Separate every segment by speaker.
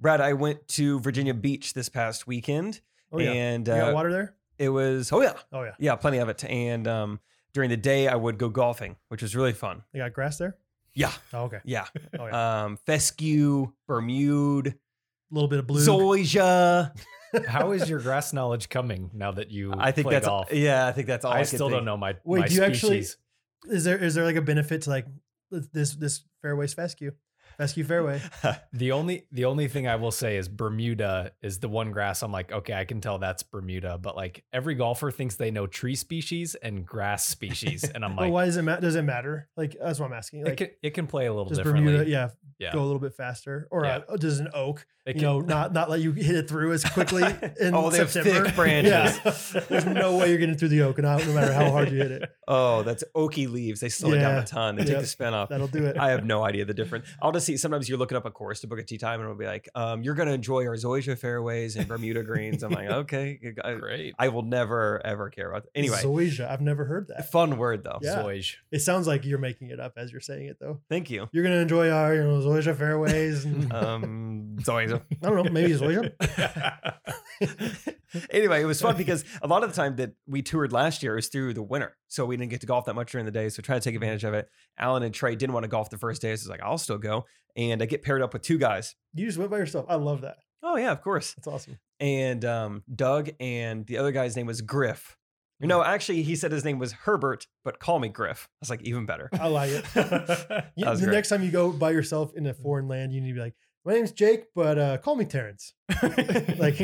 Speaker 1: Brad, I went to Virginia Beach this past weekend,
Speaker 2: Oh yeah.
Speaker 1: and
Speaker 2: you got
Speaker 1: uh,
Speaker 2: water there?
Speaker 1: it was oh yeah,
Speaker 2: Oh yeah.
Speaker 1: yeah, plenty of it. And um, during the day, I would go golfing, which was really fun.
Speaker 2: They got grass there?
Speaker 1: Yeah,
Speaker 2: Oh, okay.
Speaker 1: yeah.
Speaker 2: Oh yeah.
Speaker 1: Um, fescue, Bermude,
Speaker 2: a little bit of blue.
Speaker 1: Zoysia.
Speaker 3: How is your grass knowledge coming now that you
Speaker 1: I think
Speaker 3: play
Speaker 1: that's
Speaker 3: golf?
Speaker 1: yeah. I think that's all. I,
Speaker 3: I
Speaker 1: could
Speaker 3: still
Speaker 1: think.
Speaker 3: don't know my
Speaker 2: Wait,
Speaker 3: my
Speaker 2: do you actually-
Speaker 3: species.
Speaker 2: is there is there like a benefit to like this this fairway's fescue? Fescue fairway.
Speaker 3: The only the only thing I will say is Bermuda is the one grass I'm like, okay, I can tell that's Bermuda, but like every golfer thinks they know tree species and grass species, and I'm
Speaker 2: But
Speaker 3: like,
Speaker 2: why does it matter? Does it matter? Like that's what I'm asking.
Speaker 3: it
Speaker 2: Like
Speaker 3: can it can play a little
Speaker 2: does
Speaker 3: differently.
Speaker 2: Bermuda, yeah,
Speaker 3: yeah,
Speaker 2: go a little bit faster, or
Speaker 3: Yeah.
Speaker 2: uh, does an oak,
Speaker 3: It
Speaker 2: you
Speaker 3: can-
Speaker 2: know, not not let you hit it through as quickly in
Speaker 1: Oh, they have
Speaker 2: September?
Speaker 1: thick branches.
Speaker 2: Yeah. There's no way you're getting through the oak, and I- no matter how hard you hit it,
Speaker 1: Oh, that's oaky leaves. They slow it down
Speaker 2: Yeah.
Speaker 1: a ton. They take
Speaker 2: Yep.
Speaker 1: the spin off.
Speaker 2: that'll do it.
Speaker 1: I have no idea the difference. I'll just see. Sometimes you're looking up a course to book a tea time, and it'll be like, um, "You're going to enjoy our zoysia fairways and Bermuda greens." I'm like, okay, I,
Speaker 3: great.
Speaker 1: I will never ever care about. That. Anyway,
Speaker 2: Zoysia, I've never heard that.
Speaker 1: fun word though.
Speaker 2: Yeah.
Speaker 3: Zoysia.
Speaker 2: It sounds like you're making it up as you're saying it, though.
Speaker 1: Thank you.
Speaker 2: You're gonna enjoy our you know, Zoysia fairways, and
Speaker 1: Um, zoysia.
Speaker 2: I don't know, maybe Zoysia.
Speaker 1: anyway, it was fun because a lot of the time that we toured last year was through the winter, so we didn't get to golf that much during the day. So try to
Speaker 2: Mm-hmm.
Speaker 1: take advantage of it. Alan and Trey didn't want to golf the first day, so it's like I'll still go, and I get paired up with two guys.
Speaker 2: You just went by yourself. I love that.
Speaker 1: Oh yeah, of course.
Speaker 2: That's awesome.
Speaker 1: and um, Doug, and the other guy's name was Griff. No,
Speaker 2: Mm.
Speaker 1: actually, he said his name was Herbert, but call me Griff. I was like, even better.
Speaker 2: I like it. You-
Speaker 1: That
Speaker 2: the
Speaker 1: was great. Mm.
Speaker 2: next time you go by yourself in a foreign land, you need to be like, "My name's Jake, but uh, call me Terrence." Like,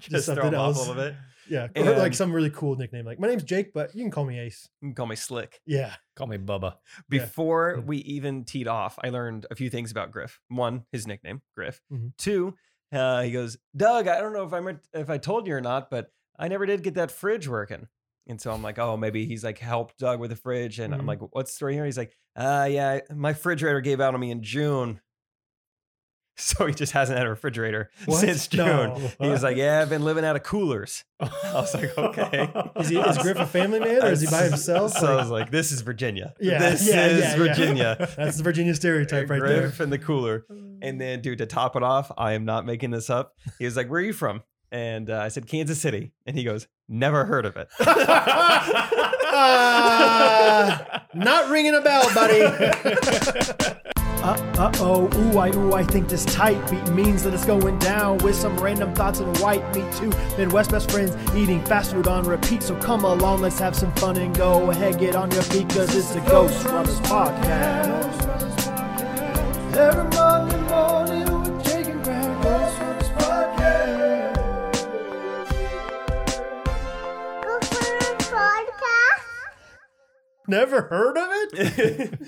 Speaker 1: just,
Speaker 2: something
Speaker 1: throw him off
Speaker 2: else.
Speaker 1: a little bit.
Speaker 2: Yeah, or like
Speaker 1: And- um,
Speaker 2: some really cool nickname. Like, "My name's Jake, but you can call me Ace."
Speaker 1: You can call me Slick.
Speaker 2: Yeah,
Speaker 3: Call me Bubba.
Speaker 2: Yeah.
Speaker 1: Before
Speaker 3: Mm.
Speaker 1: we even teed off, I learned a few things about Griff. One, his nickname, Griff.
Speaker 2: Mhm.
Speaker 1: Two, uh, he goes, Doug, I don't know if I meant, if I told you or not, but I never did get that fridge working. And so I'm like, oh, maybe he's like helped Doug with the fridge. And I'm
Speaker 2: Mhm.
Speaker 1: like, what's the story here? He's like, uh, yeah, my refrigerator gave out on me in June. So he just hasn't had a refrigerator
Speaker 2: What?
Speaker 1: since June.
Speaker 2: No.
Speaker 1: He was like, yeah, I've been living out of coolers.
Speaker 3: I
Speaker 1: was like, okay.
Speaker 2: is, he, is Griff a family man or is he by himself?
Speaker 1: So I
Speaker 2: Like,
Speaker 1: was like, this is Virginia.
Speaker 2: Yeah,
Speaker 1: This
Speaker 2: yeah,
Speaker 1: is
Speaker 2: yeah, yeah.
Speaker 1: Virginia.
Speaker 2: that's the Virginia stereotype right there.
Speaker 1: Griff in the cooler. And then, dude, to top it off, I am not making this up. He was like, "Where are you from?" And uh, I said, "Kansas City." And he goes, "Never heard of it."
Speaker 2: Ah, not ringing a bell, buddy. Uh oh, ooh, I, ooh, I think this tight beat means that it's going down with some random thoughts and white meat too. Midwest best friends eating fast food on repeat, so come along, let's have some fun and go ahead, get on your feet, cause it's the Ghost Runners Podcast. Every Monday morning with Jake and Graham, Ghost Runners Podcast. Never heard of it?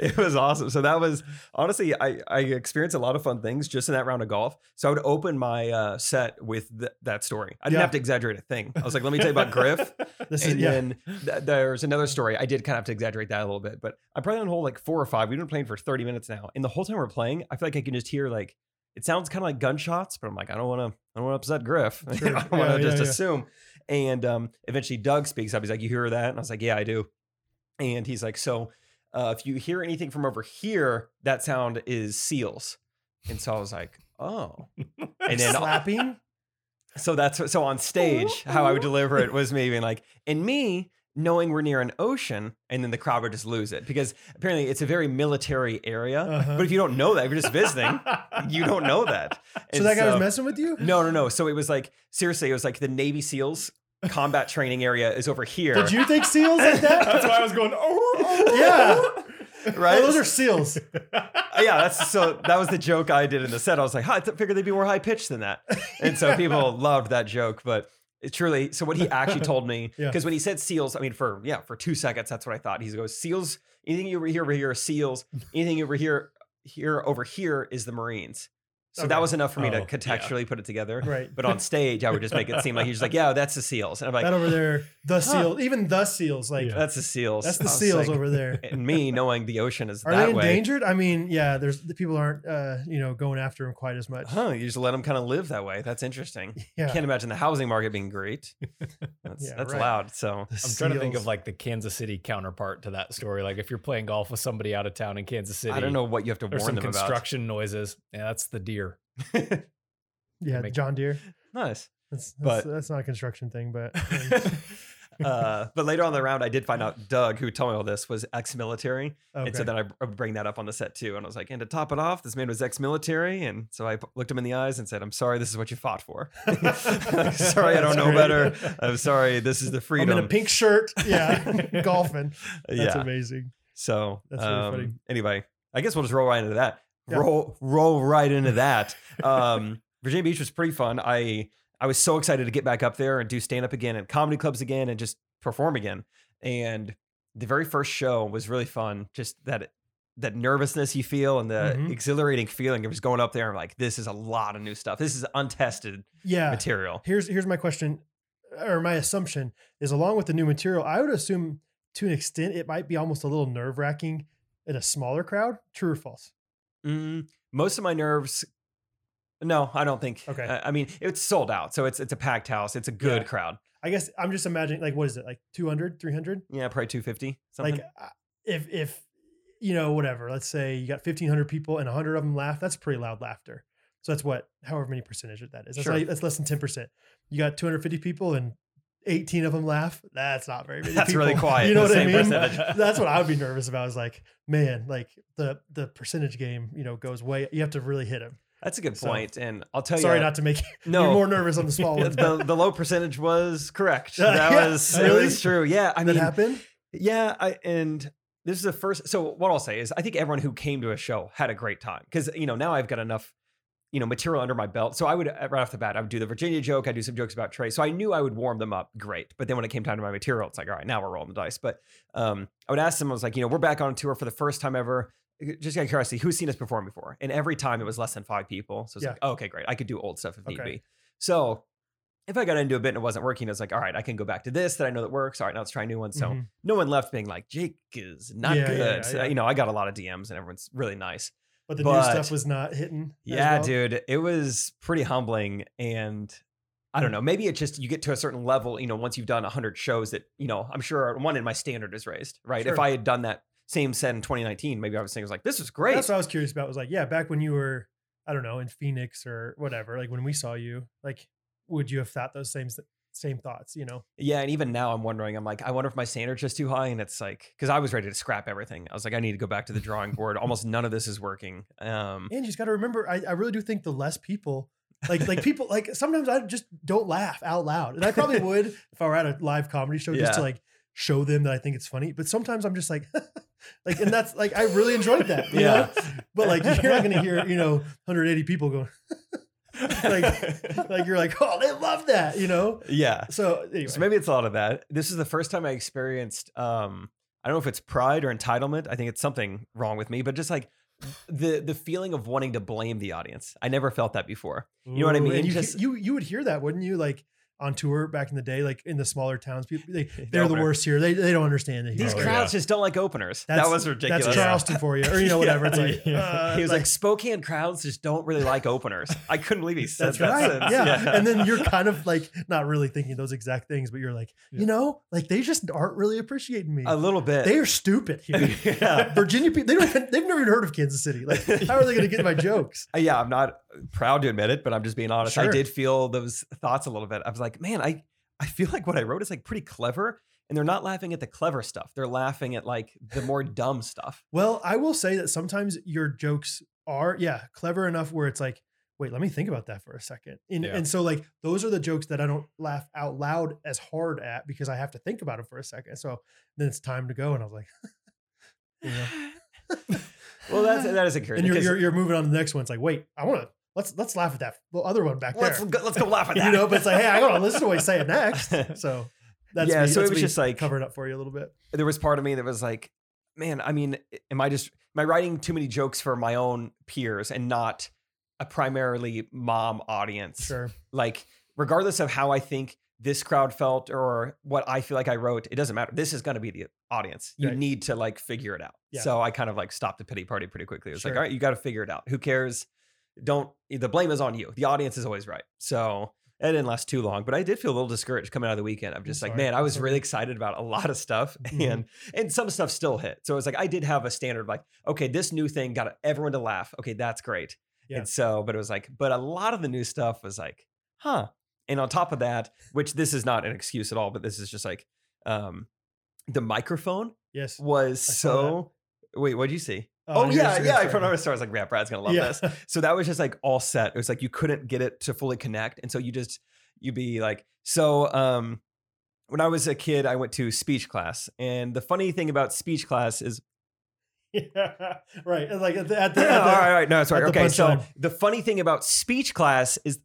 Speaker 1: it was awesome. So that was honestly, I I experienced a lot of fun things just in that round of golf. So I would open my uh, set with th- that story. I didn't
Speaker 2: Yeah.
Speaker 1: have to exaggerate a thing. I was like, "Let me tell you about Griff."
Speaker 2: This
Speaker 1: and then th- there's another story. I did kind of have to exaggerate that a little bit, but I probably on hole like four or five. We've been playing for 30 minutes now, and the whole time we're playing, I feel like I can just hear like it sounds kind of like gunshots, but I'm like, I don't want to, I don't want to upset Griff.
Speaker 2: Sure.
Speaker 1: I don't want
Speaker 2: Yeah,
Speaker 1: to
Speaker 2: yeah,
Speaker 1: just
Speaker 2: yeah.
Speaker 1: assume. And um, eventually, Doug speaks up. He's like, "You hear that?" And I was like, "Yeah, I do." And he's like, "So uh, if you hear anything from over here, that sound is seals." And so I was like, "Oh." And then
Speaker 2: slapping.
Speaker 1: so that's so on stage, how I would deliver it was me being like, and me knowing we're near an ocean, and then the crowd would just lose it because apparently it's a very military area.
Speaker 2: Uh-huh.
Speaker 1: But if you don't know that, if you're just visiting, you don't know that.
Speaker 2: So
Speaker 1: And
Speaker 2: that guy was messing with you?
Speaker 1: No, no, no. So it was like seriously, it was like the Navy SEALs combat training area is over here.
Speaker 2: Did you think seals like that?
Speaker 3: That's why I was going. Oh,
Speaker 2: yeah.
Speaker 1: right?
Speaker 2: Oh, those are seals.
Speaker 1: Uh, yeah, that's so that was the joke I did in the set. I was like, "Huh, I th- figured they'd be more high pitched than that. And so people loved that joke, but it truly so what he actually told me
Speaker 2: Yeah.
Speaker 1: because when he said seals, I mean for yeah, for 2 seconds that's what I thought. He goes, "Seals, anything you over here over here are seals, anything over here here over here is the Marines." So that
Speaker 2: Okay.
Speaker 1: was enough for me
Speaker 3: Oh,
Speaker 1: to
Speaker 3: yeah.
Speaker 1: contextually put it together.
Speaker 2: Right.
Speaker 1: But on stage, I would just make it seem like he's just like, "Yeah, that's the seals." And I'm like,
Speaker 2: that over there, the seal, even the seals, like
Speaker 3: Yeah.
Speaker 1: "That's the seals."
Speaker 2: that's
Speaker 1: I
Speaker 2: the
Speaker 1: was
Speaker 2: seals
Speaker 1: like-
Speaker 2: over there.
Speaker 1: And me knowing the ocean is
Speaker 2: Are
Speaker 1: that
Speaker 2: they
Speaker 1: way.
Speaker 2: endangered? I mean, yeah, there's the people aren't uh, you know going after them quite as much.
Speaker 1: Huh, you just let them kind of live that way. That's interesting.
Speaker 2: Yeah,
Speaker 1: Can't imagine the housing market being great. That's,
Speaker 2: Yeah,
Speaker 1: that's
Speaker 2: right.
Speaker 1: loud. So
Speaker 2: The
Speaker 3: I'm trying to think
Speaker 2: seals.
Speaker 3: of like the Kansas City counterpart to that story. Like if you're playing golf with somebody out of town in Kansas City,
Speaker 1: I don't know what you have to
Speaker 3: There's
Speaker 1: warn
Speaker 3: some
Speaker 1: them about.
Speaker 3: construction noises. Yeah, that's the deer.
Speaker 2: Yeah,
Speaker 3: Make-
Speaker 2: John Deere.
Speaker 1: nice.
Speaker 2: That's,
Speaker 1: But-
Speaker 2: that's, that's not a construction thing, but
Speaker 1: uh, but later on in the round, I did find out Doug, who told me all this, was ex-military, and so
Speaker 2: Okay.
Speaker 1: then I br- bring that up on the set too, and I was like, and to top it off, this man was ex-military, and so I p- looked him in the eyes and said, "I'm sorry, this is what you fought for. sorry, I
Speaker 2: That's
Speaker 1: don't know
Speaker 2: great.
Speaker 1: better. I'm sorry, this is the
Speaker 2: I'm
Speaker 1: freedom."
Speaker 2: in a pink shirt. Yeah, golfing. That's
Speaker 1: yeah.
Speaker 2: amazing.
Speaker 1: So
Speaker 2: That's really
Speaker 1: um,
Speaker 2: funny.
Speaker 1: anyway, I guess we'll just roll right into that.
Speaker 2: Yeah.
Speaker 1: Roll roll right into that. Um, Virginia Beach was pretty fun. I I was so excited to get back up there and do stand up again and comedy clubs again and just perform again. And the very first show was really fun. Just that that nervousness you feel and the
Speaker 2: Mhm.
Speaker 1: exhilarating feeling of just going up there and like this is a lot of new stuff. This is untested
Speaker 2: Yeah.
Speaker 1: material.
Speaker 2: Here's here's my question, or my assumption is along with the new material, I would assume to an extent it might be almost a little nerve wracking in a smaller crowd. True or false?
Speaker 1: Mm, most of my nerves. No, I don't think.
Speaker 2: Okay.
Speaker 1: I, I mean, it's sold out, so it's it's a packed house. It's a good
Speaker 2: Yeah.
Speaker 1: crowd.
Speaker 2: I guess I'm just imagining like what is it like 200, 300?
Speaker 1: Yeah, probably 250 something.
Speaker 2: Like uh, if if you know whatever, let's say you got 1500 people and 100 of them laugh, that's pretty loud laughter. So that's what however many percentage that is. That's,
Speaker 1: Sure.
Speaker 2: not- that's less than 10%. You got 250 people and 18 of them laugh. That's not very many.
Speaker 1: That's really
Speaker 2: people.
Speaker 1: quiet,
Speaker 2: You know
Speaker 1: the
Speaker 2: what I
Speaker 1: same
Speaker 2: mean?
Speaker 1: percentage.
Speaker 2: that's what I would be nervous about. Is like, man, like the the percentage game, you know, goes way. You have to really hit him.
Speaker 1: That's a good
Speaker 2: so-
Speaker 1: point, and I'll tell
Speaker 2: Sorry
Speaker 1: you.
Speaker 2: not to make
Speaker 1: Oh, no,
Speaker 2: you more nervous on the small ones. That
Speaker 1: the, the low percentage was correct.
Speaker 2: Yeah,
Speaker 1: That
Speaker 2: yeah,
Speaker 1: was
Speaker 2: really?
Speaker 1: it was true. Yeah, I mean,
Speaker 2: happened.
Speaker 1: yeah, I and this is the first. So what I'll say is, I think everyone who came to a show had a great time because you know now I've got enough. You know, material under my belt. So I would uh, right off the bat, I would do the Virginia joke. I do some jokes about Trey. So I knew I would warm them up great. But then when it came time to my material, it's like, all right, now we're rolling the dice. But um, I would ask them, I was like, you know, we're back on tour for the first time ever. Uh, Just out of curiosity, who's seen us perform before? And every time it was less than five people. So it's
Speaker 2: Yeah.
Speaker 1: like, oh, okay, great. I could do old stuff if need
Speaker 2: Okay.
Speaker 1: be. So if I got into a bit and it wasn't working, I was like, all right, I can go back to this that I know that works. All right, now let's try a new one. So
Speaker 2: Mhm.
Speaker 1: no one left being like, Jake is not
Speaker 2: Yeah, yeah,
Speaker 1: good.
Speaker 2: yeah,
Speaker 1: So,
Speaker 2: yeah.
Speaker 1: You know, I got a lot of DMs and everyone's really nice.
Speaker 2: but the new
Speaker 1: but-
Speaker 2: stuff was not hitting. as
Speaker 1: Yeah,
Speaker 2: well.
Speaker 1: dude, it was pretty humbling, and I don't know. Maybe it's just you get to a certain level, you know, once you've done hundred shows that you know. I'm sure one in my standard is raised, right? If
Speaker 2: Sure.
Speaker 1: I had done that same set in 2019, maybe I was thinking it was like, this is great.
Speaker 2: That's what I was curious about. Was like, yeah, back when you were, I don't know, in Phoenix or whatever, like when we saw you, like, would you have thought those same same thoughts? You know,
Speaker 1: yeah, and even now I'm wondering. I'm like, I wonder if my standard's just too high, and it's like because I was ready to scrap everything. I was like, I need to go back to the drawing board. Almost none of this is working. Um,
Speaker 2: and you just got to remember, I, I really do think the less people. Like, like people, like sometimes I just don't laugh out loud, and I probably would if I were at a live comedy show just to
Speaker 1: Yeah.
Speaker 2: like show them that I think it's funny. But sometimes I'm just like, like, and that's like I really enjoyed that, you know?
Speaker 1: yeah,
Speaker 2: But like, you're not gonna hear, you know, 180 people going, like, you're like, oh, they love that, you know?
Speaker 1: yeah.
Speaker 2: So anyway,
Speaker 1: So maybe it's a lot of that. This is the first time I experienced um I don't know if it's pride or entitlement. I think it's something wrong with me, but just like the the feeling of wanting to blame the audience. I never felt that before. know what I
Speaker 2: Ooh,
Speaker 1: mean?
Speaker 2: And you,
Speaker 1: Just-
Speaker 2: you you would hear that, wouldn't you? Like on tour back in the day, like in the smaller towns, people they, they're the
Speaker 1: opener.
Speaker 2: worst here. They they don't understand it.
Speaker 1: Oh,
Speaker 2: here.
Speaker 1: These
Speaker 3: Oh,
Speaker 1: crowds
Speaker 3: yeah.
Speaker 1: just don't like openers.
Speaker 2: That's-
Speaker 1: that was ridiculous.
Speaker 2: That's Charleston for you, or you know whatever. It's like
Speaker 3: Yeah.
Speaker 2: uh,
Speaker 1: he was like, Spokane crowds just don't really like openers. I couldn't believe he said
Speaker 2: that's
Speaker 1: that.
Speaker 2: right,
Speaker 1: sentence.
Speaker 2: yeah. And then you're kind of like not really thinking those exact things, but you're like, you know, like they just aren't really appreciating me.
Speaker 1: a little bit.
Speaker 2: they are stupid here.
Speaker 1: yeah.
Speaker 2: Virginia people, they don't even, they've never even heard of Kansas City. Like, how are they going to get my jokes?
Speaker 1: Uh, yeah, I'm not proud to admit it, but I'm just being honest. I
Speaker 2: Sure.
Speaker 1: did feel those thoughts a little bit. I was like, man, I I feel like what I wrote is like pretty clever, and they're not laughing at the clever stuff. They're laughing at like the more dumb stuff.
Speaker 2: Well, I will say that sometimes your jokes are, yeah, clever enough where it's like, wait, let me think about that for a second. And,
Speaker 3: Yeah.
Speaker 2: and so, like, those are the jokes that I don't laugh out loud as hard at because I have to think about it for a second. So then it's time to go. And I was like, you know.
Speaker 1: Well, that's that is encouraging.
Speaker 2: and you're,
Speaker 1: 'cause
Speaker 2: you're, you're moving on to the next one. It's like, wait, I want to, let's, let's laugh at that other one back
Speaker 1: let's
Speaker 2: there.
Speaker 1: go, let's go laugh at that.
Speaker 2: You know, but it's like, hey, I got to listen to what he's saying next. So that's,
Speaker 1: Yeah,
Speaker 2: me-
Speaker 1: so it was
Speaker 2: that's me
Speaker 1: just like-
Speaker 2: covering up for you a little bit.
Speaker 1: there was part of me that was like, man, I mean, am I just am I writing too many jokes for my own peers and not a primarily mom audience?
Speaker 2: Sure.
Speaker 1: like regardless of how i think this crowd felt or what i feel like i wrote it doesn't matter this is going to be the audience you
Speaker 2: Right.
Speaker 1: need to like figure it out
Speaker 2: Yeah.
Speaker 1: so i kind of like stopped the pity party pretty quickly it was like
Speaker 2: Sure.
Speaker 1: all right you got to figure it out who cares don't the blame is on you the audience is always right so it didn't last too long but i did feel a little discouraged coming out of the weekend i'm just like
Speaker 2: sorry.
Speaker 1: man i was
Speaker 2: Okay.
Speaker 1: really excited about a lot of stuff
Speaker 2: Mhm.
Speaker 1: and and some stuff still hit so it was like i did have a standard like okay this new thing got everyone to laugh okay that's great
Speaker 2: Yeah.
Speaker 1: And so, but it was like, but a lot of the new stuff was like, huh. And on top of that, which this is not an excuse at all, but this is just like um the microphone
Speaker 2: Yes. Uh,
Speaker 1: was
Speaker 2: I saw
Speaker 1: so wait, what'd you see? Oh, yeah, yeah. I front so I was like, yeah, Brad's gonna love this so that was just like all set. It was like you couldn't get it to fully connect, and so you just you'd be like, so um, when I was a kid, I went to speech class, and the funny thing about speech class is
Speaker 2: yeah. Right. And like at the, at the,
Speaker 1: all
Speaker 2: at the
Speaker 1: right, all right, no, sorry,
Speaker 2: the
Speaker 1: okay. So
Speaker 2: punchline.
Speaker 1: the funny thing about speech class is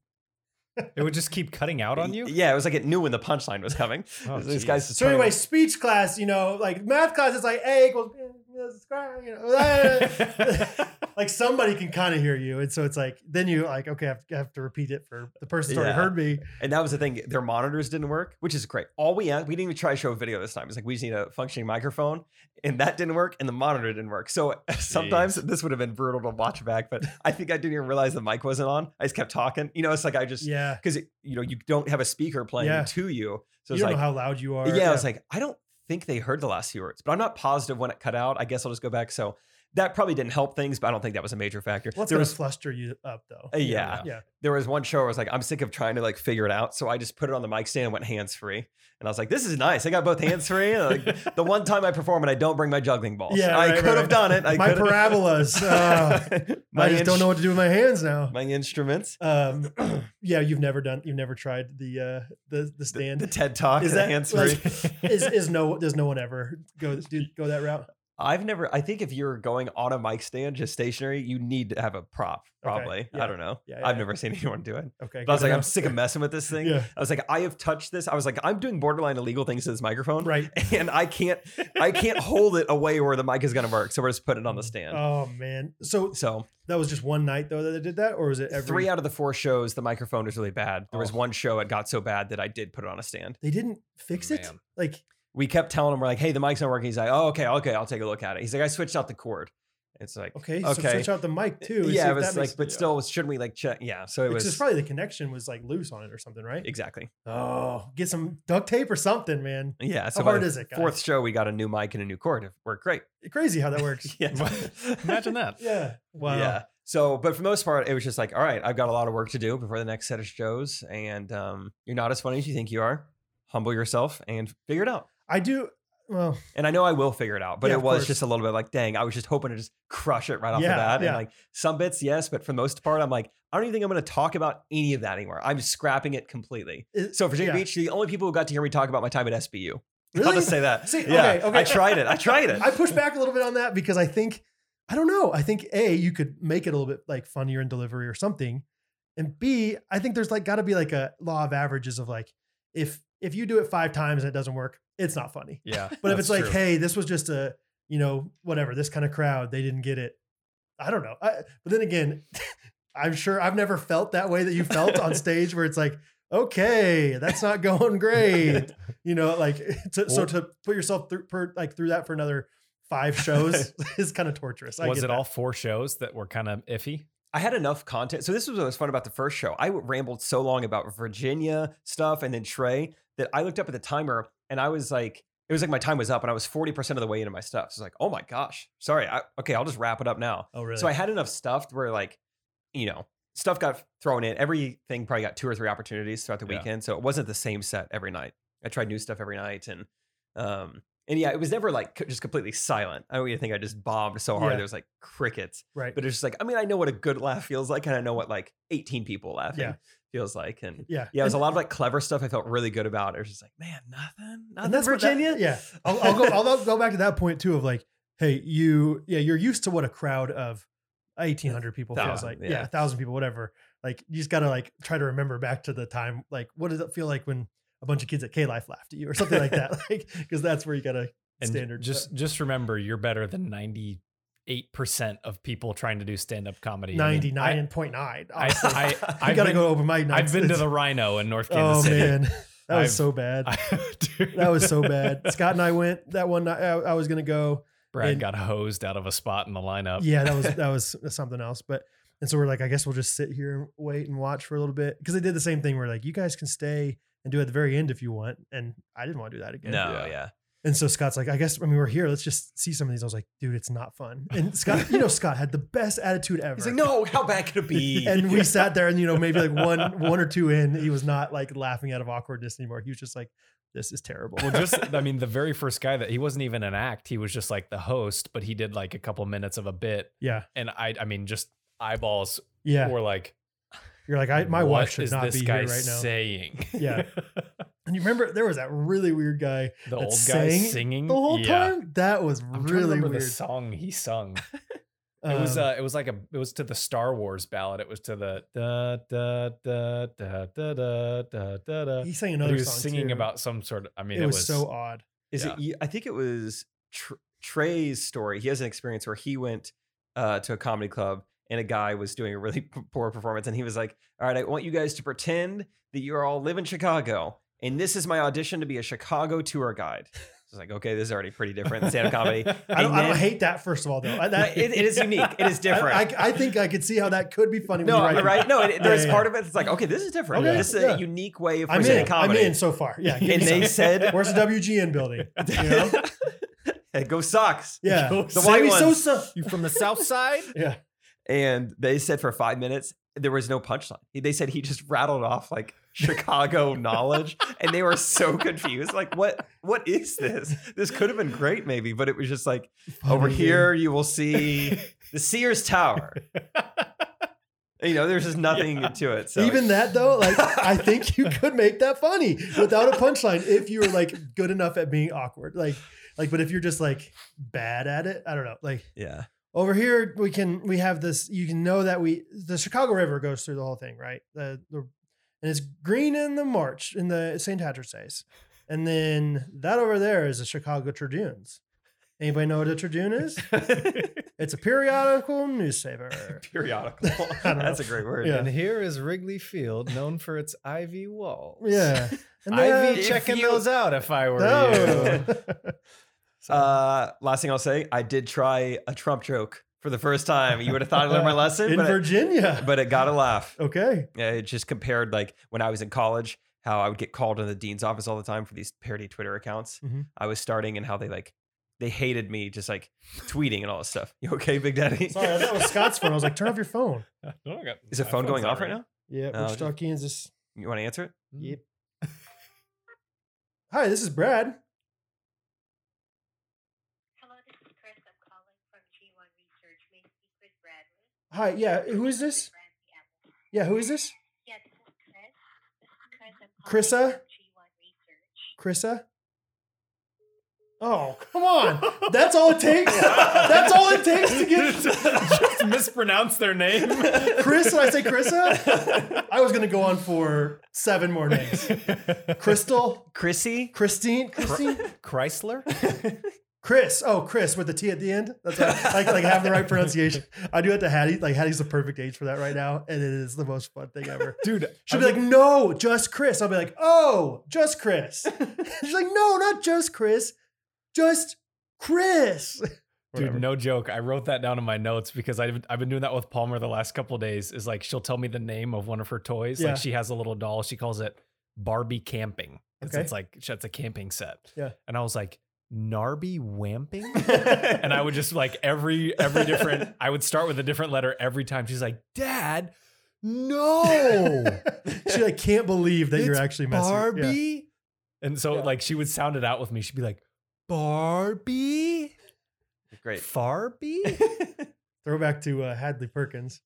Speaker 3: It would just keep cutting out on you.
Speaker 1: yeah, it was like it knew when the punchline was coming.
Speaker 3: Oh,
Speaker 1: These
Speaker 3: geez.
Speaker 1: guys, just
Speaker 2: So
Speaker 1: trying to-
Speaker 2: anyway, speech class, you know, like math class is like A equals B is square, you know. like somebody can kind of hear you. And so it's like then you like, okay, I have, I have to repeat it for the person who's already
Speaker 1: Yeah.
Speaker 2: heard me.
Speaker 1: and that was the thing. Their monitors didn't work, which is great. All we asked, we didn't even try to show a video this time. It's like we just need a functioning microphone, and that didn't work, and the monitor didn't work. So sometimes this would have been brutal to watch back, but I think I didn't even realize the mic wasn't on. I just kept talking. You know, it's like I just
Speaker 2: Yeah.
Speaker 1: because you know you don't have a speaker playing
Speaker 2: Yeah.
Speaker 1: to you, so
Speaker 2: You
Speaker 1: it's
Speaker 2: don't
Speaker 1: like
Speaker 2: know how loud you are.
Speaker 1: yeah, I was like I don't think they heard the last few words, but I'm not positive when it cut out. I guess I'll just go back. So that probably didn't help things, but I don't think that was a major factor.
Speaker 2: What's
Speaker 1: there
Speaker 2: gonna
Speaker 1: was
Speaker 2: fluster you up though?
Speaker 1: Uh, yeah.
Speaker 2: Yeah.
Speaker 1: there was one show where I was like, I'm sick of trying to like figure it out. So I just put it on the mic stand and went hands free. And I was like, this is nice. I got both hands free. And, like, the one time I perform and I don't bring my juggling balls.
Speaker 2: Yeah,
Speaker 1: I
Speaker 2: right,
Speaker 1: could
Speaker 2: right,
Speaker 1: have
Speaker 2: right.
Speaker 1: done it. I
Speaker 2: my
Speaker 1: could
Speaker 2: parabolas. Uh, I just don't
Speaker 1: ins-
Speaker 2: know what to do with my hands now.
Speaker 1: my instruments.
Speaker 2: Um, yeah, you've never done, you've never tried the uh, the the
Speaker 1: The,
Speaker 2: stand.
Speaker 1: the TED Talk
Speaker 2: Is
Speaker 1: is
Speaker 2: that-
Speaker 1: hands free.
Speaker 2: like- is is no does no one ever go do, go that route?
Speaker 1: I've never. I think if you're going on a mic stand, just stationary, you need to have a prop. Probably.
Speaker 2: yeah,
Speaker 1: I don't know.
Speaker 2: yeah,
Speaker 1: I've
Speaker 2: yeah.
Speaker 1: never seen anyone do it.
Speaker 2: Okay,
Speaker 1: But I was
Speaker 2: good
Speaker 1: like,
Speaker 2: to
Speaker 1: I'm
Speaker 2: know.
Speaker 1: sick of messing with this thing.
Speaker 2: Yeah,
Speaker 1: I was like, I have touched this. I was like, I'm doing borderline illegal things to this microphone.
Speaker 2: right.
Speaker 1: and I can't I can't hold it away where the mic is gonna work. So we're just putting it on the stand.
Speaker 2: Oh man, so
Speaker 1: so
Speaker 2: that was just one night though that they did that, or was it every?
Speaker 1: three out of the four shows, the microphone was really bad. There was
Speaker 2: Oh.
Speaker 1: one show it got so bad that I did put it on a stand.
Speaker 2: They didn't fix it.
Speaker 3: Man.
Speaker 2: Like
Speaker 1: We kept telling him we're like, hey, the mic's not working. He's like, oh okay, okay, I'll take a look at it. He's like, I switched out the cord. It's like
Speaker 2: okay, so
Speaker 1: Okay.
Speaker 2: switch out the mic too. and Oh, see
Speaker 1: yeah, it
Speaker 2: if
Speaker 1: was
Speaker 2: that
Speaker 1: like,
Speaker 2: makes-
Speaker 1: but still, shouldn't we like check? Yeah, so it
Speaker 2: It's
Speaker 1: was
Speaker 2: just probably the connection was like loose on it or something, right?
Speaker 1: exactly.
Speaker 2: Oh, get some duct tape or something, man.
Speaker 1: Yeah, so
Speaker 2: How
Speaker 1: by
Speaker 2: hard
Speaker 1: the
Speaker 2: is it, guys?
Speaker 1: fourth show we got a new mic and a new cord. It worked great.
Speaker 2: Crazy how that works.
Speaker 1: Yeah,
Speaker 3: Imagine that.
Speaker 2: yeah. Wow.
Speaker 1: Yeah. So, but for the most part, it was just like, all right, I've got a lot of work to do before the next set of shows, and um, you're not as funny as you think you are. Humble yourself and figure it out.
Speaker 2: I do. Well,
Speaker 1: And I know I will figure it out, but
Speaker 2: Yeah,
Speaker 1: it
Speaker 2: of
Speaker 1: was
Speaker 2: course.
Speaker 1: just a little bit like, dang, I was just hoping to just crush it right off
Speaker 2: Yeah,
Speaker 1: the bat.
Speaker 2: yeah.
Speaker 1: And like some bits, yes, but for the most part, I'm like, I don't even think I'm going to talk about any of that anymore. I'm scrapping it completely.
Speaker 2: it-
Speaker 1: So, Virginia
Speaker 2: yeah.
Speaker 1: Beach, the only people who got to hear me talk about my time at SBU. I'll
Speaker 2: Really?
Speaker 1: just say that.
Speaker 2: See,
Speaker 1: yeah,
Speaker 2: okay, okay.
Speaker 1: I tried it. I tried it.
Speaker 2: I push back a little bit on that because I think I don't know. I think a you could make it a little bit like funnier in delivery or something, and b I think there's like got to be like a law of averages of like if if you do it five times and it doesn't work, it's not funny.
Speaker 3: Yeah.
Speaker 2: But if
Speaker 3: that's
Speaker 2: it's like,
Speaker 3: true.
Speaker 2: hey, this was just a you know whatever this kind of crowd, they didn't get it. I don't know. I, but then again, I'm sure I've never felt that way that you felt on stage where it's like. Okay, that's not going great. You know, like to, so
Speaker 3: Well-
Speaker 2: to put yourself through per, like through that for another five shows is kind of torturous. I
Speaker 3: was it
Speaker 2: get that.
Speaker 3: all four shows that were kind of iffy?
Speaker 1: I had enough content. So this was what was fun about the first show. I rambled so long about Virginia stuff and then Trey that I looked up at the timer and I was like, it was like my time was up and I was 40% of the way into my stuff. So I was like, oh my gosh, sorry. I, okay, I'll just wrap it up now.
Speaker 2: Oh really?
Speaker 1: So I had enough stuff where like, you know, stuff got thrown in. Everything probably got two or three opportunities throughout the
Speaker 3: Yeah.
Speaker 1: weekend. So it wasn't the same set every night. I tried new stuff every night and, um, and yeah, it was never like c- just completely silent. I don't even think I just bombed so hard.
Speaker 2: Yeah.
Speaker 1: There was like crickets
Speaker 2: right.
Speaker 1: but it's just like I mean, I know what a good laugh feels like, and I know what like 18 people laughing
Speaker 2: Yeah.
Speaker 1: feels like, and
Speaker 2: yeah.
Speaker 1: yeah, it was a
Speaker 2: And-
Speaker 1: lot of like clever stuff. I felt really good about. It was just like, man, nothing, nothing.
Speaker 2: and that's what that-
Speaker 1: Virginia,
Speaker 2: yeah. I'll, I'll go. I'll go back to that point too of like, hey, you. Yeah, you're used to what a crowd of eighteen hundred people feels
Speaker 1: Thousand,
Speaker 2: like.
Speaker 1: yeah.
Speaker 2: Yeah, a thousand people, whatever. Like you just gotta like try to remember back to the time. Like, what does it feel like when a bunch of kids at K Life laughed at you or something like that? Like, because that's where you gotta
Speaker 3: And
Speaker 2: standard
Speaker 3: Just just remember, you're better than ninety eight percent of people trying to do stand up comedy. I mean,
Speaker 2: ninety nine point nine.
Speaker 3: I, I, I,
Speaker 2: You
Speaker 3: I've
Speaker 2: gotta
Speaker 3: been,
Speaker 2: go over my.
Speaker 3: I've been to the Rhino in North Kansas
Speaker 2: Oh
Speaker 3: City.
Speaker 2: man, that
Speaker 3: I've-
Speaker 2: was so bad.
Speaker 3: I- dude.
Speaker 2: That was so bad. Scott and I went that one night. I, I was gonna go.
Speaker 3: Brad
Speaker 2: and-
Speaker 3: got hosed out of a spot in the lineup.
Speaker 2: Yeah, that was that was something else. But and so we're like, I guess we'll just sit here and wait and watch for a little bit because they did the same thing. We're like, you guys can stay and do it at the very end if you want. And I didn't want to do that again.
Speaker 1: no, yeah.
Speaker 3: Yeah.
Speaker 2: And so Scott's like, I guess I mean we're here. Let's just see some of these. I was like, dude, it's not fun. And Scott, you know, Scott had the best attitude ever.
Speaker 1: He's like, no, how bad could it be?
Speaker 2: And we sat there, and you know, maybe like one one or two in, he was not like laughing out of awkwardness anymore. He was just like, this is terrible.
Speaker 3: Well, just I mean, the very first guy that he wasn't even an act; he was just like the host, but he did like a couple minutes of a bit,
Speaker 2: yeah,
Speaker 3: and I, I mean, just eyeballs
Speaker 2: yeah.
Speaker 3: were like,
Speaker 2: You're like, I, my
Speaker 3: "What
Speaker 2: wife should
Speaker 3: is
Speaker 2: not
Speaker 3: this
Speaker 2: be here
Speaker 3: guy
Speaker 2: right now.
Speaker 3: saying?"
Speaker 2: Yeah. And you remember there was that really weird guy
Speaker 3: the
Speaker 2: That
Speaker 3: old guy
Speaker 2: sang
Speaker 3: singing
Speaker 2: the whole
Speaker 3: Yeah.
Speaker 2: time. That was
Speaker 3: I'm trying to
Speaker 2: really
Speaker 3: remember
Speaker 2: weird.
Speaker 3: the song he sung. It was
Speaker 2: Um,
Speaker 3: uh, it was like a it was to the Star Wars ballad. It was to the da da da da da da da da da.
Speaker 2: he sang
Speaker 3: But
Speaker 2: another
Speaker 3: uh, He was
Speaker 2: song
Speaker 3: singing
Speaker 2: too.
Speaker 3: about some sort of. I mean,
Speaker 2: it, was, so odd.
Speaker 1: Is it? you- I think it was Tr- Trey's story. He has an experience where he went uh, to a comedy club and a guy was doing a really p- poor performance, and he was like, "All right, I want you guys to pretend that you all live in Chicago, and this is my audition to be a Chicago tour guide." So it's like, okay, this is already pretty different than stand-up comedy.
Speaker 2: I don't, I
Speaker 1: And
Speaker 2: don't
Speaker 1: then-
Speaker 2: hate that. First of all, though, I- that,
Speaker 1: It- it is unique. It is different.
Speaker 2: I, I, I think I could see how that could be funny.
Speaker 1: no,
Speaker 2: when you
Speaker 1: right?
Speaker 2: write
Speaker 1: No, it, there's
Speaker 2: yeah,
Speaker 1: part of it that's like, okay, this is different.
Speaker 2: Okay,
Speaker 1: This is
Speaker 2: yeah.
Speaker 1: a unique way of
Speaker 2: I'm
Speaker 1: presenting
Speaker 2: in.
Speaker 1: comedy.
Speaker 2: I'm in so far. Yeah. give
Speaker 1: and
Speaker 2: me
Speaker 1: they
Speaker 2: some.
Speaker 1: said,
Speaker 2: Where's the WGN building? You know?
Speaker 1: "Hey, "Go Sox."
Speaker 2: Yeah.
Speaker 1: Go the
Speaker 2: Sammy
Speaker 1: white ones.
Speaker 2: Sosa.
Speaker 3: you from the South Side?
Speaker 2: Yeah.
Speaker 1: and they said for five minutes there was no punchline. They said he just rattled off like Chicago knowledge, and they were so confused. Like, what? What is this? This could have been great, maybe, but it was just like over
Speaker 2: Funny,
Speaker 1: here you will see the Sears Tower. you know, there's just nothing
Speaker 3: Yeah.
Speaker 1: to it. So
Speaker 2: dude. Even that though, like I think you could make that funny without a punchline if you were like good enough at being awkward. Like, like, but if you're just like bad at it, I don't know. Like
Speaker 1: yeah,
Speaker 2: over here we can we have this you can know that we the chicago river goes through the whole thing right the, the and it's green in the march in the st patrick's days and then that over there is the chicago tribunes anybody know what a tribune is it's a periodical newspaper
Speaker 1: periodical.
Speaker 2: I don't
Speaker 1: That's a great word.
Speaker 2: Yeah.
Speaker 3: And here is Wrigley Field, known for its ivy walls.
Speaker 2: yeah and
Speaker 3: I'd
Speaker 2: then,
Speaker 3: be
Speaker 1: If
Speaker 3: checking
Speaker 1: you-
Speaker 3: those out if I were you.
Speaker 2: no.
Speaker 1: Uh, last thing I'll say, I did try a Trump joke for the first time. You would have thought I learned my lesson,
Speaker 2: in
Speaker 1: but,
Speaker 2: virginia
Speaker 1: but it got a laugh.
Speaker 2: okay
Speaker 1: Yeah, it Uh, just compared like when I was in college, how I would get called in the dean's office all the time for these parody Twitter accounts
Speaker 2: Mhm.
Speaker 1: I was starting, and how they like they hated me just like tweeting and all this stuff. You okay, Big Daddy?
Speaker 2: sorry that was scott's phone i was like turn off your phone
Speaker 3: oh,
Speaker 2: Oh,
Speaker 3: I don't got-
Speaker 1: Is the
Speaker 3: my
Speaker 1: phone
Speaker 3: phone's
Speaker 1: going
Speaker 3: not
Speaker 1: off right
Speaker 3: ringing.
Speaker 1: now?
Speaker 2: yeah
Speaker 1: No,
Speaker 2: wichita kansas
Speaker 1: You want to answer it?
Speaker 3: Mm.
Speaker 2: Yep. hi this is brad
Speaker 4: Hello, this is Chris. I'm calling from G1 Research. May I speak with Bradley?
Speaker 2: hi yeah Uh, who is this
Speaker 4: Bradley Apple.
Speaker 2: yeah who is this
Speaker 4: Yeah, this is Chris. This is Chris. I'm calling
Speaker 2: Chrissa?
Speaker 4: from G1 Research.
Speaker 2: Krissa? Oh, come on. That's all it takes. That's all it takes to get
Speaker 3: Just mispronounce their name.
Speaker 2: Chris. Did I say Krissa? I was going to go on for seven more names. Crystal,
Speaker 1: Chrissy?
Speaker 2: Christine, Christine,
Speaker 3: Chrysler?
Speaker 2: Chris. Oh, Chris with the T at the end. That's what, like like have the right pronunciation. I do have to Hattie. Like Hattie's the perfect age for that right now, and it is the most fun thing ever.
Speaker 3: Dude,
Speaker 2: She'll be like, no, just Chris. I'll be like, oh, just Chris. She's like, no, not just Chris, just Chris. Whatever.
Speaker 3: Dude, no joke. I wrote that down in my notes because I've, I've been doing that with Palmer the last couple days. Is like she'll tell me the name of one of her toys.
Speaker 2: Yeah.
Speaker 3: Like she has a little doll. She calls it Barbie Camping. 'cause
Speaker 2: Okay.
Speaker 3: It's like she- it's a camping set.
Speaker 2: Yeah.
Speaker 3: And I was like, Narby Wamping? and I would just like every every different. I would start with a different letter every time. She's like, Dad, no,
Speaker 2: she like can't believe that you're
Speaker 3: Oh. It's
Speaker 2: actually messing. with-
Speaker 3: Barbie.
Speaker 2: yeah.
Speaker 3: And so
Speaker 2: Yeah.
Speaker 3: like she would sound it out with me. She'd be like, Barbie,
Speaker 1: Great.
Speaker 3: Farbie.
Speaker 2: Throwback to uh, Hadley Perkins.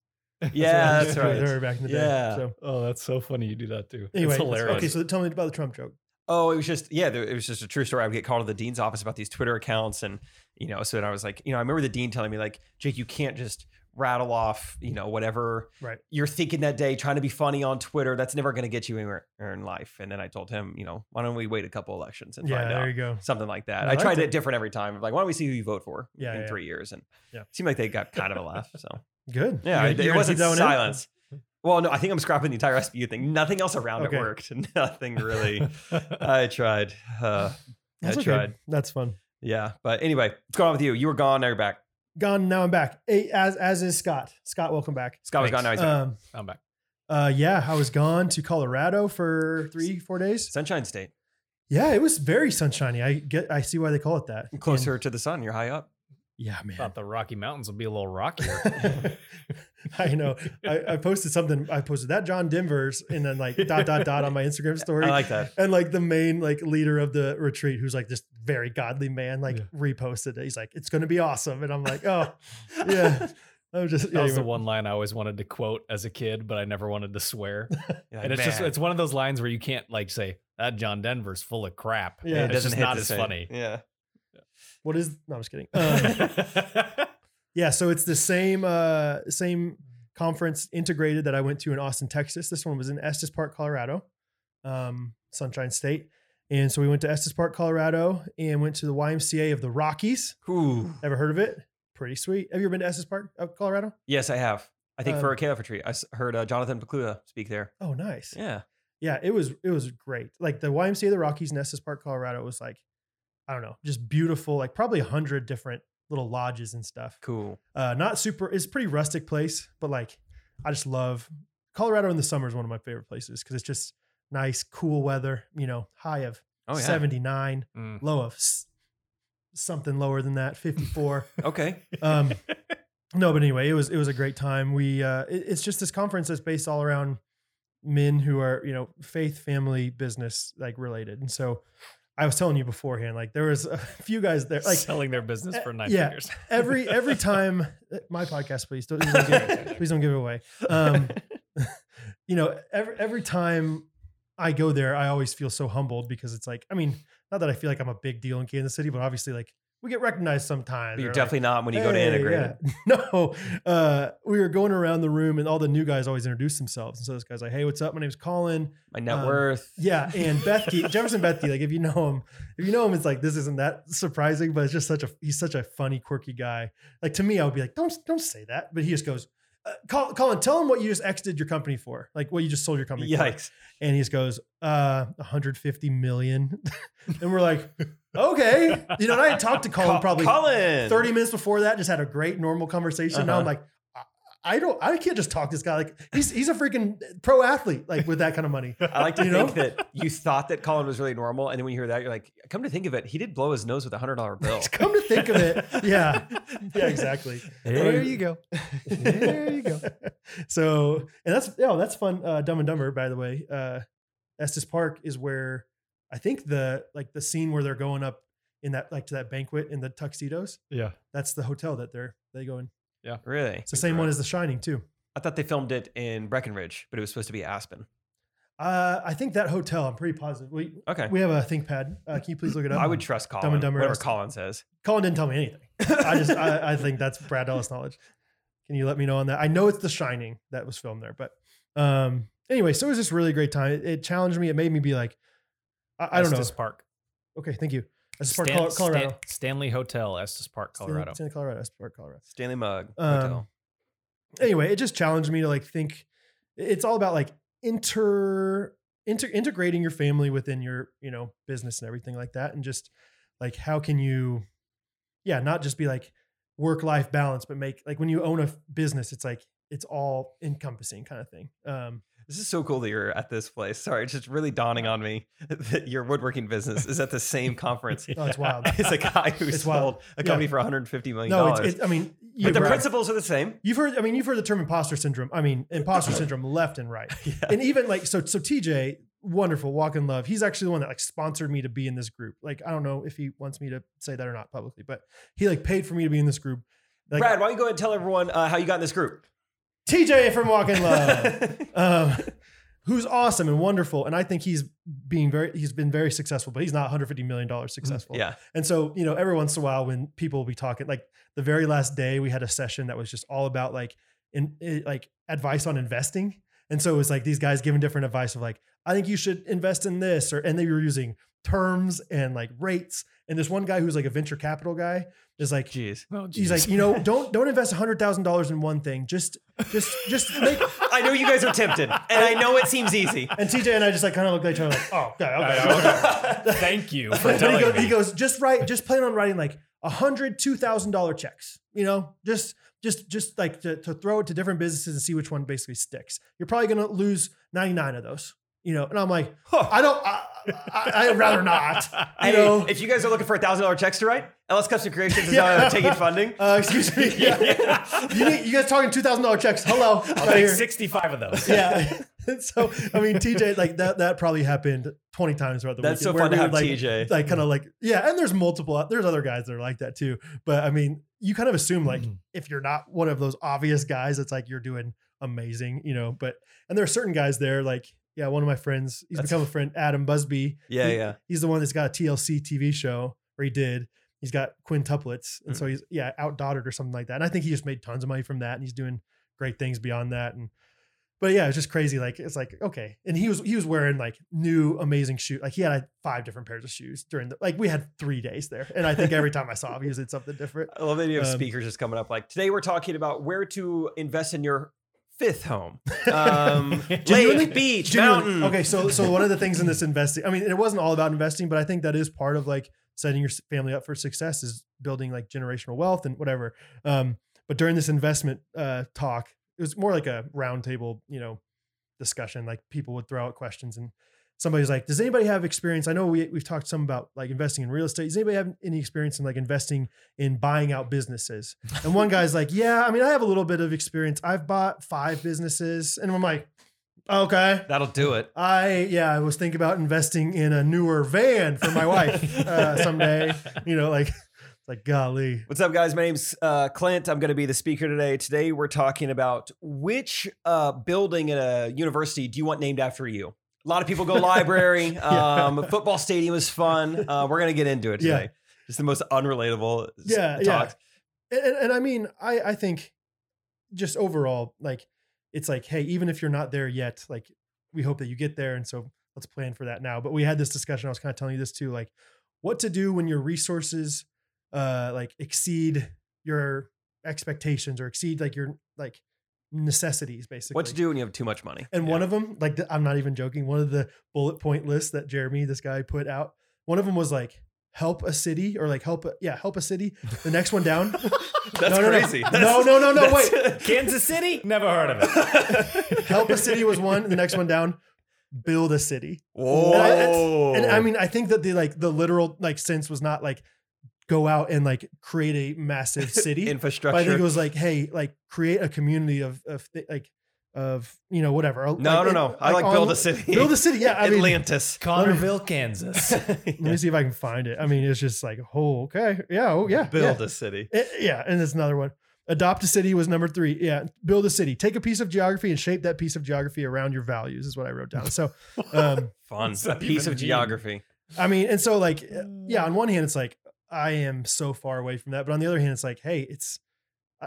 Speaker 1: Yeah, that's
Speaker 2: what they used to do with
Speaker 1: right.
Speaker 2: her back in the
Speaker 1: Yeah.
Speaker 2: day. So
Speaker 3: Oh, that's so funny. You do that too.
Speaker 2: anyway,
Speaker 3: it's hilarious.
Speaker 2: okay. So tell me about the Trump joke.
Speaker 1: Oh, it was just yeah, there, it was just a true story. I would get called to the dean's office about these Twitter accounts, and you know, so then I was like, you know, I remember the dean telling me like, Jake, you can't just rattle off, you know, whatever
Speaker 2: Right.
Speaker 1: you're thinking that day, trying to be funny on Twitter. That's never going to get you anywhere in life. And then I told him, you know, why don't we wait a couple elections and
Speaker 2: Yeah,
Speaker 1: find
Speaker 2: there
Speaker 1: out
Speaker 2: you go.
Speaker 1: something like that.
Speaker 2: I
Speaker 1: I
Speaker 2: liked
Speaker 1: tried
Speaker 2: it.
Speaker 1: it different every time. Like, why don't we see who you vote for
Speaker 2: Yeah,
Speaker 1: in
Speaker 2: yeah.
Speaker 1: three years? And
Speaker 2: Yeah.
Speaker 1: it seemed like they got kind of a laugh. So
Speaker 2: Good.
Speaker 1: yeah, it,
Speaker 2: You're gonna-
Speaker 1: it
Speaker 2: you're gonna
Speaker 1: wasn't
Speaker 2: keep that one in?
Speaker 1: silence. Well, no, I think I'm scrapping the entire SBU thing. Nothing else around
Speaker 2: Okay.
Speaker 1: it worked. Nothing really. I tried. Uh,
Speaker 2: That's
Speaker 1: I
Speaker 2: okay.
Speaker 1: tried.
Speaker 2: That's fun.
Speaker 1: Yeah. But anyway, what's going on with you? You were gone. Now you're back.
Speaker 2: Gone. Now I'm back. Eh, As as is Scott. Scott, welcome back.
Speaker 1: Scott was
Speaker 3: Thanks.
Speaker 1: gone. Now he's back.
Speaker 2: Um.
Speaker 3: I'm back.
Speaker 2: Uh. Yeah. I was gone to Colorado for three, four days.
Speaker 1: Sunshine State.
Speaker 2: Yeah, it was very sunshiny. I get. I see why they call it that.
Speaker 1: Closer to the sun, you're high up.
Speaker 2: Yeah, man.
Speaker 3: Thought the Rocky Mountains would be a little rockier.
Speaker 2: I know. I, I posted something. I posted that John Denver's and then like dot dot dot on my Instagram story.
Speaker 1: I like that.
Speaker 2: and like the main like leader of the retreat, who's like this very godly man, like
Speaker 3: Yeah.
Speaker 2: reposted it. He's like, "It's going to be awesome," and I'm like, "Oh, yeah." I'm just
Speaker 3: That was the
Speaker 2: anyway.
Speaker 3: one line I always wanted to quote as a kid, but I never wanted to swear.
Speaker 1: You're like,
Speaker 3: and it's just
Speaker 1: "Man."
Speaker 3: it's one of those lines where you can't like say that John Denver's full of crap.
Speaker 2: Yeah. It
Speaker 3: it's just
Speaker 1: hit
Speaker 3: not
Speaker 1: the
Speaker 3: as
Speaker 1: same.
Speaker 3: funny.
Speaker 1: Yeah.
Speaker 2: What is? No, I'm just kidding. Um, yeah, so it's the same uh same conference integrated that I went to in Austin, Texas. This one was in Estes Park, Colorado, um, Sunshine State. And so we went to Estes Park, Colorado, and went to the YMCA of the Rockies.
Speaker 1: Ooh.
Speaker 2: Ever heard of it? Pretty sweet. Have you ever been to Estes Park, uh, Colorado?
Speaker 1: Yes, I have. I
Speaker 3: Uh,
Speaker 1: think for
Speaker 2: Um,
Speaker 1: a chaos retreat, I s- heard uh, Jonathan Pakluda speak there.
Speaker 2: Oh, nice.
Speaker 1: Yeah.
Speaker 2: yeah, it was it was great. Like the YMCA of the Rockies in Estes Park, Colorado was like, I don't know, just beautiful, like probably a hundred different little lodges and stuff.
Speaker 1: Cool.
Speaker 2: Uh not super it's a pretty rustic place, but like I just love Colorado in the summer is one of my favorite places because it's just nice, cool weather, you know, high of
Speaker 1: Oh yeah.
Speaker 2: 79,
Speaker 3: Mm.
Speaker 2: low of s- something lower than that, 54.
Speaker 1: Okay.
Speaker 2: Um, no, but anyway, it was it was a great time. We uh, it- it's just this conference that's based all around men who are you know faith, family, business like related, and so I was telling you beforehand, like there was a few guys there, like.
Speaker 3: selling their business
Speaker 2: eh,
Speaker 3: for nine
Speaker 2: yeah.
Speaker 3: figures.
Speaker 2: Every every time my podcast, please don't, please don't give it, please don't give it away. Um, you know, every every time I go there, I always feel so humbled because it's like, I mean, not that I feel like I'm a big deal in Kansas City, but obviously, like we get recognized sometimes.
Speaker 1: But you're
Speaker 2: or, like,
Speaker 1: definitely not when you go to
Speaker 2: Hey,
Speaker 1: integrate.
Speaker 2: yeah. No, uh, we were going around the room, and all the new guys always introduce themselves. And so this guy's like, "Hey, what's up? My name's Colin."
Speaker 1: My net
Speaker 2: Um,
Speaker 1: worth.
Speaker 2: Yeah, and Bethke Jefferson Bethke. Like, if you know him, if you know him, it's like this isn't that surprising, but it's just such a he's such a funny, quirky guy. Like to me, I would be like, "Don't don't say that," but he just goes. Uh, Col- Colin, tell him what you just exited your company for, like what you just sold your company for.
Speaker 1: Yikes.
Speaker 2: And he just goes, uh, 150 million. and we're like, okay. You know, and I had talked to Colin
Speaker 1: Col-
Speaker 2: probably
Speaker 1: Colin.
Speaker 2: 30 minutes before that, just had a great normal conversation. Now I'm
Speaker 1: Uh-huh.
Speaker 2: like, I, I don't, I can't just talk to this guy. Like he's, he's a freaking pro athlete, like with that kind of money.
Speaker 1: I like to
Speaker 2: you
Speaker 1: think that you thought that Colin was really normal, and then when you hear that, you're like, come to think of it, he did blow his nose with a hundred dollar bill.
Speaker 2: Come to think of it. Yeah. Yeah, exactly.
Speaker 1: There
Speaker 3: you go.
Speaker 2: There you go. so, and that's, yeah, that's fun. Uh, Dumb and Dumber, by the way, uh, Estes Park is where I think the, like the scene where they're going up in that, like to that banquet in the tuxedos.
Speaker 3: Yeah.
Speaker 2: That's the hotel that they're, they go in.
Speaker 1: Really?
Speaker 2: It's the same one as the shining too.
Speaker 1: I thought they filmed it in Breckenridge, but it was supposed to be Aspen.
Speaker 2: Uh, I think that hotel, I'm pretty positive. We,
Speaker 1: Okay.
Speaker 2: We have a ThinkPad. Uh, can you please look it up?
Speaker 1: I would trust Colin.
Speaker 2: Dumb and Dumber
Speaker 1: whatever
Speaker 2: asked-
Speaker 1: Colin says.
Speaker 2: Colin didn't tell me anything. I just I, I think that's Brad Ellis knowledge. Can you let me know on that? I know it's The Shining that was filmed there, but um anyway, so it was just a really great time. It, it challenged me. It made me be like, I, I don't know.
Speaker 3: Estes Park.
Speaker 2: Okay, thank you. That's Park,
Speaker 3: Stan-
Speaker 2: Col- Colorado.
Speaker 3: Stan- Stanley Hotel, Estes Park, Colorado.
Speaker 2: Santa Colorado. That's Park, Colorado.
Speaker 1: Stanley Mugg
Speaker 2: Um,
Speaker 1: Hotel.
Speaker 2: anyway, it just challenged me to like think. It's all about like inter, inter integrating your family within your you know business and everything like that, and just like how can you, yeah, not just be like work life balance, but make like when you own a f- business, it's like it's all encompassing kind of thing. Um,
Speaker 1: This is so cool that you're at this place. Sorry, it's just really dawning on me that your woodworking business is at the same conference.
Speaker 2: Oh, it's wild.
Speaker 1: It's a guy who
Speaker 2: It's wild.
Speaker 1: sold a company for 150 million
Speaker 2: no,
Speaker 1: dollars.
Speaker 2: it's, it's I mean,
Speaker 1: but the
Speaker 2: right.
Speaker 1: principles are the same.
Speaker 2: You've heard, I mean, you've heard the term imposter syndrome. I mean, imposter syndrome left and right.
Speaker 1: Yeah.
Speaker 2: and even like so so TJ, wonderful, walk in love. He's actually the one that like sponsored me to be in this group. Like I don't know if he wants me to say that or not publicly, but he like paid for me to be in this group. Like
Speaker 1: Brad, why don't you go ahead and tell everyone uh, how you got in this group?
Speaker 2: TJ from Walk in Love. um, who's awesome and wonderful and I think he's being very he's been very successful, but he's not 150 million dollars successful.
Speaker 1: yeah.
Speaker 2: And so, you know, every once in a while when people will be talking, like the very last day we had a session that was just all about like in eh, like advice on investing. And so it was like these guys giving different advice of like, I think you should invest in this, or and they were using terms and like rates. And this one guy who's like a venture capital guy is like
Speaker 1: Jeez.
Speaker 3: Oh,
Speaker 2: He's like, you know, don't don't invest hundred thousand dollars in one thing. Just, just, just make.
Speaker 1: I know you guys are tempted, and I know it seems easy.
Speaker 2: And TJ and I just like kind of looked at each other like, oh, okay, okay, okay.
Speaker 3: Thank you for
Speaker 2: But he,
Speaker 3: telling
Speaker 2: goes, he
Speaker 3: me.
Speaker 2: goes, just write, just plan on writing like a hundred two thousand dollar checks. You know, just just just like to, to throw it to different businesses and see which one basically sticks. You're probably gonna lose ninety nine of those. You know, and I'm like,
Speaker 1: Huh.
Speaker 2: I don't. I, I, I'd rather not. You
Speaker 1: Hey,
Speaker 2: know,
Speaker 1: if you guys are looking for a thousand dollar checks to write, LS Custom Creations is now taking funding.
Speaker 2: uh, excuse me. Yeah. you, need- you guys talking two thousand dollar checks? Hello,
Speaker 3: I'll
Speaker 2: Right
Speaker 3: take
Speaker 2: here.
Speaker 3: 65 of those.
Speaker 2: Yeah. so I mean, TJ, like that that probably happened twenty times throughout the
Speaker 1: That's so
Speaker 2: weekend, where
Speaker 1: fun to
Speaker 2: we
Speaker 1: have
Speaker 2: would, like,
Speaker 1: TJ.
Speaker 2: like kind of like yeah and there's multiple there's other guys that are like that too but i mean you kind of assume like
Speaker 3: Mhm.
Speaker 2: if you're not one of those obvious guys it's like you're doing amazing you know but and there are certain guys there like yeah one of my friends he's
Speaker 1: That's-
Speaker 2: become a friend adam busby
Speaker 1: yeah,
Speaker 2: he-
Speaker 1: yeah.
Speaker 2: he's the one that's got a tlc tv show or he did he's got quintuplets and so he's yeah outdaughtered or something like that and i think he just made tons of money from that and he's doing great things beyond that and but yeah, it's just crazy. Like it's like okay, and he was he was wearing like new amazing shoes. Like he had like, five different pairs of shoes during the like we had three days there, and I think every time I saw him, he was in something different.
Speaker 1: I love that you have
Speaker 2: Um,
Speaker 1: speakers just coming up. Like today, we're talking about where to invest in your fifth home, um,
Speaker 2: Genuinely-
Speaker 1: lake, beach,
Speaker 2: Genuinely-
Speaker 1: mountain.
Speaker 2: Okay, so so one of the things in this investing, I mean, it wasn't all about investing, but I think that is part of like setting your s- family up for success is building like generational wealth and whatever. Um, but during this investment uh, talk, it was more like a roundtable, you know, discussion. Like people would throw out questions, and somebody was like, "Does anybody have experience?" I know we we've talked some about like investing in real estate. Does anybody have any experience in like investing in buying out businesses? And one guy's like, "Yeah, I mean, I have a little bit of experience. I've bought five businesses," and I'm like. Okay.
Speaker 1: That'll do it.
Speaker 2: I yeah, I was thinking about investing in a newer van for my wife uh, someday. You know, like like golly,
Speaker 1: What's up, guys? My name's uh, Clint. I'm going to be the speaker today. Today, we're talking about which uh, building at a university do you want named after you? A lot of people go library.
Speaker 2: Yeah.
Speaker 1: um, football stadium is fun. Uh, we're going to get into it
Speaker 2: Yeah.
Speaker 1: today. It's the most unrelatable s-
Speaker 2: Yeah, yeah.
Speaker 1: talk.
Speaker 2: and, and, and I mean, I I think just overall, like it's like, hey, even if you're not there yet, like we hope that you get there, and so let's plan for that now. But we had this discussion. I was kind of telling you this too, like what to do when your resources uh like exceed your expectations or exceed like your like necessities basically
Speaker 1: What to do when you have too much money?
Speaker 2: And one of them, like the, I'm not even joking, one of the bullet point lists that Jeremy, this guy, put out, one of them was like help a city or like help, a, yeah, help a city. The next one down.
Speaker 1: That's
Speaker 2: no, no, no.
Speaker 1: crazy.
Speaker 2: No,
Speaker 1: That's-
Speaker 2: no, no, no,
Speaker 1: that's-
Speaker 3: Kansas City? Never heard of it.
Speaker 2: help a city was one. The next one down, build a city.
Speaker 1: Whoa.
Speaker 2: And I- And
Speaker 1: Oh.
Speaker 2: I mean, I think that the like the literal like sense was not like go out and like create a massive city. but I
Speaker 1: infrastructure.
Speaker 2: think it was like, hey, like create a community of of thi- like of you know whatever. uh,
Speaker 1: no, no,
Speaker 2: it-
Speaker 1: no. I like
Speaker 2: on-
Speaker 1: build a city.
Speaker 2: Build a city. Yeah, I mean,
Speaker 1: Atlantis.
Speaker 3: Connerville, Kansas.
Speaker 2: Let me see if I can find it. I mean, it's just like, oh, okay, yeah, oh, yeah,
Speaker 1: Build a city.
Speaker 2: yeah. It- yeah. And there's another one. Adopt a city was number three. Yeah, build a city. Take a piece of geography and shape that piece of geography around your values is what I wrote down. So, um,
Speaker 1: Fun.
Speaker 3: What's
Speaker 1: A
Speaker 3: that
Speaker 1: piece
Speaker 3: even
Speaker 1: of
Speaker 3: mean?
Speaker 1: geography.
Speaker 2: I mean, and so like, eh, yeah, on one
Speaker 1: Mm.
Speaker 2: hand, it's like I am so far away from that, but on the other hand, it's like, hey, it's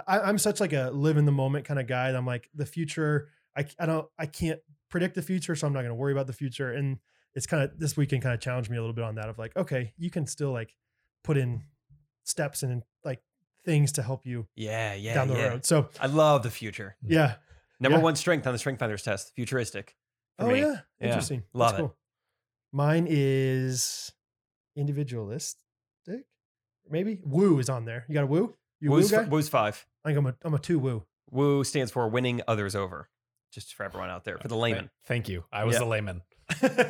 Speaker 2: I, I'm such like a live in the moment kind of guy. And I'm like the future. I I don't I can't predict the future, so I'm not going to worry about the future. And it's kind of this weekend kind of challenged me a little bit on that of like, okay, you can still like put in steps and like things to help you
Speaker 1: Yeah, yeah.
Speaker 2: down the
Speaker 1: yeah. Mm.
Speaker 2: road. So
Speaker 1: I love the future.
Speaker 2: yeah.
Speaker 1: Number
Speaker 2: Yeah.
Speaker 1: one strength on the Strength Finders test, futuristic. For
Speaker 2: Oh
Speaker 1: me.
Speaker 2: yeah.
Speaker 1: Yeah.
Speaker 2: Interesting.
Speaker 1: Love it.
Speaker 2: That's cool. Mine is individualistic. Maybe woo is on there. You got a woo? You
Speaker 1: Woo's,
Speaker 2: woo
Speaker 1: f-
Speaker 2: guy?
Speaker 1: Woo's five.
Speaker 2: I think I'm a I'm a two woo.
Speaker 1: Woo stands for winning others over. Just for everyone out there, for the layman.
Speaker 3: Thank you. I was
Speaker 1: Yeah.
Speaker 3: the layman.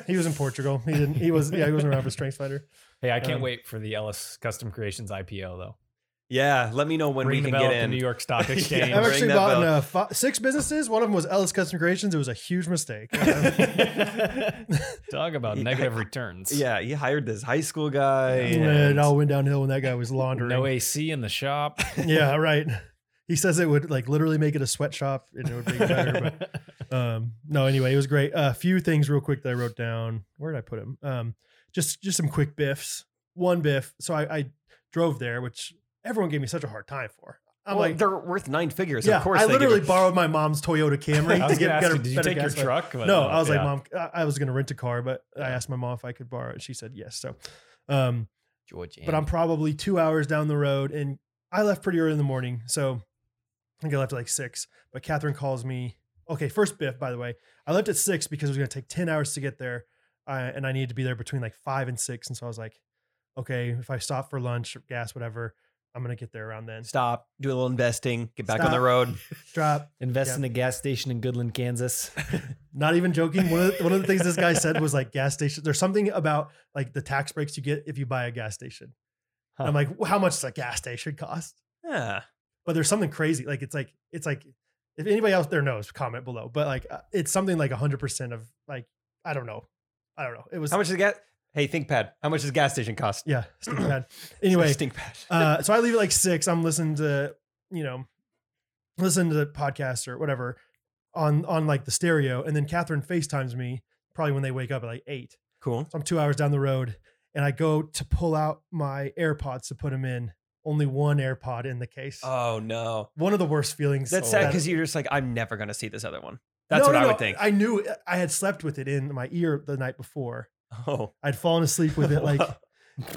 Speaker 2: He was in Portugal. He didn't. He was. Yeah, he wasn't around for Strength Fighter.
Speaker 3: Hey, I can't
Speaker 2: Um,
Speaker 3: wait for the Ellis Custom Creations IPO though.
Speaker 1: Yeah, let me know when
Speaker 3: Ring
Speaker 1: we
Speaker 3: the
Speaker 1: can
Speaker 3: bell
Speaker 1: get
Speaker 3: at the
Speaker 1: in.
Speaker 3: New York Stock
Speaker 1: Yeah.
Speaker 3: Exchange.
Speaker 2: I've
Speaker 1: Ring
Speaker 2: actually
Speaker 1: that
Speaker 2: bought
Speaker 1: bell.
Speaker 2: uh, fi- six businesses. One of them was Ellis Custom Creations. It was a huge mistake.
Speaker 3: Talk about
Speaker 1: Yeah.
Speaker 3: negative returns.
Speaker 1: Yeah, he hired this high school guy.
Speaker 2: And
Speaker 1: and-
Speaker 2: it all went downhill when that guy was laundering.
Speaker 3: No AC in the shop.
Speaker 2: yeah, right. He says it would like literally make it a sweatshop, and it would make it better. But um no anyway it was great a few things real quick that i wrote down where did i put them um just just some quick biffs one biff so i i drove there which everyone gave me such a hard time for i'm
Speaker 1: Well,
Speaker 2: like
Speaker 1: they're worth nine figures.
Speaker 2: yeah
Speaker 1: of course,
Speaker 2: i
Speaker 1: they give
Speaker 2: literally
Speaker 1: you-
Speaker 2: borrowed my mom's toyota camry
Speaker 3: I
Speaker 2: to
Speaker 3: was
Speaker 2: get
Speaker 3: gonna ask
Speaker 2: better,
Speaker 3: you, did you
Speaker 2: better
Speaker 3: take your
Speaker 2: gas money.
Speaker 3: truck? But
Speaker 2: no i was like
Speaker 3: yeah.
Speaker 2: mom I, I was gonna rent a car but i asked my mom if i could borrow it she said yes so um
Speaker 1: Georgian.
Speaker 2: but I'm probably two hours down the road, and I left pretty early in the morning, so I think I left at like six. But Catherine calls me. Okay, first Biff, by the way, I left at six because it was going to take ten hours to get there, uh, and I needed to be there between like five and six. And so I was like, okay, if I stop for lunch, gas, whatever, I'm gonna get there around then.
Speaker 1: Stop, do a little investing, get back on the
Speaker 2: Stop.
Speaker 1: road.
Speaker 2: Drop.
Speaker 3: Invest
Speaker 2: Yeah.
Speaker 3: in a gas station in Goodland, Kansas.
Speaker 2: Not even joking. One of the, one of the things this guy said was like gas station. There's something about like the tax breaks you get if you buy a gas station.
Speaker 3: Huh.
Speaker 2: I'm like, "Well, how much does a gas station cost?
Speaker 1: Ah,
Speaker 2: But there's something crazy. Like it's like it's like if anybody out there knows, comment below. But like uh, it's something like 100 percent of like I don't know, I don't know. It was
Speaker 1: how much does gas? Hey, ThinkPad, how much does gas station cost?
Speaker 2: yeah. Stink bad. Anyway,
Speaker 1: ThinkPad.
Speaker 2: uh, so I leave at like six. I'm listening to you know, listen to the podcast or whatever on on like the stereo, and then Catherine FaceTimes me probably when they wake up at like eight.
Speaker 1: cool.
Speaker 2: So I'm two hours down the road, and I go to pull out my AirPods to put them in. Only one AirPod in the case.
Speaker 1: Oh no,
Speaker 2: one of the worst feelings.
Speaker 1: that's
Speaker 2: that-
Speaker 1: sad because you're just like, I'm never gonna see this other one. That's
Speaker 2: No,
Speaker 1: what
Speaker 2: no,
Speaker 1: I
Speaker 2: no,
Speaker 1: would think.
Speaker 2: I knew I had slept with it in my ear the night before.
Speaker 1: oh,
Speaker 2: I'd fallen asleep with it like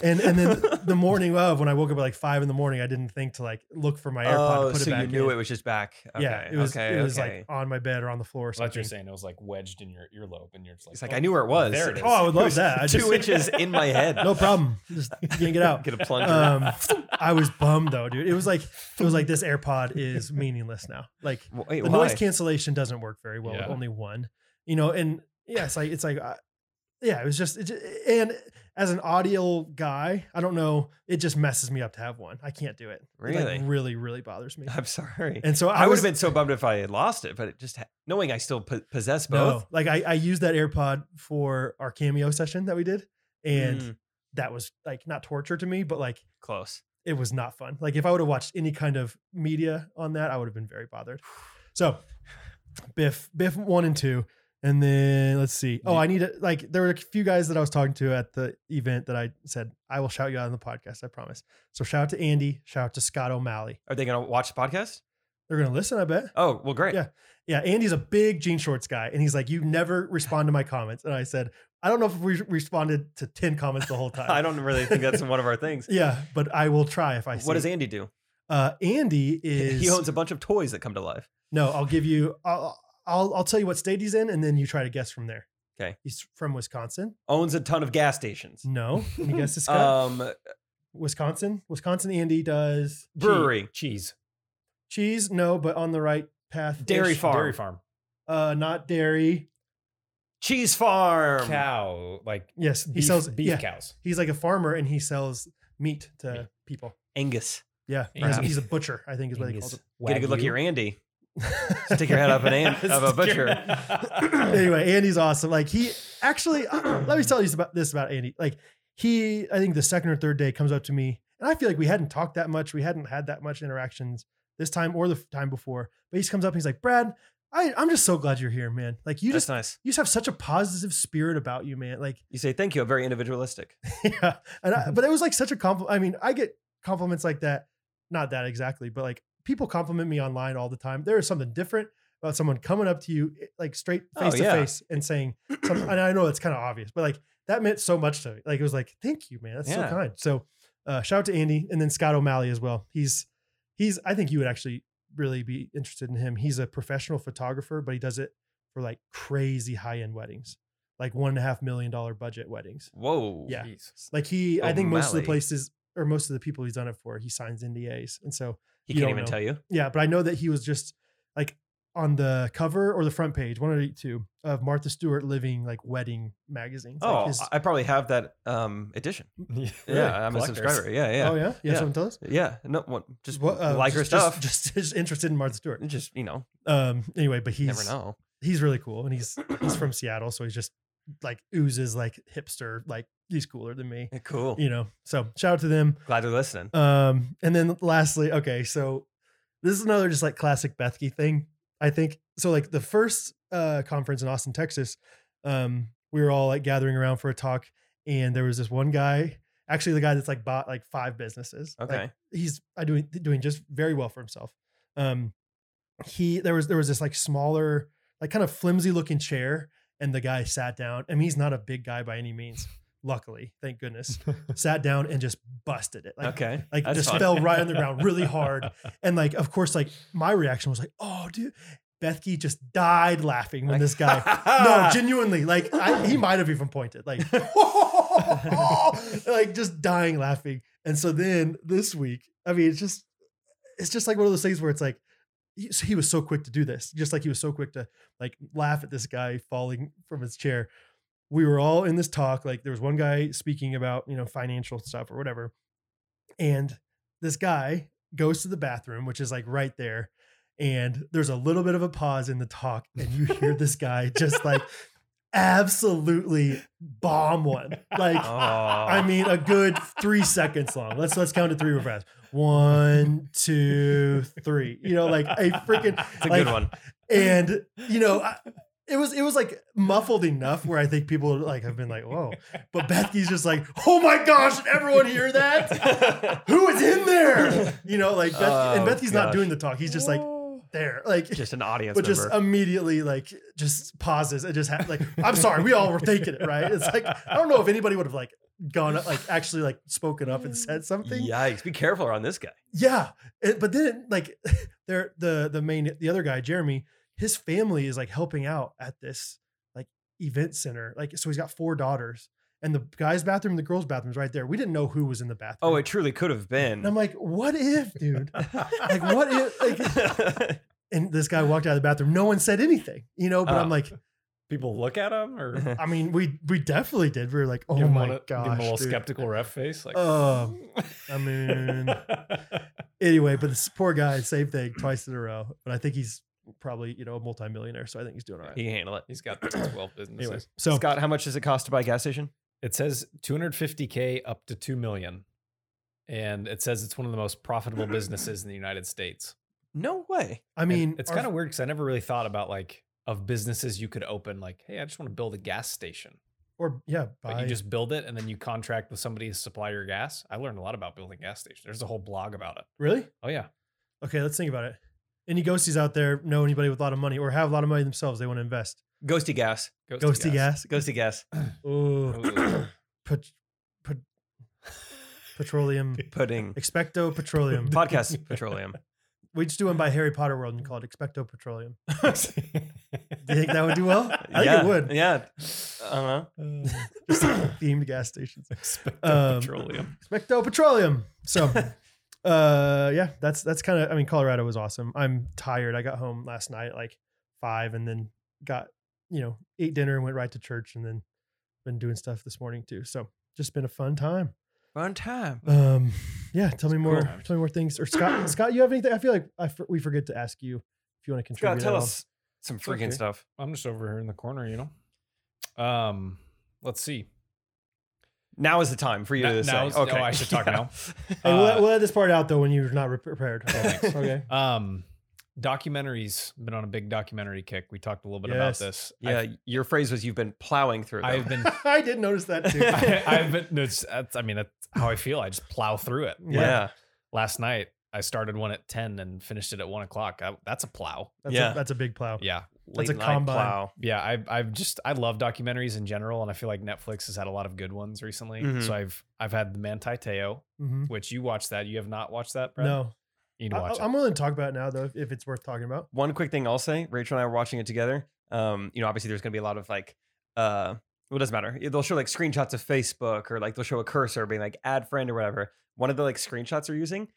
Speaker 2: and and then the morning of when I woke up at like five in the morning, I didn't think to like look for my AirPod
Speaker 1: oh,
Speaker 2: to put
Speaker 1: so
Speaker 2: it back
Speaker 1: you knew
Speaker 2: in.
Speaker 1: it was just back. Okay.
Speaker 2: yeah, it was
Speaker 1: okay,
Speaker 2: it was
Speaker 1: okay.
Speaker 2: like on my bed or on the floor or
Speaker 3: That's what
Speaker 2: something.
Speaker 3: you're saying. It was like wedged in your earlobe, and you're just like,
Speaker 1: it's like I knew where it was.
Speaker 3: There it is.
Speaker 2: oh, I would
Speaker 1: It
Speaker 2: love
Speaker 1: was
Speaker 2: that. I
Speaker 1: Two
Speaker 2: just,
Speaker 1: inches in my head.
Speaker 2: no problem. Just can't get out.
Speaker 1: Get Uh, a plunger.
Speaker 2: Um, I was bummed though, dude. It was like it was like this AirPod is meaningless now. Like
Speaker 1: Wait,
Speaker 2: the
Speaker 1: why?
Speaker 2: noise cancellation doesn't work very well with
Speaker 3: Yeah.
Speaker 2: only one you know and yeah it's like it's like uh, yeah it was just, it just and as an audio guy i don't know it just messes me up to have one i can't do it it
Speaker 1: Really?
Speaker 2: like really really bothers me
Speaker 1: I'm sorry.
Speaker 2: and so i,
Speaker 1: I would
Speaker 2: was
Speaker 1: have been so bummed if I had lost it, but it just ha- knowing I still po- possess
Speaker 2: no,
Speaker 1: both.
Speaker 2: like I, I used that airpod for our cameo session that we did and
Speaker 1: Mm,
Speaker 2: that was like not torture to me but like
Speaker 1: close.
Speaker 2: it was not fun. Like if I would have watched any kind of media on that, I would have been very bothered. So Biff, Biff one and two. And then let's see. Oh, I need to like there were a few guys that I was talking to at the event that I said, I will shout you out on the podcast, I promise. So shout out to Andy, shout out to Scott O'Malley.
Speaker 1: Are they going to watch the podcast?
Speaker 2: They're gonna listen, I bet.
Speaker 1: Oh, well, great.
Speaker 2: Yeah. Yeah, Andy's a big jean shorts guy. And he's like, You never respond to my comments. And I said, I don't know if we responded to 10 comments the whole time.
Speaker 1: I don't really think that's one of our things.
Speaker 2: yeah, but I will try if I see
Speaker 1: What does
Speaker 2: it.
Speaker 1: Andy do?
Speaker 2: uh Andy is
Speaker 1: he owns a bunch of toys that come to life.
Speaker 2: No, I'll give you. I'll, I'll I'll tell you what state he's in, and then you try to guess from there.
Speaker 1: Okay.
Speaker 2: He's from Wisconsin.
Speaker 1: Owns a ton of gas stations.
Speaker 2: No, can you guess this guy?
Speaker 1: Um,
Speaker 2: Wisconsin. Wisconsin. Andy does che-
Speaker 1: brewery,
Speaker 3: cheese,
Speaker 2: cheese. No, but on the right path.
Speaker 1: Dairy farm.
Speaker 3: dairy farm,
Speaker 2: Uh, not dairy.
Speaker 1: cheese farm.
Speaker 3: cow, like
Speaker 2: Yes, he
Speaker 3: beef,
Speaker 2: sells
Speaker 3: beef
Speaker 2: yeah,
Speaker 3: cows.
Speaker 2: He's like a farmer, and he sells meat to
Speaker 3: Meat.
Speaker 2: people.
Speaker 1: Angus.
Speaker 2: Yeah, he's,
Speaker 1: Perhaps.
Speaker 2: he's a butcher. I think is what
Speaker 3: Angus.
Speaker 2: they
Speaker 1: Get a good look at
Speaker 3: Wagyu.
Speaker 1: your Andy.
Speaker 2: called it.
Speaker 1: Stick your head up an ant of a butcher.
Speaker 2: anyway, Andy's awesome. Like he actually, let me tell you about this about Andy. Like he, I think the second or third day comes up to me, and I feel like we hadn't talked that much. We hadn't had that much interactions this time or the time before. But he just comes up, and he's like, "Brad, I, I'm just so glad you're here, man. Like you
Speaker 1: That's
Speaker 2: just,
Speaker 1: nice.
Speaker 2: you just have such a positive spirit about you, man. Like,
Speaker 1: You say thank you. I'm very individualistic.
Speaker 2: yeah. And I, but it was like such a compliment. I mean, I get compliments like that, not that exactly, but like people compliment me online all the time. There is something different about someone coming up to you, it- like straight
Speaker 1: Oh,
Speaker 2: face to
Speaker 1: yeah.
Speaker 2: face and saying, some, and I know it's kind of obvious, but like that meant so much to me. Like it was like, thank you, man. That's
Speaker 1: Yeah.
Speaker 2: so kind. So uh, shout out to Andy and then Scott O'Malley as well. He's he's I think you would actually really be interested in him. He's a professional photographer, but he does it for like crazy high end weddings, like one and a half million dollar budget weddings.
Speaker 1: Whoa.
Speaker 2: Yeah. Like he, I think most of the
Speaker 1: O'Malley.
Speaker 2: places or most of the people he's done it for, he signs NDAs, and so
Speaker 1: He
Speaker 2: You
Speaker 1: can't
Speaker 2: don't
Speaker 1: even
Speaker 2: know.
Speaker 1: tell you.
Speaker 2: yeah. But I know that he was just like on the cover or the front page, one of two of Martha Stewart Living like wedding magazines. like
Speaker 1: Oh,
Speaker 2: his-
Speaker 1: I probably have that um edition.
Speaker 3: yeah,
Speaker 1: Yeah, I'm a subscriber. Yeah, yeah.
Speaker 2: oh yeah, you have
Speaker 1: Yeah.
Speaker 2: someone tell us.
Speaker 1: Yeah, no, what, just
Speaker 2: What, uh,
Speaker 1: like her
Speaker 2: just- just-
Speaker 1: stuff. Just,
Speaker 2: Just, just interested in Martha Stewart.
Speaker 1: you know,
Speaker 2: Um. Anyway, but he's
Speaker 1: never know.
Speaker 2: he's really cool, and he's he's from Seattle, so he's just like oozes like hipster. Like he's cooler than me,
Speaker 1: Yeah, Cool.
Speaker 2: you know. So shout out to them.
Speaker 1: Glad they're listening.
Speaker 2: Um, and then lastly, okay, so this is another just like classic Bethke thing, I think. So like the first uh conference in Austin, Texas, um, we were all like gathering around for a talk, and there was this one guy, actually the guy that's like bought like five businesses. Like,
Speaker 1: Okay.
Speaker 2: he's I doing doing just very well for himself. Um, he there was there was this like smaller, like kind of flimsy looking chair, and the guy sat down. I mean, he's not a big guy by any means, luckily, thank goodness. sat down and just busted it, like
Speaker 1: okay.
Speaker 2: like
Speaker 1: That's
Speaker 2: just
Speaker 1: fun.
Speaker 2: fell right on the ground really hard. And like, of course, like my reaction was like, oh, dude, Bethke just died laughing when
Speaker 1: Like-
Speaker 2: this guy. No, genuinely, like I, he might have even pointed, like, like just dying laughing. And so then this week, I mean, it's just it's just like one of those things where it's like he, so he was so quick to do this, just like he was so quick to like laugh at this guy falling from his chair. We were all in this talk, like there was one guy speaking about, you know, financial stuff or whatever. And this guy goes to the bathroom, which is like right there. And there's a little bit of a pause in the talk, and you hear this guy just like absolutely bomb one. Like
Speaker 1: Oh,
Speaker 2: I mean, a good three seconds long. Let's let's count to three real fast. One, two, three. You know, like a freaking
Speaker 1: it's a
Speaker 2: like,
Speaker 1: good one.
Speaker 2: And you know, I, it was it was like muffled enough where I think people like have been like, whoa. But Bethky's just like, oh my gosh, did everyone hear that? Who is in there? You know, like Beth, and
Speaker 1: Oh,
Speaker 2: Bethky's not
Speaker 1: gosh.
Speaker 2: doing the talk. He's just like there, like.
Speaker 1: Just an audience
Speaker 2: but
Speaker 1: member.
Speaker 2: just immediately, like, just pauses and just ha- like, I'm sorry, we all were thinking it, right? It's like I don't know if anybody would have like gone up, like actually like spoken up and said something.
Speaker 1: Yikes! Be careful around this guy.
Speaker 2: Yeah. It- but then like there the the main the other guy, Jeremy, his family is like helping out at this like event center. Like so he's got four daughters. And the guy's bathroom and the girls' bathroom's right there. We didn't know who was in the bathroom.
Speaker 1: Oh, it truly could have been.
Speaker 2: and I'm like, what if, dude? like, what if like and this guy walked out of the bathroom, no one said anything, you know? But I'm
Speaker 1: Oh.
Speaker 2: like,
Speaker 3: People look at him or give
Speaker 2: I mean, we we definitely did. We were like, oh
Speaker 3: him
Speaker 2: my
Speaker 3: one- give him
Speaker 2: gosh.
Speaker 3: a little
Speaker 2: dude.
Speaker 3: skeptical ref face. Like,
Speaker 1: Oh,
Speaker 2: Um, I mean, anyway, but this poor guy, same thing twice in a row. But I think he's probably, you know, a multimillionaire. So I think he's doing all right.
Speaker 1: he can handle it.
Speaker 3: he's got 12 businesses.
Speaker 2: Anyway, so
Speaker 1: Scott, how much does it cost to buy a gas station?
Speaker 3: It says 250K up to 2 million. And it says it's one of the most profitable businesses in the United States.
Speaker 1: No way.
Speaker 2: I
Speaker 3: And
Speaker 2: mean,
Speaker 3: it's
Speaker 2: our-
Speaker 3: kind of weird because I never really thought about like of businesses you could open. Like, hey, I just want to build a gas station,
Speaker 2: or yeah,
Speaker 3: but
Speaker 2: buy,
Speaker 3: you just build it and then you contract with somebody to supply your gas. I learned a lot about building gas stations. There's a whole blog about it.
Speaker 2: really
Speaker 3: Oh yeah,
Speaker 2: okay. Let's think about it. Any ghosties out there know anybody with a lot of money or have a lot of money themselves? They want to invest.
Speaker 1: Ghosty gas.
Speaker 2: Ghosty gas.
Speaker 1: Ghosty gas.
Speaker 2: Ooh,
Speaker 3: Ooh.
Speaker 2: pet, pet, petroleum.
Speaker 1: Pudding.
Speaker 2: Expecto petroleum.
Speaker 1: Podcast petroleum.
Speaker 2: We just do one by Harry Potter World and call it Expecto petroleum. Do you think that would do well? I think
Speaker 1: yeah.
Speaker 2: it would.
Speaker 1: Yeah. Uh
Speaker 2: Just themed gas stations.
Speaker 3: Expect
Speaker 2: Um,
Speaker 3: petroleum.
Speaker 2: Expecto Petroleum. So, uh, yeah, that's that's kind of. I mean, Colorado was awesome. I'm tired. I got home last night at like five, and then got you know ate dinner and went right to church, and then been doing stuff this morning too. So, just been a fun time.
Speaker 1: huh. On time.
Speaker 2: Um, yeah, tell me more.
Speaker 3: Cool.
Speaker 2: Tell me more things. Or Scott, Scott, you have anything? I feel like I for, we forget to ask you if you want to contribute.
Speaker 1: Scott, tell
Speaker 2: at all.
Speaker 1: us some freaking
Speaker 2: okay.
Speaker 1: stuff.
Speaker 3: I'm just over here in the corner, you know. Um, let's see.
Speaker 1: Now is the time for you
Speaker 3: Now-
Speaker 1: to say.
Speaker 3: now's- oh,
Speaker 1: okay.
Speaker 3: I should talk now.
Speaker 2: Hey, we'll,
Speaker 3: Uh,
Speaker 2: we'll let this part out though when you're not re- prepared.
Speaker 1: thanks.
Speaker 2: okay.
Speaker 3: Um, documentaries. Been on a big documentary kick. We talked a little bit
Speaker 2: Yes.
Speaker 3: about this. I
Speaker 1: Yeah, your phrase was you've been plowing through. them.
Speaker 3: I've been.
Speaker 2: I did notice that too.
Speaker 3: I, I've been. No, it's, that's, I mean, that's how I feel. I just plow through it.
Speaker 1: yeah.
Speaker 3: Last night I started one at ten and finished it at one o'clock. I, that's a plow.
Speaker 2: That's,
Speaker 1: Yeah.
Speaker 2: a, that's a big plow.
Speaker 3: Yeah,
Speaker 2: That's
Speaker 1: Late
Speaker 2: a
Speaker 1: night
Speaker 2: combine.
Speaker 1: plow.
Speaker 3: yeah. I, I've just. I love documentaries in general, and I feel like Netflix has had a lot of good ones recently.
Speaker 1: Mhm.
Speaker 2: Mm-hmm.
Speaker 3: So I've I've had the Manti Teo,
Speaker 2: Mhm.
Speaker 3: which you watched that. You have not watched that, Brad?
Speaker 2: No,
Speaker 3: you need to
Speaker 2: I,
Speaker 3: watch
Speaker 2: am willing to talk about it now, though, if it's worth talking about.
Speaker 1: One quick thing I'll say: Rachel and I were watching it together. Um, you know, obviously there's going to be a lot of like, uh, well, it doesn't matter. They'll show like screenshots of Facebook or like they'll show a cursor being like add friend or whatever. One of the like screenshots they're using,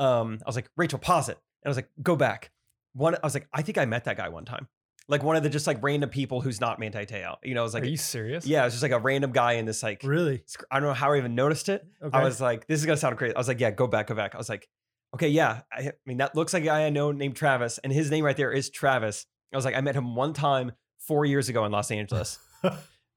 Speaker 1: um, I was like, Rachel, pause it, and I was like, go back. One, I was like, I think I met that guy one time, like one of the just like random people who's not Manti Teo. You know, it was
Speaker 3: it.
Speaker 1: like,
Speaker 3: Are you serious?
Speaker 1: yeah, it was just like a random guy in this like,
Speaker 2: Really?
Speaker 1: sc- I don't know how I even noticed it.
Speaker 2: Okay.
Speaker 1: I was like, this is gonna sound crazy. I was like, yeah, go back, go back. I was like, okay, yeah. I, I mean, that looks like a guy I know named Travis, and his name right there is Travis. I was like, I met him one time four years ago in Los Angeles.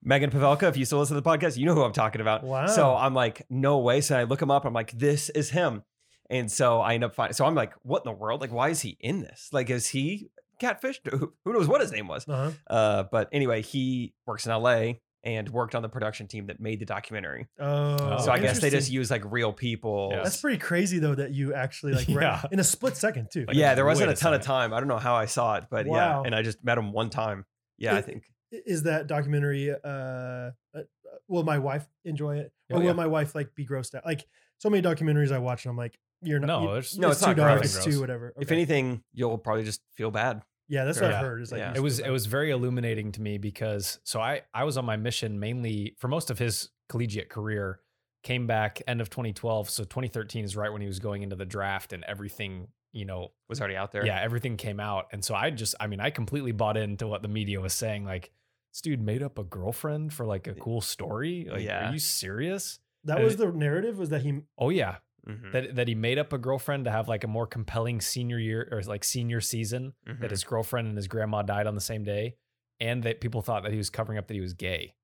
Speaker 1: Megan Pavelka, if you still listen to the podcast, you know who I'm talking about.
Speaker 2: wow.
Speaker 1: So I'm like, no way. So I look him up. I'm like, this is him. And so I end up finding. So I'm like, what in the world? Like, why is he in this? Like, is he catfish? Who who knows what his name was?
Speaker 2: uh-huh.
Speaker 1: Uh, but anyway, he works in LA and worked on the production team that made the documentary.
Speaker 2: oh,
Speaker 1: So I guess they just
Speaker 2: interesting.
Speaker 1: use like real people.
Speaker 3: Yeah.
Speaker 2: That's pretty crazy, though, that you actually like re-
Speaker 3: Yeah.
Speaker 2: in a split second too.
Speaker 3: Like,
Speaker 1: yeah, there
Speaker 3: wait
Speaker 1: wasn't
Speaker 3: a
Speaker 1: a ton of
Speaker 3: second.
Speaker 1: time. I don't know how I saw it, but
Speaker 2: Wow.
Speaker 1: yeah, and I just met him one time. Yeah, I
Speaker 2: It-
Speaker 1: think.
Speaker 2: I- Is that documentary? Uh, uh, uh, will my wife enjoy it, or
Speaker 3: Oh,
Speaker 2: will
Speaker 3: yeah.
Speaker 2: my wife like be grossed out? Like so many documentaries I watch, and I'm like, you're not.
Speaker 3: No,
Speaker 2: you-
Speaker 3: there's-
Speaker 1: No, it's
Speaker 2: too
Speaker 1: not
Speaker 2: dark.
Speaker 1: gross.
Speaker 2: It's too whatever.
Speaker 1: If
Speaker 2: Okay.
Speaker 1: anything, you'll probably just feel bad.
Speaker 2: yeah, that's what
Speaker 3: Yeah.
Speaker 2: I've heard. Is like
Speaker 1: Yeah.
Speaker 2: you
Speaker 3: it was
Speaker 2: feel
Speaker 3: it was very illuminating to me because so I I was on my mission mainly for most of his collegiate career came back end of 2012. So 2013 is right when he was going into the draft and everything, you know,
Speaker 1: was already out there.
Speaker 3: yeah, everything came out. And so I just, I mean, I completely bought into what the media was saying. Like, this dude made up a girlfriend for like a cool story. Like,
Speaker 1: Yeah.
Speaker 3: are you serious?
Speaker 2: That
Speaker 3: Uh,
Speaker 2: was the narrative. Was that he?
Speaker 3: Oh yeah,
Speaker 1: Mhm,
Speaker 3: that that he made up a girlfriend to have like a more compelling senior year or like senior season. That
Speaker 1: mhm.
Speaker 3: his girlfriend and his grandma died on the same day, and that people thought that he was covering up that he was gay.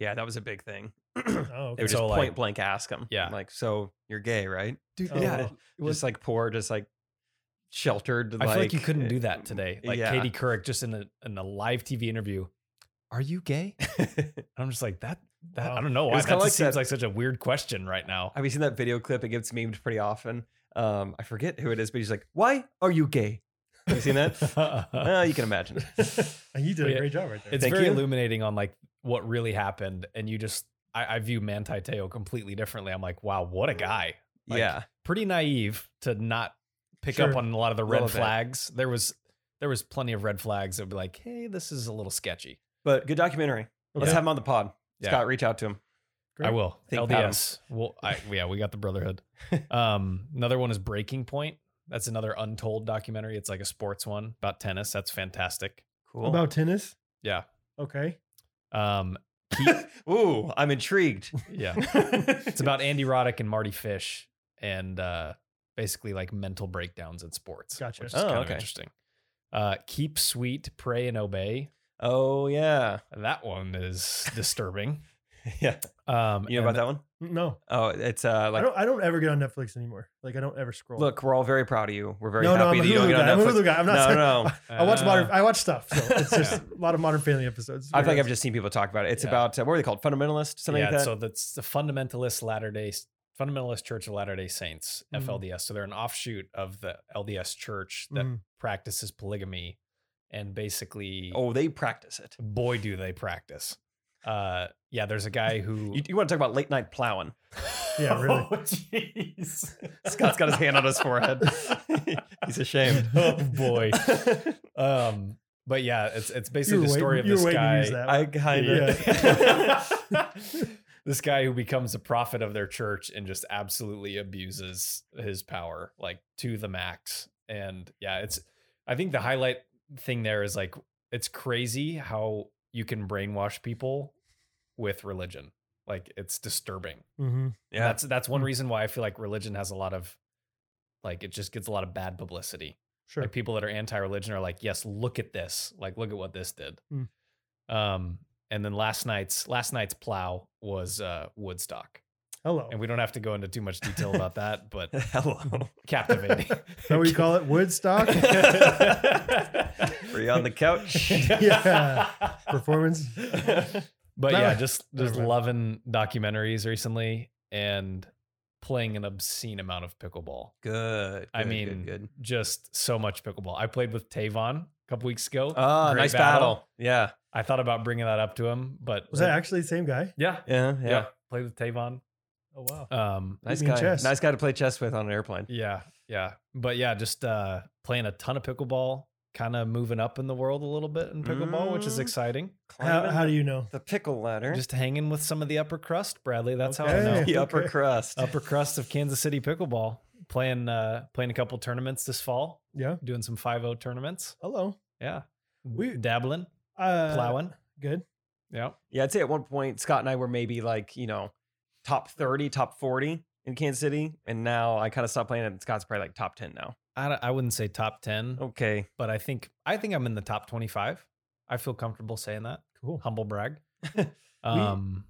Speaker 1: yeah, that was a big thing. they
Speaker 2: Oh,
Speaker 1: would
Speaker 2: okay.
Speaker 1: just
Speaker 3: So, like-
Speaker 1: point blank ask him.
Speaker 3: Yeah.
Speaker 1: Like, so you're gay, right?
Speaker 3: Dude,
Speaker 2: Oh,
Speaker 1: yeah.
Speaker 2: wow.
Speaker 1: It was like poor, just like sheltered.
Speaker 3: I
Speaker 1: like, eh, mm,
Speaker 3: feel like you couldn't do that today. Like
Speaker 1: yeah.
Speaker 3: Katie Couric, just in a in a live TV interview, are you gay?
Speaker 1: Have
Speaker 3: And I'm just like that. That
Speaker 2: Wow.
Speaker 3: I don't know
Speaker 1: It
Speaker 3: why.
Speaker 1: was
Speaker 3: That
Speaker 1: kinda
Speaker 3: just
Speaker 1: like
Speaker 3: seems
Speaker 1: that-
Speaker 3: like such a weird question right now.
Speaker 1: you seen that video clip? It gets memed pretty often. Um, I forget who it is, but he's like, "Why are you gay?" Have you seen that? well, you can imagine.
Speaker 2: you did
Speaker 3: But
Speaker 2: a
Speaker 3: yeah,
Speaker 2: great job right there.
Speaker 3: it's
Speaker 1: Thank
Speaker 3: very
Speaker 1: you.
Speaker 3: illuminating on like what really happened, and you just I, I view Manti Te'o completely differently. I'm like, wow, what a
Speaker 1: Mm.
Speaker 3: guy! Like,
Speaker 1: yeah,
Speaker 3: Pretty naive to not pick up
Speaker 2: Sure.
Speaker 3: on a lot of the red
Speaker 1: Little bit.
Speaker 3: flags. There was there was plenty of red flags that would be like, hey, this is a little sketchy.
Speaker 1: but good documentary. Let's
Speaker 2: Okay.
Speaker 1: have him on the pod.
Speaker 3: Yeah.
Speaker 1: Scott, reach out to him.
Speaker 3: I
Speaker 2: Great.
Speaker 3: will.
Speaker 1: Think about 'em.
Speaker 3: LDS. Well, I, yeah, we got the Brotherhood. Um, another one is Breaking Point. That's another untold documentary. It's like a sports one about tennis. That's fantastic.
Speaker 1: Cool.
Speaker 2: about tennis.
Speaker 3: Yeah.
Speaker 2: Okay.
Speaker 3: Um,
Speaker 1: Ooh, I'm intrigued.
Speaker 3: yeah.
Speaker 1: it's
Speaker 3: It's about Andy Roddick and Marty Fish and uh, basically like mental breakdowns in sports.
Speaker 2: Gotcha.
Speaker 3: Which is
Speaker 1: Oh,
Speaker 3: kind of
Speaker 1: okay.
Speaker 3: interesting. Uh, keep sweet, pray and obey.
Speaker 1: Oh yeah,
Speaker 3: That one is disturbing.
Speaker 1: yeah.
Speaker 3: Um,
Speaker 1: You know about that one?
Speaker 2: No,
Speaker 1: Oh, it's uh
Speaker 2: I
Speaker 1: like
Speaker 2: don't. I don't ever get on Netflix anymore. Like I don't ever scroll.
Speaker 1: look, we're all very proud of you. We're very
Speaker 2: no, no,
Speaker 1: happy
Speaker 2: I'm a
Speaker 1: that you don't
Speaker 2: Hulu
Speaker 1: get
Speaker 2: guy.
Speaker 1: on
Speaker 2: I'm a
Speaker 1: Netflix.
Speaker 2: Hulu guy. I'm not.
Speaker 1: no,
Speaker 2: saying-
Speaker 1: no.
Speaker 3: uh,
Speaker 2: I watch modern. I watch stuff. So it's
Speaker 1: Yeah.
Speaker 2: just a lot of Modern Family episodes.
Speaker 1: I feel like I've just seen people talk about it. It's
Speaker 3: Yeah.
Speaker 1: about uh, what are they called? Fundamentalist, something
Speaker 3: yeah,
Speaker 1: like that.
Speaker 3: so that's the fundamentalist Latter Day Fundamentalist Church of Latter Day Saints
Speaker 2: Mhm.
Speaker 3: (FLDS). So they're an offshoot of the LDS Church that
Speaker 2: Mhm.
Speaker 3: practices polygamy, and basically,
Speaker 1: oh, they practice it.
Speaker 3: boy, do they practice! Uh, yeah, there's a guy who
Speaker 1: You, you want to talk about late night plowing?
Speaker 2: Yeah, really.
Speaker 3: Oh, jeez.
Speaker 1: Scott's got his hand on his forehead. He's ashamed.
Speaker 3: Oh boy. Um, but yeah, it's it's basically
Speaker 2: You're
Speaker 3: the story
Speaker 2: waiting-
Speaker 3: of
Speaker 2: you're
Speaker 3: this
Speaker 2: waiting
Speaker 3: guy.
Speaker 2: to use that.
Speaker 1: I kind of.
Speaker 3: this guy who becomes a prophet of their church and just absolutely abuses his power like to the max and yeah it's i think the highlight thing there is like it's crazy how you can brainwash people with religion like it's disturbing
Speaker 2: Mhm.
Speaker 1: Yeah.
Speaker 3: that's that's one reason why i feel like religion has a lot of like it just gets a lot of bad publicity
Speaker 2: Sure.
Speaker 3: like people that are anti-religion are like, yes, look at this. Like, look at what this did.
Speaker 2: Mm.
Speaker 3: Um, and then last night's last night's plow was uh, Woodstock,
Speaker 2: Hello.
Speaker 3: and we don't have to go into too much detail about that, but
Speaker 1: hello.
Speaker 3: captivating.
Speaker 2: Is that what you call it? Woodstock
Speaker 1: Were you on the couch?
Speaker 2: Yeah. performance.
Speaker 3: But
Speaker 2: No,
Speaker 3: yeah, just
Speaker 2: never
Speaker 3: just
Speaker 2: mind.
Speaker 3: loving documentaries recently and playing an obscene amount of pickleball.
Speaker 1: Good.
Speaker 3: I
Speaker 1: good,
Speaker 3: mean,
Speaker 1: good. good.
Speaker 3: just so much pickleball. I played with Tavon a couple weeks ago.
Speaker 1: Ah,
Speaker 3: Great
Speaker 1: nice battle. Yeah.
Speaker 3: I thought about bringing that up to him, but
Speaker 2: Was that actually the same guy?
Speaker 3: yeah,
Speaker 1: Yeah.
Speaker 3: yeah,
Speaker 1: Yeah.
Speaker 3: Played with Tavon.
Speaker 2: Oh wow.
Speaker 3: Um,
Speaker 1: Nice
Speaker 2: Beat me in
Speaker 1: guy.
Speaker 2: chess.
Speaker 1: Nice guy to play chess with on an airplane.
Speaker 3: yeah, yeah, but yeah, just uh, playing a ton of pickleball, kind of moving up in the world a little bit in pickleball, which is
Speaker 1: Mm.
Speaker 3: exciting.
Speaker 2: How,
Speaker 1: Climbing
Speaker 2: how do you know?
Speaker 1: the pickle ladder?
Speaker 3: Just hanging with some of the upper crust, Bradley. That's how I
Speaker 2: Okay.
Speaker 3: know
Speaker 1: the upper
Speaker 2: Okay.
Speaker 1: crust.
Speaker 3: upper crust of Kansas City pickleball. Playing uh, playing a couple tournaments this fall,
Speaker 2: Yeah.
Speaker 3: doing some 5-0 tournaments.
Speaker 2: Hello.
Speaker 3: Yeah,
Speaker 2: We-
Speaker 3: dabbling,
Speaker 2: Uh,
Speaker 3: plowing.
Speaker 2: Good.
Speaker 3: Yeah,
Speaker 1: Yeah, I'd say at one point Scott and I were maybe like you know top thirty, top forty in Kansas City, and now I kind of stopped playing it. And Scott's probably like top ten now.
Speaker 3: I don't- I wouldn't say top
Speaker 2: Oh,
Speaker 3: ten,
Speaker 1: Okay,
Speaker 3: but I think I think I'm in the top 25. I feel comfortable saying that.
Speaker 2: Cool.
Speaker 3: humble brag. um,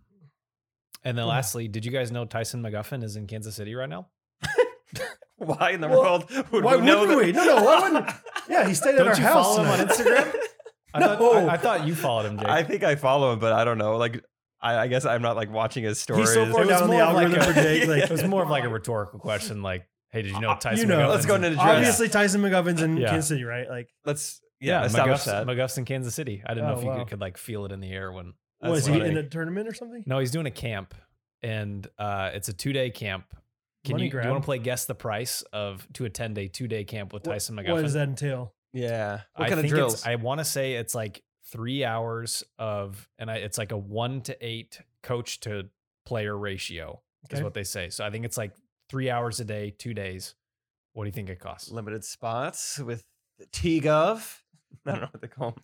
Speaker 3: and then
Speaker 2: Yeah.
Speaker 3: lastly, did you guys know Tyson McGuffin is in Kansas City right now?
Speaker 1: why in the
Speaker 2: Well,
Speaker 1: world would
Speaker 2: why
Speaker 1: we know
Speaker 2: wouldn't
Speaker 1: that?
Speaker 2: we? No, no, why wouldn't- Yeah, he stayed at
Speaker 3: Don't
Speaker 2: our
Speaker 3: you
Speaker 2: house.
Speaker 3: follow him on
Speaker 2: tonight.
Speaker 3: Instagram? I, thought,
Speaker 2: No.
Speaker 3: I, I thought you followed him, Jake.
Speaker 1: I think I follow him, but I don't know. Like, I, I guess I'm not like watching his stories.
Speaker 2: He's so far
Speaker 3: was
Speaker 2: down on the
Speaker 3: more of like
Speaker 2: algorithm
Speaker 3: a-
Speaker 2: for Jake. Like,
Speaker 3: it was more of like a rhetorical question, like, "Hey, did you know Tyson?"
Speaker 2: know.
Speaker 3: McGuffin's
Speaker 1: Let's go into the draft.
Speaker 2: obviously Tyson McGovern's in
Speaker 3: Yeah.
Speaker 2: Kansas City, right? Like,
Speaker 1: Let's yeah,
Speaker 3: Yeah,
Speaker 1: establish
Speaker 3: McGuff's,
Speaker 1: that.
Speaker 3: McGuff's in Kansas City. I didn't
Speaker 2: Oh,
Speaker 3: know if you
Speaker 2: wow.
Speaker 3: could, could like feel it in the air when.
Speaker 1: That's
Speaker 2: was he
Speaker 1: funny.
Speaker 2: in a tournament or something?
Speaker 3: No, he's doing a camp, and uh, it's a two-day camp. Can
Speaker 2: Money
Speaker 3: you, do you
Speaker 2: grab.
Speaker 3: want to play guess the price of to attend a two-day camp with
Speaker 2: What-
Speaker 3: Tyson McGuffin?
Speaker 2: What does that entail?
Speaker 1: yeah. What
Speaker 3: I
Speaker 1: kind of
Speaker 3: think it's-
Speaker 1: drills?
Speaker 3: I want to say it's like three hours of, and I, it's like a one to eight coach to player ratio. is
Speaker 1: Okay.
Speaker 3: what they say. So I think it's like three hours a day, two days. What do you think it costs?
Speaker 1: Limited spots with T-Gov. I don't know what they call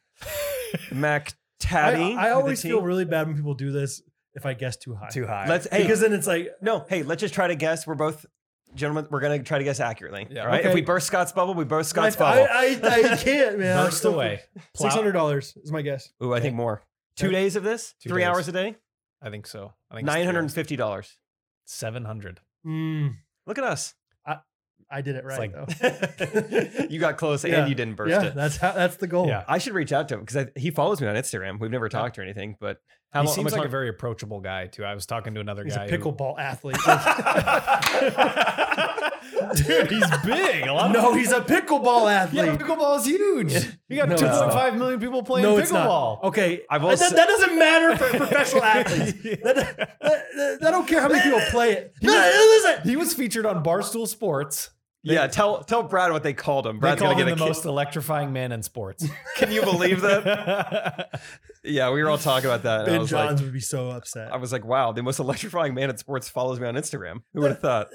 Speaker 1: them. Mac
Speaker 2: I,
Speaker 1: Tatty. with
Speaker 2: I
Speaker 1: a
Speaker 2: always
Speaker 1: T.
Speaker 2: feel really bad when people do this if I guess too high.
Speaker 3: Too high.
Speaker 1: Let's hey,
Speaker 2: Because then it's like,
Speaker 1: no, hey, let's just try to guess. We're both gentlemen. We're gonna try to guess accurately.
Speaker 3: Yeah,
Speaker 1: all right. If
Speaker 2: okay.
Speaker 1: we burst Scott's bubble, we burst
Speaker 2: I,
Speaker 1: Scott's bubble.
Speaker 2: I, I, I can't, man. I'm
Speaker 3: burst
Speaker 2: still-
Speaker 3: away. Plow-
Speaker 2: $600 is my guess.
Speaker 1: Ooh, I think more. Two
Speaker 2: Okay.
Speaker 1: days of this,
Speaker 3: Two
Speaker 1: three
Speaker 3: days.
Speaker 1: hours a day,
Speaker 3: I think so. I think
Speaker 1: nine hundred and fifty dollars.
Speaker 3: seven hundred.
Speaker 2: Mm,
Speaker 1: Look at us.
Speaker 2: I did it right,
Speaker 3: like-
Speaker 2: though.
Speaker 1: you got close
Speaker 2: Yeah.
Speaker 1: and you didn't burst
Speaker 2: Yeah,
Speaker 1: it.
Speaker 2: that's how, that's the goal.
Speaker 3: Yeah.
Speaker 1: I should reach out to him because he follows me on Instagram. We've never talked or anything, but how long?
Speaker 3: He
Speaker 1: how
Speaker 3: seems
Speaker 1: much
Speaker 3: like a
Speaker 1: longer-
Speaker 3: very approachable guy too. I was talking to another
Speaker 2: He's
Speaker 3: guy.
Speaker 2: a
Speaker 3: who-
Speaker 2: pickleball athlete.
Speaker 3: Dude, he's big. A lot of
Speaker 2: no, he's a pickleball athlete.
Speaker 3: yeah, pickleball is huge. You got
Speaker 2: No, it's
Speaker 3: two
Speaker 2: not.
Speaker 3: point five million people playing
Speaker 2: no, it's
Speaker 3: pickleball.
Speaker 2: not. Okay,
Speaker 1: I will
Speaker 2: that,
Speaker 1: say-
Speaker 2: that doesn't matter for professional athletes. That, that, that- I don't care how many people play it. No, listen.
Speaker 3: He was featured on Barstool Sports.
Speaker 1: yeah, tell tell Brad what they called him.
Speaker 3: They
Speaker 1: Brad's
Speaker 3: call
Speaker 1: gonna
Speaker 3: him
Speaker 1: get
Speaker 3: the
Speaker 1: a kick.
Speaker 3: most electrifying man in sports.
Speaker 1: Can you believe that? Yeah, we were all talking about that. And I
Speaker 2: Ben
Speaker 1: was
Speaker 2: Johns
Speaker 1: like,
Speaker 2: would be so upset.
Speaker 1: I was like, wow, the most electrifying man at sports follows me on Instagram. Who would have thought?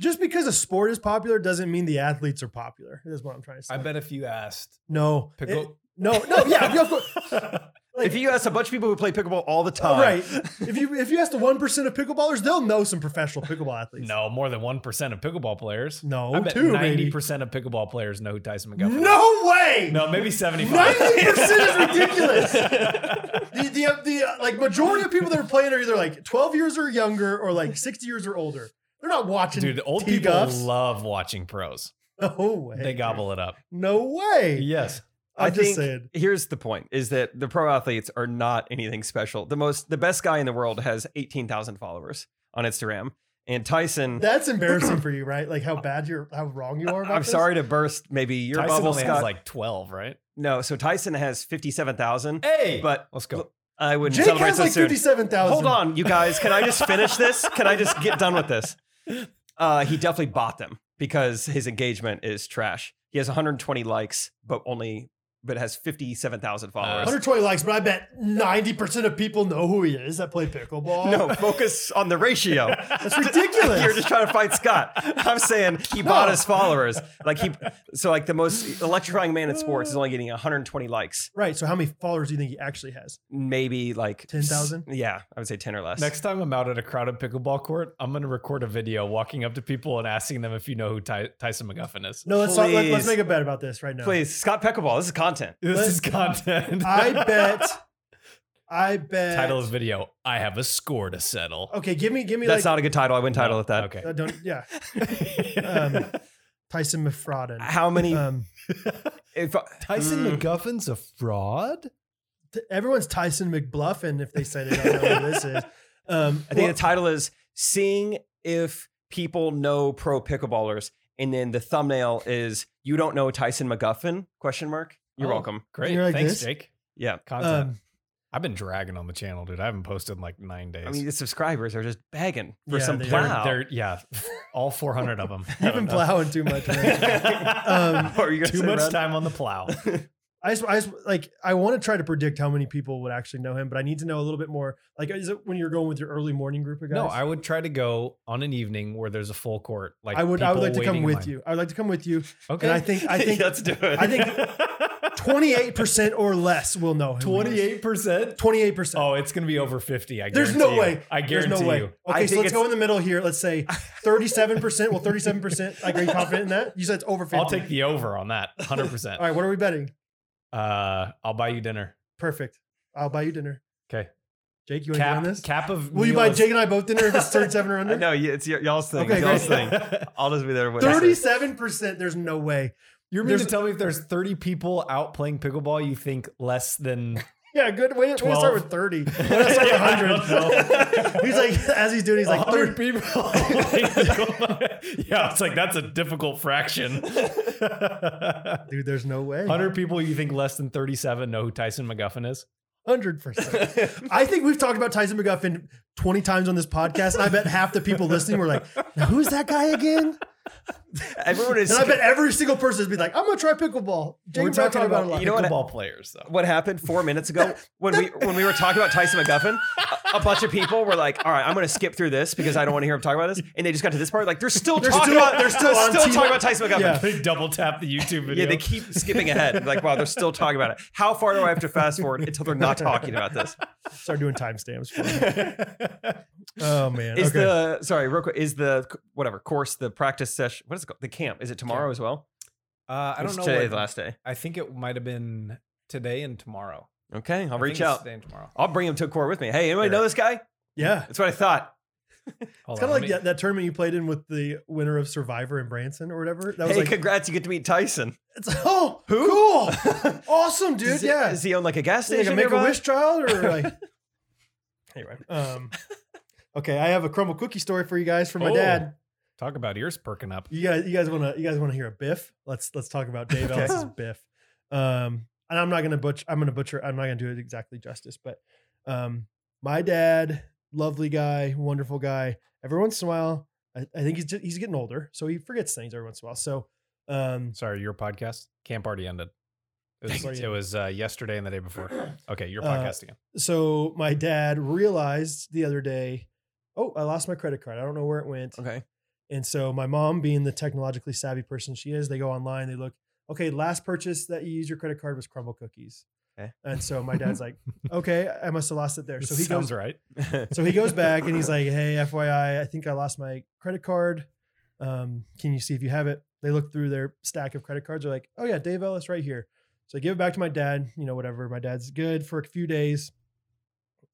Speaker 2: Just because a sport is popular doesn't mean the athletes are popular. Is what I'm trying to say.
Speaker 3: I bet if you asked
Speaker 2: no,
Speaker 3: pickle,
Speaker 2: It- no, no. Yeah, of course.
Speaker 1: if you ask a bunch of people who play pickleball all the time,
Speaker 2: right. If you if you ask the one percent of pickleballers, they'll know some professional pickleball athletes.
Speaker 3: no more than one percent of pickleball players.
Speaker 2: No,
Speaker 3: I bet
Speaker 2: two,
Speaker 3: ninety
Speaker 2: maybe.
Speaker 3: percent of pickleball players know who Tyson McGuffey. is.
Speaker 2: no way.
Speaker 3: no, maybe seventy-five.
Speaker 2: Ninety percent is ridiculous. The, the, the uh, like majority of people that are playing are either like twelve years or younger or like sixty years or older. They're not watching.
Speaker 3: Dude, old people
Speaker 2: T-Guffs.
Speaker 3: love watching pros.
Speaker 2: no way.
Speaker 3: They gobble it up.
Speaker 2: No way.
Speaker 3: Yes.
Speaker 2: I'm
Speaker 1: I
Speaker 2: just
Speaker 1: think
Speaker 2: saying.
Speaker 1: here's the point is that the pro athletes are not anything special. The most the best guy in the world has 18,000 followers on Instagram and Tyson
Speaker 2: That's embarrassing for you, right? Like how bad you're, how wrong you are. About
Speaker 1: I'm
Speaker 2: this?
Speaker 1: sorry to burst maybe your
Speaker 3: Tyson
Speaker 1: bubble
Speaker 3: only
Speaker 1: Scott.
Speaker 3: has like 12, right?
Speaker 1: no, so Tyson has 57,000,
Speaker 3: Hey.
Speaker 1: but
Speaker 3: let's go.
Speaker 1: I wouldn't
Speaker 2: Jake
Speaker 1: celebrate
Speaker 2: has
Speaker 1: so
Speaker 2: like
Speaker 1: soon.
Speaker 2: fifty-seven thousand.
Speaker 1: Hold on, you guys, can I just finish this? Can I just get done with this? Uh, he definitely bought them because his engagement is trash. He has 120 likes but only but has 57,000 followers.
Speaker 2: 120 likes, but I bet 90% of people know who he is that play pickleball.
Speaker 1: No, focus on the ratio. That's
Speaker 2: ridiculous.
Speaker 1: You're just trying to fight Scott. I'm saying he bought his followers. Like he, so like the most electrifying man in sports is only getting 120 likes,
Speaker 2: Right. So how many followers do you think he actually has?
Speaker 1: maybe like
Speaker 2: 10,000?
Speaker 1: Yeah, I would say 10 or less.
Speaker 3: Next time I'm out at a crowded pickleball court, I'm going to record a video walking up to people and asking them if you know who Ty- Tyson McGuffin is.
Speaker 2: No, let's, talk, let, us
Speaker 1: Please.
Speaker 2: make a bet about this right now.
Speaker 1: please, Scott Peckleball. This is content.
Speaker 3: This is content.
Speaker 2: I bet. I bet.
Speaker 3: Title of video I have a score to settle.
Speaker 2: Okay, give me, give me
Speaker 1: That's
Speaker 2: like.
Speaker 1: not a good title. I wouldn't title it that.
Speaker 3: Okay.
Speaker 2: uh, don't, yeah. Um, Tyson McFrodden.
Speaker 1: How many?
Speaker 3: Uh,
Speaker 2: Um,
Speaker 1: if
Speaker 3: Tyson
Speaker 1: Mm.
Speaker 3: McGuffin's a fraud?
Speaker 2: t- everyone's Tyson McBluffin if they said it. I don't know who this is. Um,
Speaker 1: I think
Speaker 2: well,
Speaker 1: the title is "Seeing if people know pro pickleballers," and then the thumbnail is "You don't know Tyson McGuffin?" Question mark. You're
Speaker 3: Oh.
Speaker 1: welcome.
Speaker 3: Great.
Speaker 2: You're like
Speaker 3: Thanks,
Speaker 2: this?
Speaker 3: Jake.
Speaker 1: Yeah.
Speaker 3: Content.
Speaker 2: um,
Speaker 3: I've been dragging on the channel, dude. I haven't posted in like nine days.
Speaker 1: I mean, the subscribers are just begging for
Speaker 2: Yeah,
Speaker 1: some
Speaker 2: they
Speaker 3: They're-
Speaker 1: plow.
Speaker 3: they're- yeah, all 400 of them.
Speaker 2: you've been plowing too much. man. Um,
Speaker 1: What were you gonna
Speaker 3: Too
Speaker 1: say,
Speaker 3: much
Speaker 1: Brad?
Speaker 3: time on the plow.
Speaker 2: I just, I just like I want to try to predict how many people would actually know him, but I need to know a little bit more. Like, is it when you're going with your early morning group of guys?
Speaker 3: No, I would try to go on an evening where there's a full court. Like
Speaker 2: I would. I would
Speaker 3: people
Speaker 2: like to come
Speaker 3: waiting in
Speaker 2: with
Speaker 3: line.
Speaker 2: you. I would like to come with you.
Speaker 3: Okay,
Speaker 2: And I think I think
Speaker 1: let's do it.
Speaker 2: I think twenty eight percent or less will know him.
Speaker 3: percent.
Speaker 2: Twenty eight percent.
Speaker 3: Oh, it's gonna be over 50. I
Speaker 2: There's
Speaker 3: guarantee
Speaker 2: no
Speaker 3: you.
Speaker 2: way.
Speaker 3: I
Speaker 2: There's
Speaker 3: guarantee
Speaker 2: no way.
Speaker 3: you.
Speaker 1: I
Speaker 2: Okay, so
Speaker 1: think
Speaker 2: let's
Speaker 1: it's-
Speaker 2: go in the middle here. Let's say thirty seven percent. Well, thirty seven percent. Like, are you confident in that? You said it's over fifty.
Speaker 3: I'll take the over on that. 100. percent
Speaker 2: All right. What are we betting?
Speaker 3: Uh, I'll buy you dinner.
Speaker 2: Perfect. I'll buy you dinner.
Speaker 3: Okay.
Speaker 2: Jake, you want to get on
Speaker 3: Cap,
Speaker 2: this?
Speaker 3: cap of.
Speaker 2: Will you
Speaker 3: meal
Speaker 2: buy
Speaker 3: is-
Speaker 2: Jake and I both dinner if it's thirty seven or under?
Speaker 1: no, it's y- y'all's thing.
Speaker 2: Okay,
Speaker 1: it's y'all's
Speaker 2: great.
Speaker 1: thing. I'll just be there. with it.
Speaker 2: Thirty-seven percent. There's no way.
Speaker 3: You're mean
Speaker 2: There's-
Speaker 3: to tell me if there's 30 people out playing pickleball, you think less than
Speaker 2: Yeah, good way. way to start
Speaker 3: 12.
Speaker 2: with thirty. Why not start with
Speaker 3: Yeah, I don't
Speaker 2: hundred? He's like, as he's doing, he's like,
Speaker 3: 100
Speaker 2: 30.
Speaker 3: people. yeah, it's like that's a difficult fraction.
Speaker 2: dude, there's no way.
Speaker 3: 100 people you think less than 37 know who Tyson McGuffin is?
Speaker 2: Hundred percent. I think we've talked about Tyson McGuffin twenty times on this podcast, and I bet half the people listening were like, now, "Who's that guy again?"
Speaker 1: Everyone is.
Speaker 2: And I bet every single person would be like, I'm gonna try pickleball. Jake
Speaker 3: We're
Speaker 2: and I
Speaker 3: talking
Speaker 2: talked
Speaker 3: about,
Speaker 2: it a lot.
Speaker 1: you know what-
Speaker 3: pickleball players, though.
Speaker 1: what happened four minutes ago when we when we were talking about Tyson McGuffin, a, a bunch of people were like, "All right, I'm going to skip through this because I don't want to hear him talk about this," and they just got to this part. Like they're still
Speaker 2: They're
Speaker 1: talking
Speaker 2: still-
Speaker 1: about they're still,
Speaker 2: they're on
Speaker 1: still
Speaker 2: T-
Speaker 1: talking about Tyson McGuffin.
Speaker 2: Yeah.
Speaker 1: Yeah.
Speaker 3: They double tap the YouTube video.
Speaker 1: they keep skipping ahead. Like, wow, they're still talking about it. How far do I have to fast forward until they're not talking about this?
Speaker 2: Start doing timestamps. for it. Oh man.
Speaker 1: Is
Speaker 2: okay.
Speaker 1: the sorry, real quick? Is the whatever course the practice session? What is it called? The camp? Is it tomorrow as well?
Speaker 3: uh, I
Speaker 1: Or
Speaker 3: don't
Speaker 1: is
Speaker 3: know.
Speaker 1: Today,
Speaker 3: what-
Speaker 1: the last day.
Speaker 3: I think it might have been today and tomorrow.
Speaker 1: Okay, I'll
Speaker 3: I
Speaker 1: reach
Speaker 3: think it's
Speaker 1: out.
Speaker 3: today and tomorrow.
Speaker 1: I'll bring him to a court with me. Hey, anybody know
Speaker 3: Sure.
Speaker 1: this guy?
Speaker 2: yeah.
Speaker 1: That's what I thought.
Speaker 3: Hold
Speaker 2: It's kind
Speaker 3: on,
Speaker 2: of
Speaker 3: let
Speaker 2: like
Speaker 3: me-
Speaker 2: that, that tournament you played in with the winner of Survivor and Branson or whatever. That was
Speaker 1: Hey,
Speaker 2: like,
Speaker 1: congrats! You get to meet Tyson.
Speaker 2: it's, oh,
Speaker 1: Who?
Speaker 2: cool, awesome, dude.
Speaker 1: Does he-
Speaker 2: yeah,
Speaker 1: Does he own like a gas
Speaker 2: like
Speaker 1: station?
Speaker 2: a Make a Wish child or like. anyway, um, okay, I have a crumble cookie story for you guys from my
Speaker 3: Oh.
Speaker 2: dad.
Speaker 3: Talk about ears perking up.
Speaker 2: You guys, you guys want to, you guys want to hear a Biff? Let's let's talk about Dave
Speaker 1: Okay.
Speaker 2: Ellis's Biff. Um, and I'm not gonna butcher. I'm gonna butcher. I'm not gonna do it exactly justice, but um, my dad, lovely guy, wonderful guy. Every once in a while, I, I think he's just, he's getting older, so he forgets things every once in a while. So, um,
Speaker 3: Sorry, your podcast camp already ended. It was,
Speaker 2: Sorry.
Speaker 3: it was uh, yesterday and the day before. Okay,
Speaker 2: Uh,
Speaker 3: your podcast again.
Speaker 2: so my dad realized the other day, oh, I lost my credit card. I don't know where it went.
Speaker 1: Okay.
Speaker 2: And so my mom, being the technologically savvy person she is, they go online, they look, okay, last purchase that you used your credit card was crumble cookies.
Speaker 1: Okay.
Speaker 2: And so my dad's like, okay, I must have lost it there. So he
Speaker 3: sounds
Speaker 2: goes
Speaker 3: right.
Speaker 2: so he goes back and he's like, hey, FYI, I think I lost my credit card. Um, can you see if you have it? They look through their stack of credit cards. They're like, oh yeah, Dave Ellis right here. So I give it back to my dad, you know, whatever. My dad's good for a few days,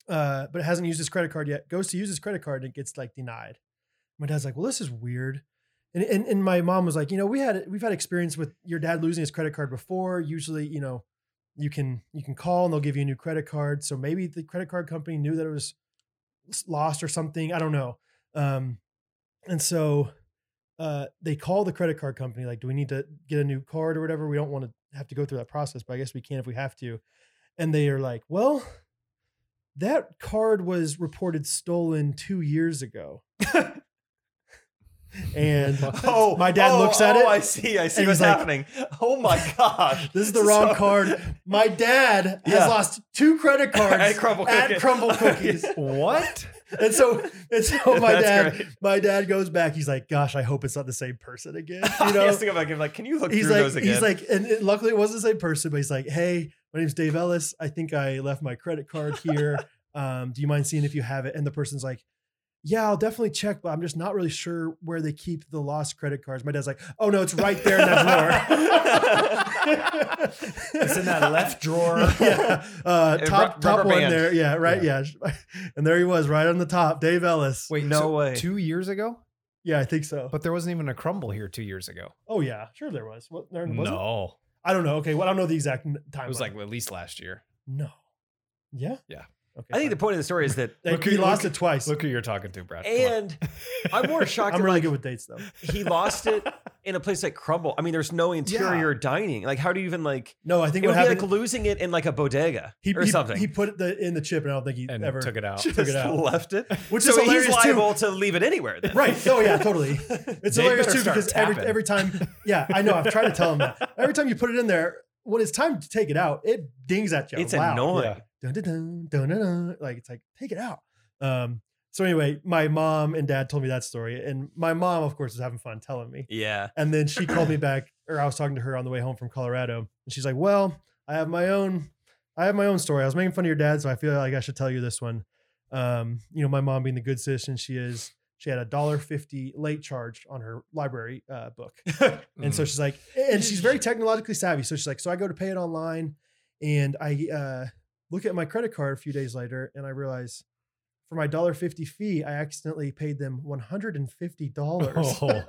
Speaker 2: uh, but hasn't used his credit card yet. Goes to use his credit card and it gets like denied. My dad's like, well, this is weird. And, and, and my mom was like, you know, we had we've had experience with your dad losing his credit card before. Usually, you know, you can you can call and they'll give you a new credit card. So maybe the credit card company knew that it was s- lost or something. I don't know. Um, and so uh, they call the credit card company, like, do we need to get a new card or whatever? We don't want to have to go through that process, but I guess we can if we have to. And they are like, well, that card was reported stolen two years ago. and
Speaker 1: Oh,
Speaker 2: My dad
Speaker 1: oh,
Speaker 2: looks at
Speaker 1: oh,
Speaker 2: it,
Speaker 1: I see. I see
Speaker 2: and
Speaker 1: what's
Speaker 2: he's like,
Speaker 1: happening. Oh my gosh.
Speaker 2: this is the wrong
Speaker 1: So-
Speaker 2: card. My dad
Speaker 1: Yeah.
Speaker 2: has lost two credit cards
Speaker 1: At Crumble Cookies.
Speaker 2: at Crumble Cookies.
Speaker 3: What?
Speaker 2: and so and so my
Speaker 1: That's
Speaker 2: dad
Speaker 1: great.
Speaker 2: my dad goes back he's like gosh i hope it's not the same person again you
Speaker 1: You know,
Speaker 2: know
Speaker 1: has to go back and be like, can you look
Speaker 2: he's
Speaker 1: through those
Speaker 2: like
Speaker 1: again?
Speaker 2: he's like and it- luckily it wasn't the same person but he's like hey my name's dave ellis i think i left my credit card here um, do you mind seeing if you have it and the person's like yeah i'll definitely check but i'm just not really sure where they keep the lost credit cards my dad's like oh no it's right there in that drawer
Speaker 3: It's in that left drawer.
Speaker 2: yeah. Uh,
Speaker 1: A
Speaker 2: top
Speaker 1: ru-
Speaker 2: top
Speaker 1: rubber
Speaker 2: one
Speaker 1: band.
Speaker 2: there. Yeah, right. Yeah. And there he was, right on the top. Dave Ellis.
Speaker 3: Wait,
Speaker 1: No way.
Speaker 3: Two years ago,
Speaker 2: Yeah, I think so.
Speaker 3: but there wasn't even a crumble here two years ago.
Speaker 2: oh yeah, sure there was. What there was it?
Speaker 3: no,
Speaker 2: I don't know. Okay, well I don't know the exact n-
Speaker 3: it
Speaker 2: time.
Speaker 3: was like at least last year.
Speaker 2: no. Yeah.
Speaker 3: Yeah.
Speaker 2: Okay.
Speaker 1: I think the point of the story is that,
Speaker 2: fine.
Speaker 3: look
Speaker 2: They- he
Speaker 3: who-
Speaker 2: lost
Speaker 3: look-
Speaker 2: it twice.
Speaker 3: Look who you're talking to, Brad. Come on.
Speaker 1: and I'm more shocked.
Speaker 2: I'm
Speaker 1: that,
Speaker 2: really
Speaker 1: like,
Speaker 2: good with dates though.
Speaker 1: He lost it in a place like Crumble. I mean, there's no interior dining. Like, how do you even like?
Speaker 2: No, I think
Speaker 1: It
Speaker 2: what
Speaker 1: would be
Speaker 2: happened.
Speaker 1: like losing it in like a bodega
Speaker 2: he,
Speaker 1: or
Speaker 2: he,
Speaker 1: something.
Speaker 2: he put it the, in the chip, and I don't think he
Speaker 3: and
Speaker 2: ever
Speaker 3: took it out.
Speaker 2: took it
Speaker 1: Just
Speaker 2: out.
Speaker 1: left it.
Speaker 2: Which is
Speaker 1: so he's
Speaker 2: hilarious too.
Speaker 1: liable to leave it anywhere. Then.
Speaker 2: Right. Oh yeah, totally. It's
Speaker 3: They
Speaker 2: hilarious
Speaker 3: better
Speaker 2: too
Speaker 3: start
Speaker 2: because every,
Speaker 3: tapping.
Speaker 2: every time, yeah, I know. I've tried to tell him that every time you put it in there, when it's time to take it out, it dings at you.
Speaker 1: It's
Speaker 2: loud.
Speaker 1: annoying.
Speaker 3: Yeah.
Speaker 2: Dun, dun, dun, dun, dun, dun. Like it's like take it out. Um. So anyway, my mom and dad told me that story, and my mom, of course, was having fun telling me.
Speaker 1: Yeah.
Speaker 2: And then she called me back, or I was talking to her on the way home from Colorado, and she's like, "Well, I have my own, I have my own story. I was making fun of your dad, so I feel like I should tell you this one. Um, you know, my mom being the good citizen she is, she had a dollar fifty late charge on her library uh, book, and
Speaker 3: Mm.
Speaker 2: so she's like, and she's very technologically savvy. So she's like, so I go to pay it online, and I uh, look at my credit card a few days later, and I realize. For my dollar fifty fee, I accidentally paid them one hundred and fifty dollars.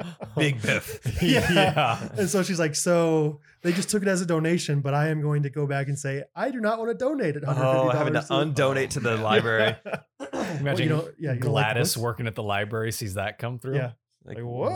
Speaker 3: Oh.
Speaker 1: Big biff.
Speaker 2: Yeah.
Speaker 3: yeah.
Speaker 2: And so she's like, so they just took it as a donation, but I am going to go back and say, I do not want to donate it.
Speaker 1: Oh, having to undonate to the library.
Speaker 3: Imagine
Speaker 2: know- yeah, you're like,
Speaker 3: Gladys
Speaker 2: "What's-"
Speaker 3: working at the library sees that come through.
Speaker 2: Yeah.
Speaker 1: Like,
Speaker 3: Like,
Speaker 1: whoa.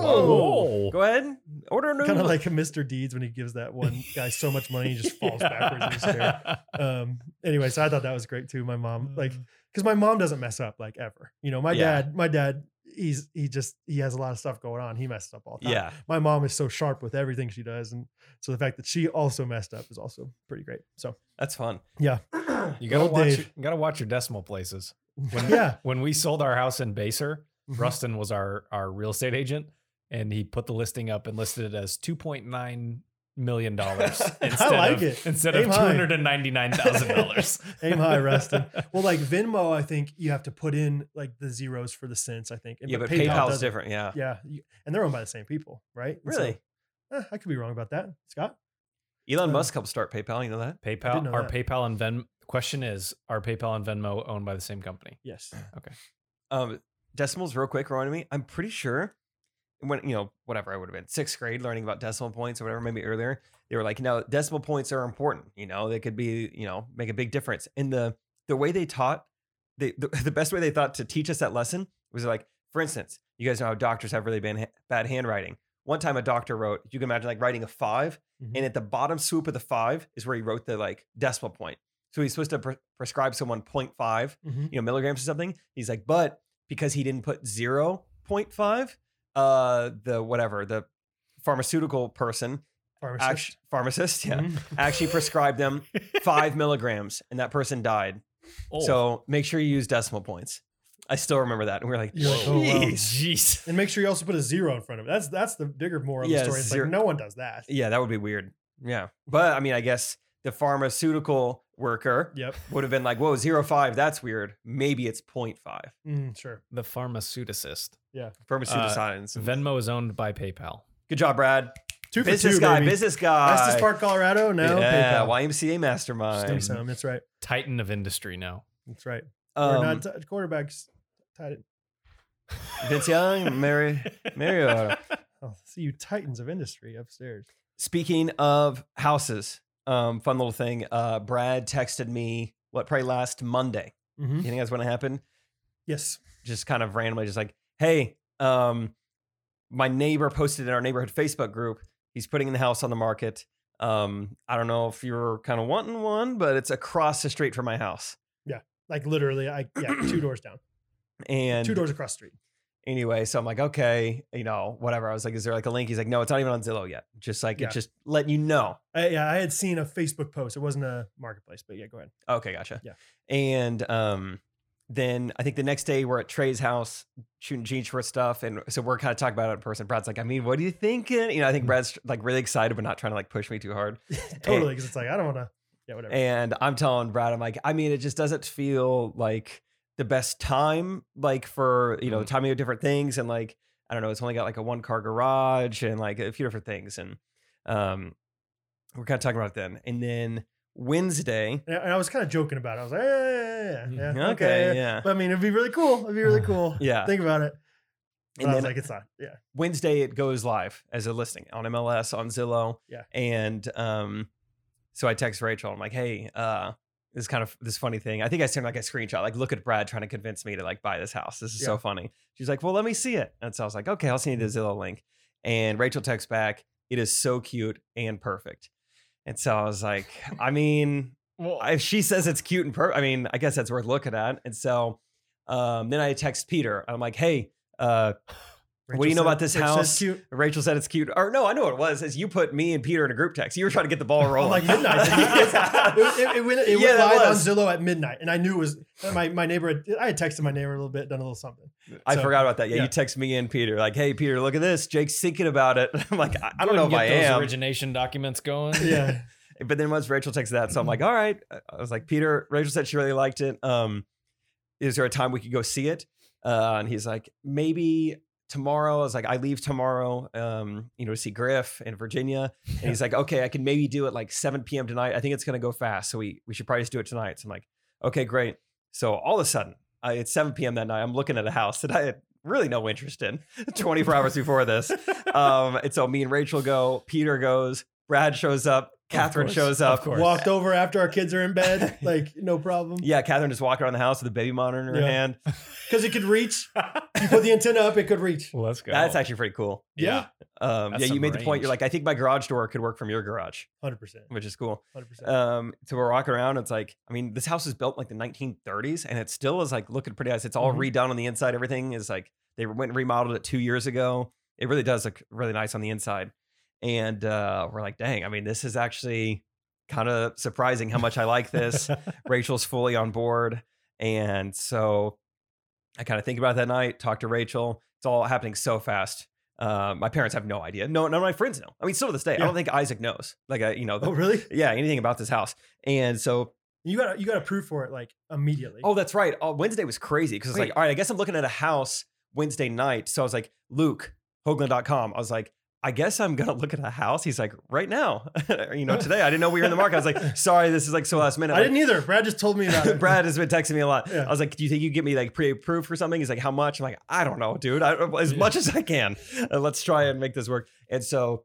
Speaker 3: whoa.
Speaker 1: Go ahead, order a new.
Speaker 2: Kind of like a Mr. Deeds when he gives that one guy so much money he just falls backwards in his chair. Um, anyway, so I thought that was great too. My mom, like, because my mom doesn't mess up like ever. You know, my
Speaker 1: Mm. Yeah.
Speaker 2: dad, my dad, he's he just he has a lot of stuff going on. He messes up all the time.
Speaker 1: yeah,
Speaker 2: My mom is so sharp with everything she does, and so the fact that she also messed up is also pretty great. So
Speaker 1: that's fun.
Speaker 3: You gotta
Speaker 2: Old
Speaker 3: watch.
Speaker 2: Dave.
Speaker 3: Your, you gotta watch your decimal places. When,
Speaker 2: Yeah.
Speaker 3: When we sold our house in Baser,
Speaker 2: Mm-hmm.
Speaker 3: Rustin was our our real estate agent, and he put the listing up and listed it as two point nine million dollars
Speaker 2: I
Speaker 3: instead
Speaker 2: like
Speaker 3: of
Speaker 2: it.
Speaker 3: instead
Speaker 2: Aim
Speaker 3: of two
Speaker 2: high.
Speaker 3: hundred and ninety nine thousand dollars.
Speaker 2: Aim high, Rustin. well, like Venmo, I think you have to put in like the zeros for the cents. I think. and-
Speaker 1: yeah, but PayPal's
Speaker 2: doesn't.
Speaker 1: different. Yeah,
Speaker 2: Yeah, you- and they're owned by the same people, right? And so-
Speaker 1: really.
Speaker 2: Eh, I could be wrong about that, Scott.
Speaker 1: Elon
Speaker 2: Uh,
Speaker 1: Musk helped start PayPal. You know that?
Speaker 2: didn't
Speaker 3: PayPal.
Speaker 2: know
Speaker 3: Our
Speaker 2: that.
Speaker 3: PayPal and Venmo. Question is: Are PayPal and Venmo owned by the same company?
Speaker 2: Yes.
Speaker 1: Um, decimals, real quick, remind me. I'm pretty sure when you know whatever I would have been sixth grade learning about decimal points or whatever, maybe earlier. They were like, no, decimal points are important. You know, they could be you know make a big difference. And the the way they taught, they, the the best way they thought to teach us that lesson was like, for instance, you guys know how doctors have really bad, bad handwriting. One time, a doctor wrote, you can imagine like writing a 5 and at the bottom swoop of the five is where he wrote the like decimal point. So he's supposed to pre- prescribe someone 0.5
Speaker 2: Mhm.
Speaker 1: you know milligrams or something he's like but because he didn't put 0.5 uh the whatever the pharmaceutical person
Speaker 2: Pharmacist.
Speaker 1: pharmacist, pharmacist yeah
Speaker 2: Mhm.
Speaker 1: actually prescribed them 5 milligrams and that person died
Speaker 2: Oh.
Speaker 1: so make sure you use decimal points i still remember that and we are like
Speaker 2: You're like, oh, wow.
Speaker 1: jeez
Speaker 3: jeez.
Speaker 2: And make sure you also put a zero in front of it. That's that's the bigger moral
Speaker 1: Yeah,
Speaker 2: of the story. It's
Speaker 1: zero-
Speaker 2: like no one does that.
Speaker 1: yeah that would be weird yeah but i mean i guess the pharmaceutical worker
Speaker 2: Yep.
Speaker 1: would have been like whoa zero 0.5 that's weird maybe it's 0.5
Speaker 2: Mm, sure.
Speaker 3: The pharmaceuticist.
Speaker 1: pharmaceutical
Speaker 3: Uh,
Speaker 1: science
Speaker 3: Venmo is owned by PayPal.
Speaker 1: good job brad
Speaker 2: Two for
Speaker 1: business
Speaker 2: two,
Speaker 1: guy
Speaker 2: baby.
Speaker 1: business guy
Speaker 2: Estes Park, Colorado. Now
Speaker 1: yeah,
Speaker 2: PayPal.
Speaker 1: YMCA mastermind.
Speaker 2: Stem some. That's right.
Speaker 3: Titan of industry now.
Speaker 2: That's right. We're
Speaker 1: Um,
Speaker 2: not t- quarterbacks. Tight.
Speaker 1: Vince Young, Mary, Mariota.
Speaker 2: I'll Oh, see you titans of industry upstairs.
Speaker 1: Speaking of houses, um, fun little thing. Uh, Brad texted me what probably last Monday.
Speaker 2: Mm-hmm.
Speaker 1: You think that's when it happened?
Speaker 2: Yes.
Speaker 1: Just kind of randomly, just like, hey, um, my neighbor posted in our neighborhood Facebook group. He's putting the house on the market. Um, I don't know if you're kind of wanting one, but it's across the street from my house.
Speaker 2: Like literally, I yeah, two doors down,
Speaker 1: And
Speaker 2: two doors across the street.
Speaker 1: anyway so i'm like okay you know whatever i was like is there like a link he's like no it's not even on zillow yet just like
Speaker 2: Yeah.
Speaker 1: it's just letting you know
Speaker 2: I, yeah, I had seen a Facebook post. It wasn't a marketplace, but yeah, go ahead.
Speaker 1: okay gotcha
Speaker 2: Yeah.
Speaker 1: and um then i think the next day we're at trey's house shooting gene short stuff and so we're kind of talking about it in person brad's like i mean what are you thinking you know
Speaker 2: Mm.
Speaker 1: i think brad's like really excited but not trying to like push me too hard
Speaker 2: Totally, because it's like I don't want to. Yeah, whatever.
Speaker 1: And I'm telling Brad, I'm like, I mean, it just doesn't feel like the best time, like for you know,
Speaker 3: Mhm.
Speaker 1: timing of different things, and like I don't know, it's only got like a one car garage and like a few different things, and um, we're kind of talking about it then, and then Wednesday,
Speaker 2: And I- and I was kind of joking about it. I was like, "Yeah, yeah, yeah, yeah, yeah,
Speaker 1: Mm, okay,
Speaker 2: okay.
Speaker 1: yeah,
Speaker 2: But I mean, it'd be really cool. It'd be really cool.
Speaker 1: Yeah.
Speaker 2: Think about it. But
Speaker 1: and
Speaker 2: I
Speaker 1: then
Speaker 2: was like, it's not. Yeah.
Speaker 1: Wednesday it goes live as a listing on MLS on Zillow.
Speaker 2: Yeah.
Speaker 1: And um, so I text Rachel. I'm like, hey, uh, this is kind of this funny thing. I think I sent like a screenshot. Like, look at Brad trying to convince me to like buy this house. This is so
Speaker 2: Yeah.
Speaker 1: funny. She's like, well, let me see it. And so I was like, okay, I'll send you the Zillow link. And Rachel texts back, it is so cute and perfect. And so I was like, I mean,
Speaker 3: Well,
Speaker 1: if she says it's cute and perfect, I mean, I guess that's worth looking at. And so um, then I text Peter. I'm like, hey, uh, What do you know about this
Speaker 2: Rachel says
Speaker 1: house?
Speaker 2: cute.
Speaker 1: Rachel said it's cute. Or no, I know what it was. Is you put me and Peter in a group text. You were trying to get the ball rolling.
Speaker 2: Like midnight.
Speaker 1: Yeah.
Speaker 2: it, it, it went, it
Speaker 1: Yeah,
Speaker 2: went
Speaker 1: that
Speaker 2: live
Speaker 1: was.
Speaker 2: on Zillow at midnight, and I knew it was my, my neighbor. had- I had texted my neighbor a little bit, done a little something.
Speaker 1: I
Speaker 2: So,
Speaker 1: forgot about that. Yeah,
Speaker 2: yeah.
Speaker 1: you text me and Peter like, "Hey, Peter, look at this. Jake's thinking about it." I'm like, I, I don't know if I am.
Speaker 3: Origination documents going.
Speaker 2: Yeah,
Speaker 1: but then once Rachel texted that, so I'm like, "All right." I- I was like, "Peter, Rachel said she really liked it. Um, is there a time we could go see it?" Uh, and he's like, "Maybe." Tomorrow, I was like, I leave tomorrow, um, you know, to see Griff in Virginia. And he's like, okay, I can maybe do it like 7 p.m. tonight. I think it's going to go fast. So we, we should probably just do it tonight. So I'm like, okay, great. So all of a sudden, I, it's 7 p.m. that night. I'm looking at a house that I had really no interest in 24 hours before this. Um, and so me and Rachel go, Peter goes, Brad shows up, Catherine
Speaker 3: course,
Speaker 1: shows
Speaker 3: of
Speaker 1: up.
Speaker 3: course.
Speaker 2: walked over after our kids are in bed, like no problem,
Speaker 1: Yeah, Catherine just walking around the house with a baby monitor in her
Speaker 2: Yeah.
Speaker 1: hand.
Speaker 2: because it could reach. you put the antenna up, it could reach.
Speaker 3: Let's go.
Speaker 1: That's actually pretty cool.
Speaker 3: yeah.
Speaker 1: Um,
Speaker 3: That's
Speaker 1: yeah, you
Speaker 3: some
Speaker 1: made the point.
Speaker 3: range.
Speaker 1: You're like, I think my garage door could work from your garage,
Speaker 2: Hundred percent.
Speaker 1: which is cool.
Speaker 2: Hundred percent.
Speaker 1: Um, so we're walking around. It's like, I mean, this house is built in like the 1930s, and it still is like looking pretty nice. It's
Speaker 3: Mm-hmm.
Speaker 1: all redone on the inside. Everything is like they went and remodeled it two years ago. It really does look really nice on the inside. And uh, we're like, dang, I mean, this is actually kind of surprising how much I like this. Rachel's fully on board. And so I kind of think about that night, talk to Rachel. It's all happening so fast. Uh, my parents have no idea. No, none of my friends know. I mean, still to this day, I
Speaker 2: Yeah.
Speaker 1: don't think Isaac knows. Like, I, you know, the-
Speaker 2: Oh, really?
Speaker 1: yeah, anything about this house. And so,
Speaker 2: You got to you got to prove for it like immediately.
Speaker 1: oh, that's right. Oh, Wednesday was crazy because it's like,
Speaker 2: Wait.
Speaker 1: all right, I guess I'm looking at a house Wednesday night. So I was like, Luke, Hoagland.com. I was like, I guess I'm gonna look at a house. He's like, right now, you know, today. I didn't know we were in the market. I was like, sorry, this is like so last minute.
Speaker 2: I
Speaker 1: Like,
Speaker 2: didn't either. Brad just told me about it.
Speaker 1: Brad has been texting me a lot.
Speaker 2: Yeah.
Speaker 1: I was like, "Do you think you get me like pre-approved for something?" He's like, "How much?" I'm like, "I don't know, dude. I, as
Speaker 3: Yeah.
Speaker 1: much as I can. Uh, let's try and make this work." And so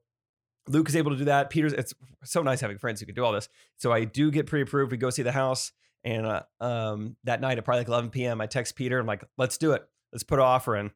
Speaker 1: Luke is able to do that. Peter's. It's so nice having friends who can do all this. So I do get pre-approved. We go see the house, and uh, um, that night at probably like 11 p.m., I text Peter. I'm like, "Let's do it. Let's put an offer in."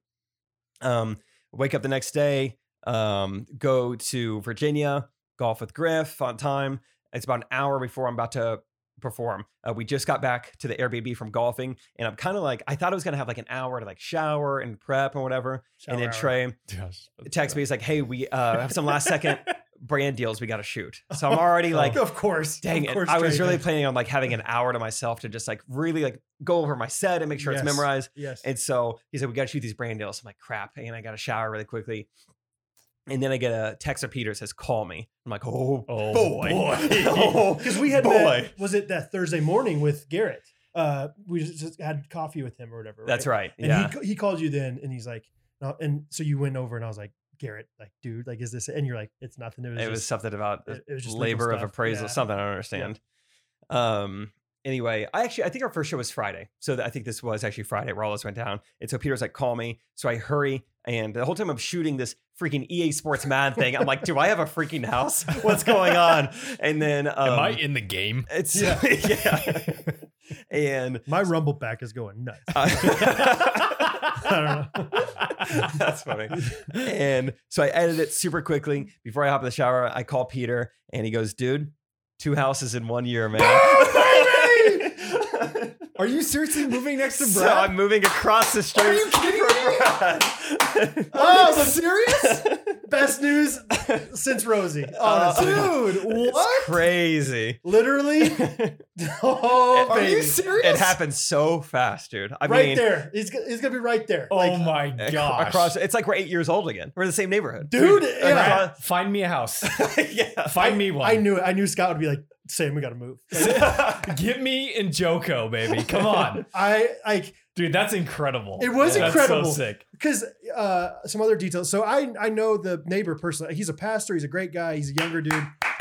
Speaker 1: Um, wake up the next day. Um, go to Virginia, golf with Griff on time. It's about an hour before I'm about to perform. Uh, we just got back to the Airbnb from golfing, and I'm kind of like, I thought I was gonna have like an hour to like shower and prep or whatever.
Speaker 2: Shower
Speaker 1: and then
Speaker 2: hour.
Speaker 1: Trey
Speaker 3: Yes.
Speaker 1: texts me, he's like, "Hey, we uh, have some last second brand deals we got to shoot." So I'm already like,
Speaker 2: Oh. of course.
Speaker 1: dang
Speaker 2: of
Speaker 1: it!
Speaker 2: course,
Speaker 1: I was
Speaker 2: Trey.
Speaker 1: really planning on like having an hour to myself to just like really like go over my set and make sure it's
Speaker 2: Yes.
Speaker 1: memorized.
Speaker 2: yes.
Speaker 1: And so he said, "We got to shoot these brand deals." I'm like, "Crap!" And I got to shower really quickly. And then I get a text of Peter says, "Call me." I'm like, "Oh,
Speaker 3: Oh,
Speaker 1: boy,
Speaker 3: boy.
Speaker 1: Oh,
Speaker 2: because we had
Speaker 1: boy."
Speaker 2: met- was it that Thursday morning with Garrett? Uh, we just, just had coffee with him or whatever.
Speaker 1: That's right.
Speaker 2: And
Speaker 1: yeah.
Speaker 2: he ca- he called you then, and he's like, no, and so you went over, and I was like, Garrett, like, dude, like, is this? And you're like, it's nothing. It was,
Speaker 1: it was
Speaker 2: just-
Speaker 1: something about
Speaker 2: it- it was just legal
Speaker 1: labor of
Speaker 2: stuff.
Speaker 1: appraisal,
Speaker 2: Yeah.
Speaker 1: something I don't understand. Um. Anyway, I actually I think our first show was Friday, so th- I think this was actually Friday where all this went down. And so Peter's like, "Call me," so I hurry, and the whole time I'm shooting this freaking EA Sports Man thing. I'm like, "Do I have a freaking house? What's going on?" And then um,
Speaker 3: Am I in the game?
Speaker 1: It's
Speaker 2: Yeah.
Speaker 1: yeah, and
Speaker 2: my rumble pack is going nuts.
Speaker 1: I
Speaker 2: don't
Speaker 1: That's funny. And so I edit it super quickly. Before I hop in the shower, I call Peter and he goes, dude, two houses in one year, man.
Speaker 5: Are you seriously moving next to
Speaker 1: so
Speaker 5: Brad?
Speaker 1: I'm moving across the street.
Speaker 5: Are you kidding
Speaker 1: from
Speaker 5: me?
Speaker 1: Brad.
Speaker 5: Oh, serious?
Speaker 2: Best news since Rosie,
Speaker 5: Oh,
Speaker 2: honestly.
Speaker 5: Dude,
Speaker 1: It's
Speaker 5: what?
Speaker 1: crazy.
Speaker 2: Literally, oh,
Speaker 5: Are you
Speaker 2: baby.
Speaker 5: serious?
Speaker 1: It happened so fast, dude. I
Speaker 2: right
Speaker 1: mean,
Speaker 2: there. He's, go- he's gonna be right there.
Speaker 3: Oh
Speaker 2: like,
Speaker 3: my
Speaker 1: ac-
Speaker 3: gosh.
Speaker 1: Across, it's like we're eight years old again. We're in the same neighborhood.
Speaker 2: dude. yeah.
Speaker 3: Brad, find me a house.
Speaker 1: yeah.
Speaker 3: Find me one.
Speaker 2: I knew it. I knew Scott would be like, Sam, we gotta move. Like,
Speaker 3: Get me in Joko, baby. Come on.
Speaker 2: I like
Speaker 3: Dude, that's incredible.
Speaker 2: It was
Speaker 3: That's
Speaker 2: incredible.
Speaker 3: so sick.
Speaker 2: because uh, some other details. So I I know the neighbor personally. He's a pastor. He's a great guy. He's a younger dude.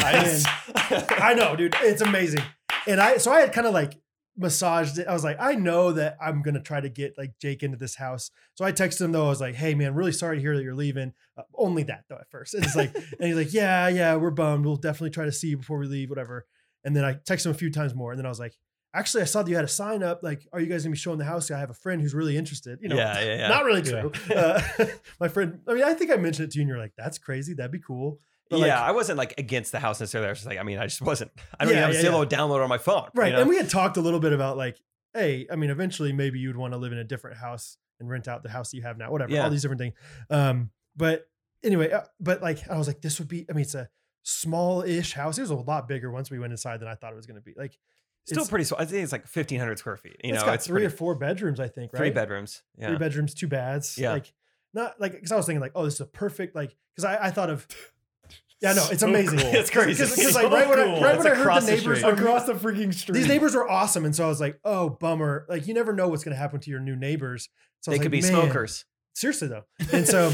Speaker 2: And- I know, dude. It's amazing. And I so I had kind of like massaged it. I was like, I know that I'm gonna try to get like Jake into this house. So I texted him though. I was like, Hey man, really sorry to hear that you're leaving. Uh, only that though at first. It's like, and he's like, Yeah, yeah, we're bummed. We'll definitely try to see you before we leave, whatever. And then I texted him a few times more. And then I was like, Actually, I saw that you had a sign up. Like, are you guys gonna be showing the house? I have a friend who's really interested. You know,
Speaker 1: yeah, yeah, yeah.
Speaker 2: not really
Speaker 3: Yeah.
Speaker 2: true. Uh, my friend, I mean, I think I mentioned it to you, and you're like, "That's crazy. That'd be cool." But,
Speaker 1: yeah,
Speaker 2: like,
Speaker 1: I wasn't like against the house necessarily. I was just like, I mean, I just wasn't. I don't
Speaker 2: Yeah,
Speaker 1: even have
Speaker 2: yeah,
Speaker 1: a Zillow download on my phone. you
Speaker 2: Right.
Speaker 1: know?
Speaker 2: And we had talked a little bit about like, hey, I mean, eventually maybe you'd want to live in a different house and rent out the house that you have now, whatever,
Speaker 1: Yeah.
Speaker 2: all these different things. Um, but anyway, uh, but like, I was like, this would be, I mean, it's a small ish house. It was a lot bigger once we went inside than I thought it was going to be. Like,
Speaker 1: Still
Speaker 2: it's-
Speaker 1: pretty small. I think it's like fifteen hundred square feet. You
Speaker 2: it's
Speaker 1: know,
Speaker 2: got
Speaker 1: it's
Speaker 2: three
Speaker 1: pretty-
Speaker 2: or four bedrooms, I think, right?
Speaker 1: three bedrooms. Yeah.
Speaker 2: three bedrooms, two baths.
Speaker 1: Yeah.
Speaker 2: Like, not like, cause I was thinking like, oh, this is a perfect, like, cause I, I thought of, yeah, no, it's
Speaker 3: So
Speaker 2: amazing.
Speaker 3: cool.
Speaker 1: It's crazy.
Speaker 2: Because like
Speaker 3: So
Speaker 2: right when I,
Speaker 3: cool.
Speaker 2: right
Speaker 1: It's
Speaker 2: when I heard
Speaker 1: across
Speaker 2: the
Speaker 1: the
Speaker 2: neighbors
Speaker 1: street.
Speaker 2: were
Speaker 3: Across the freaking street.
Speaker 2: these neighbors were awesome, and so I was like, "Oh, bummer! Like you never know what's going to happen to your new neighbors." So I
Speaker 1: they
Speaker 2: was
Speaker 1: could
Speaker 2: like,
Speaker 1: be
Speaker 2: "Man."
Speaker 1: smokers.
Speaker 2: Seriously though, and so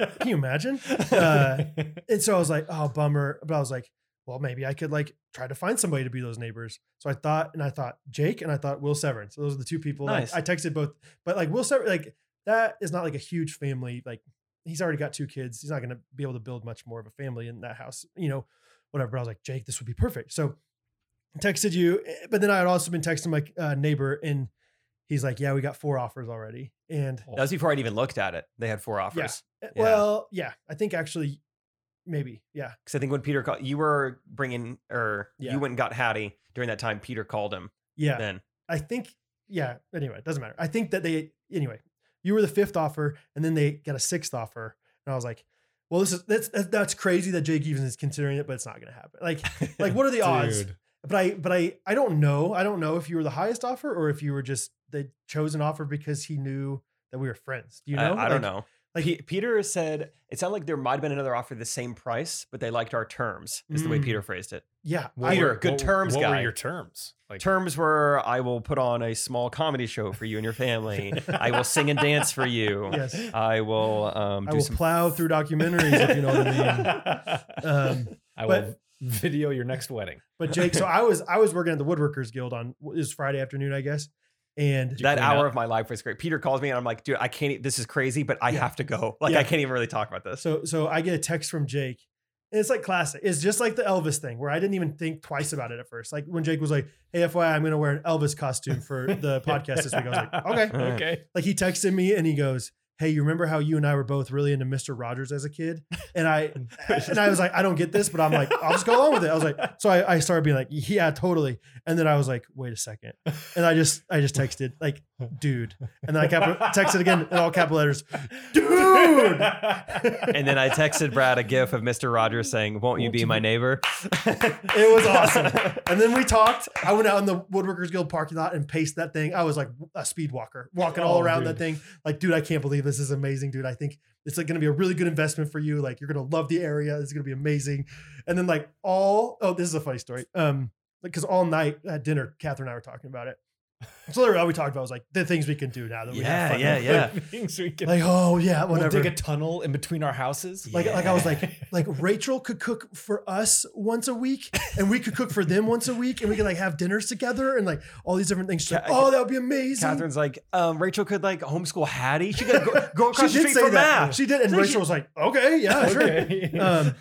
Speaker 2: can you imagine? Uh, and so I was like, "Oh, bummer!" But I was like, "Well, maybe I could like try to find somebody to be those neighbors." So I thought, and I thought Jake, and I thought Will Severin. So those are the two people. like,
Speaker 1: Nice.
Speaker 2: I texted both, but like Will Severin, like that is not like a huge family. Like he's already got two kids. He's not going to be able to build much more of a family in that house. You know, whatever. But I was like, Jake, this would be perfect. So texted you, eh, but then I had also been texting my uh, neighbor, and He's like, yeah, we got four offers already. And
Speaker 1: That was before I'd even looked at it. They had four offers.
Speaker 2: uh,
Speaker 1: Oh, Yeah.
Speaker 2: well, yeah, I think actually, maybe, yeah,
Speaker 1: Because I think when Peter called, you were bringing, or
Speaker 2: Yeah.
Speaker 1: you went and got Hattie during that time. Peter called him
Speaker 2: yeah.
Speaker 1: then.
Speaker 2: I think, yeah. Anyway, it doesn't matter. I think that they, anyway, you were the fifth offer, and then they got a sixth offer, and I was like, well, this is that's that's- that's crazy that Jake Evans is considering it, but it's not gonna happen. Like, like what are the odds?
Speaker 3: Dude.
Speaker 2: But I, but I, I don't know. I don't know if you were the highest offer or if you were just they chose an offer because he knew that we were friends. Do you know?
Speaker 1: I, I don't
Speaker 2: Like,
Speaker 1: know.
Speaker 2: like-
Speaker 1: Like Peter said, it sounded like there might have been another offer the same price, but they liked our terms. Is the way
Speaker 2: Mm.
Speaker 1: Peter phrased it.
Speaker 2: Yeah,
Speaker 3: What
Speaker 2: I-
Speaker 1: Peter,
Speaker 3: were-
Speaker 1: good
Speaker 3: what-
Speaker 1: terms
Speaker 3: What were
Speaker 1: guy.
Speaker 3: your terms? Like
Speaker 1: Terms were: I will put on a small comedy show for you and your family. I will sing and dance for you.
Speaker 2: Yes.
Speaker 1: I will um, do
Speaker 2: I will
Speaker 1: some.
Speaker 2: plow through documentaries if you know what I mean. Um,
Speaker 3: I will
Speaker 2: but-
Speaker 3: video your next wedding.
Speaker 2: but Jake, so I was I was working at the Woodworkers Guild on it was Friday afternoon, I guess, and
Speaker 3: you
Speaker 1: that
Speaker 3: clean
Speaker 1: hour
Speaker 3: up?
Speaker 1: of my life was great. Peter calls me and I'm like, dude, I can't. e- This is crazy, but I
Speaker 2: Yeah.
Speaker 1: have to go. Like,
Speaker 2: Yeah.
Speaker 1: I can't even really talk about this.
Speaker 2: so so I get a text from Jake. And it's like classic. It's just like the Elvis thing where I didn't even think twice about it at first. Like when Jake was like, "Hey, FYI, I'm going to wear an Elvis costume for the podcast this week." I was like, "Okay."
Speaker 3: okay.
Speaker 2: like he texted me and he goes, "Hey, you remember how you and I were both really into Mister Rogers as a kid?" And I and I was like, "I don't get this," but I'm like, "I'll just go along with it." I was like, so I, I started being like, "Yeah, totally," and then I was like, "Wait a second. and I just I just texted like, "Dude," and then I cap- texted again in all capital letters, "Dude."
Speaker 1: And then I texted Brad a gif of Mr. Rogers saying, "Won't you be my neighbor?"
Speaker 2: It was awesome. And then we talked. I went out in the Woodworkers Guild parking lot and paced that thing. I was like a speed walker, walking all
Speaker 3: Oh,
Speaker 2: around
Speaker 3: dude.
Speaker 2: that thing. Like, dude, I can't believe this is amazing, dude. I think it's like going to be a really good investment for you. Like, you're going to love the area. It's going to be amazing. And then like all oh, this is a funny story. Um, because all night at dinner, Catherine and I were talking about it. So literally all we talked about was like the things we can do now that we have
Speaker 1: yeah,
Speaker 2: fun.
Speaker 1: yeah,
Speaker 2: with.
Speaker 1: yeah.
Speaker 3: Things we can.
Speaker 2: Like, oh yeah,
Speaker 3: we'll
Speaker 2: whatever.
Speaker 3: dig a tunnel in between our houses.
Speaker 2: Like- like I was like, like Rachel could cook for us once a week, and we could cook for them once a week, and we could like have dinners together and like all these different things. She's like,
Speaker 1: Ca-
Speaker 2: oh, that would be amazing.
Speaker 1: Catherine's like, um, Rachel could like homeschool Hattie. She could go, go across
Speaker 2: she
Speaker 1: the
Speaker 2: did
Speaker 1: street
Speaker 2: say
Speaker 1: for
Speaker 2: that.
Speaker 1: math.
Speaker 2: She did, and
Speaker 1: So she-
Speaker 2: Rachel was like, okay, yeah, sure.
Speaker 3: okay.
Speaker 2: Um,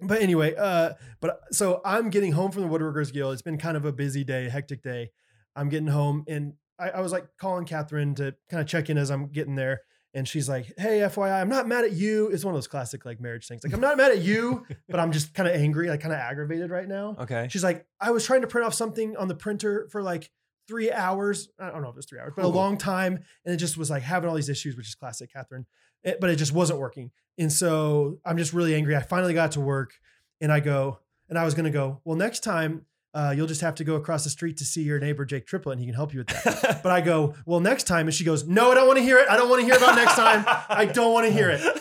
Speaker 2: but anyway, uh, but so I'm getting home from the Woodworkers Guild. It's been kind of a busy day, hectic day. I'm getting home, and I, I was like calling Catherine to kind of check in as I'm getting there. And she's like, "Hey, FYI, I'm not mad at you." It's one of those classic like marriage things. Like, I'm not mad at you, but I'm just kind of angry, like kind of aggravated right now.
Speaker 1: okay.
Speaker 2: She's like, I was trying to print off something on the printer for like three hours. I don't know if it was three hours, but a
Speaker 1: Cool.
Speaker 2: long time. And it just was like having all these issues, which is classic Catherine, It- but it just wasn't working. And so I'm just really angry. I finally got to work and I go, and I was going to go, well, next time uh, you'll just have to go across the street to see your neighbor, Jake Triplett, and he can help you with that. But I go, well, next time. And she goes, no, I don't want to hear it. I don't want to hear about next time. I don't want to hear it.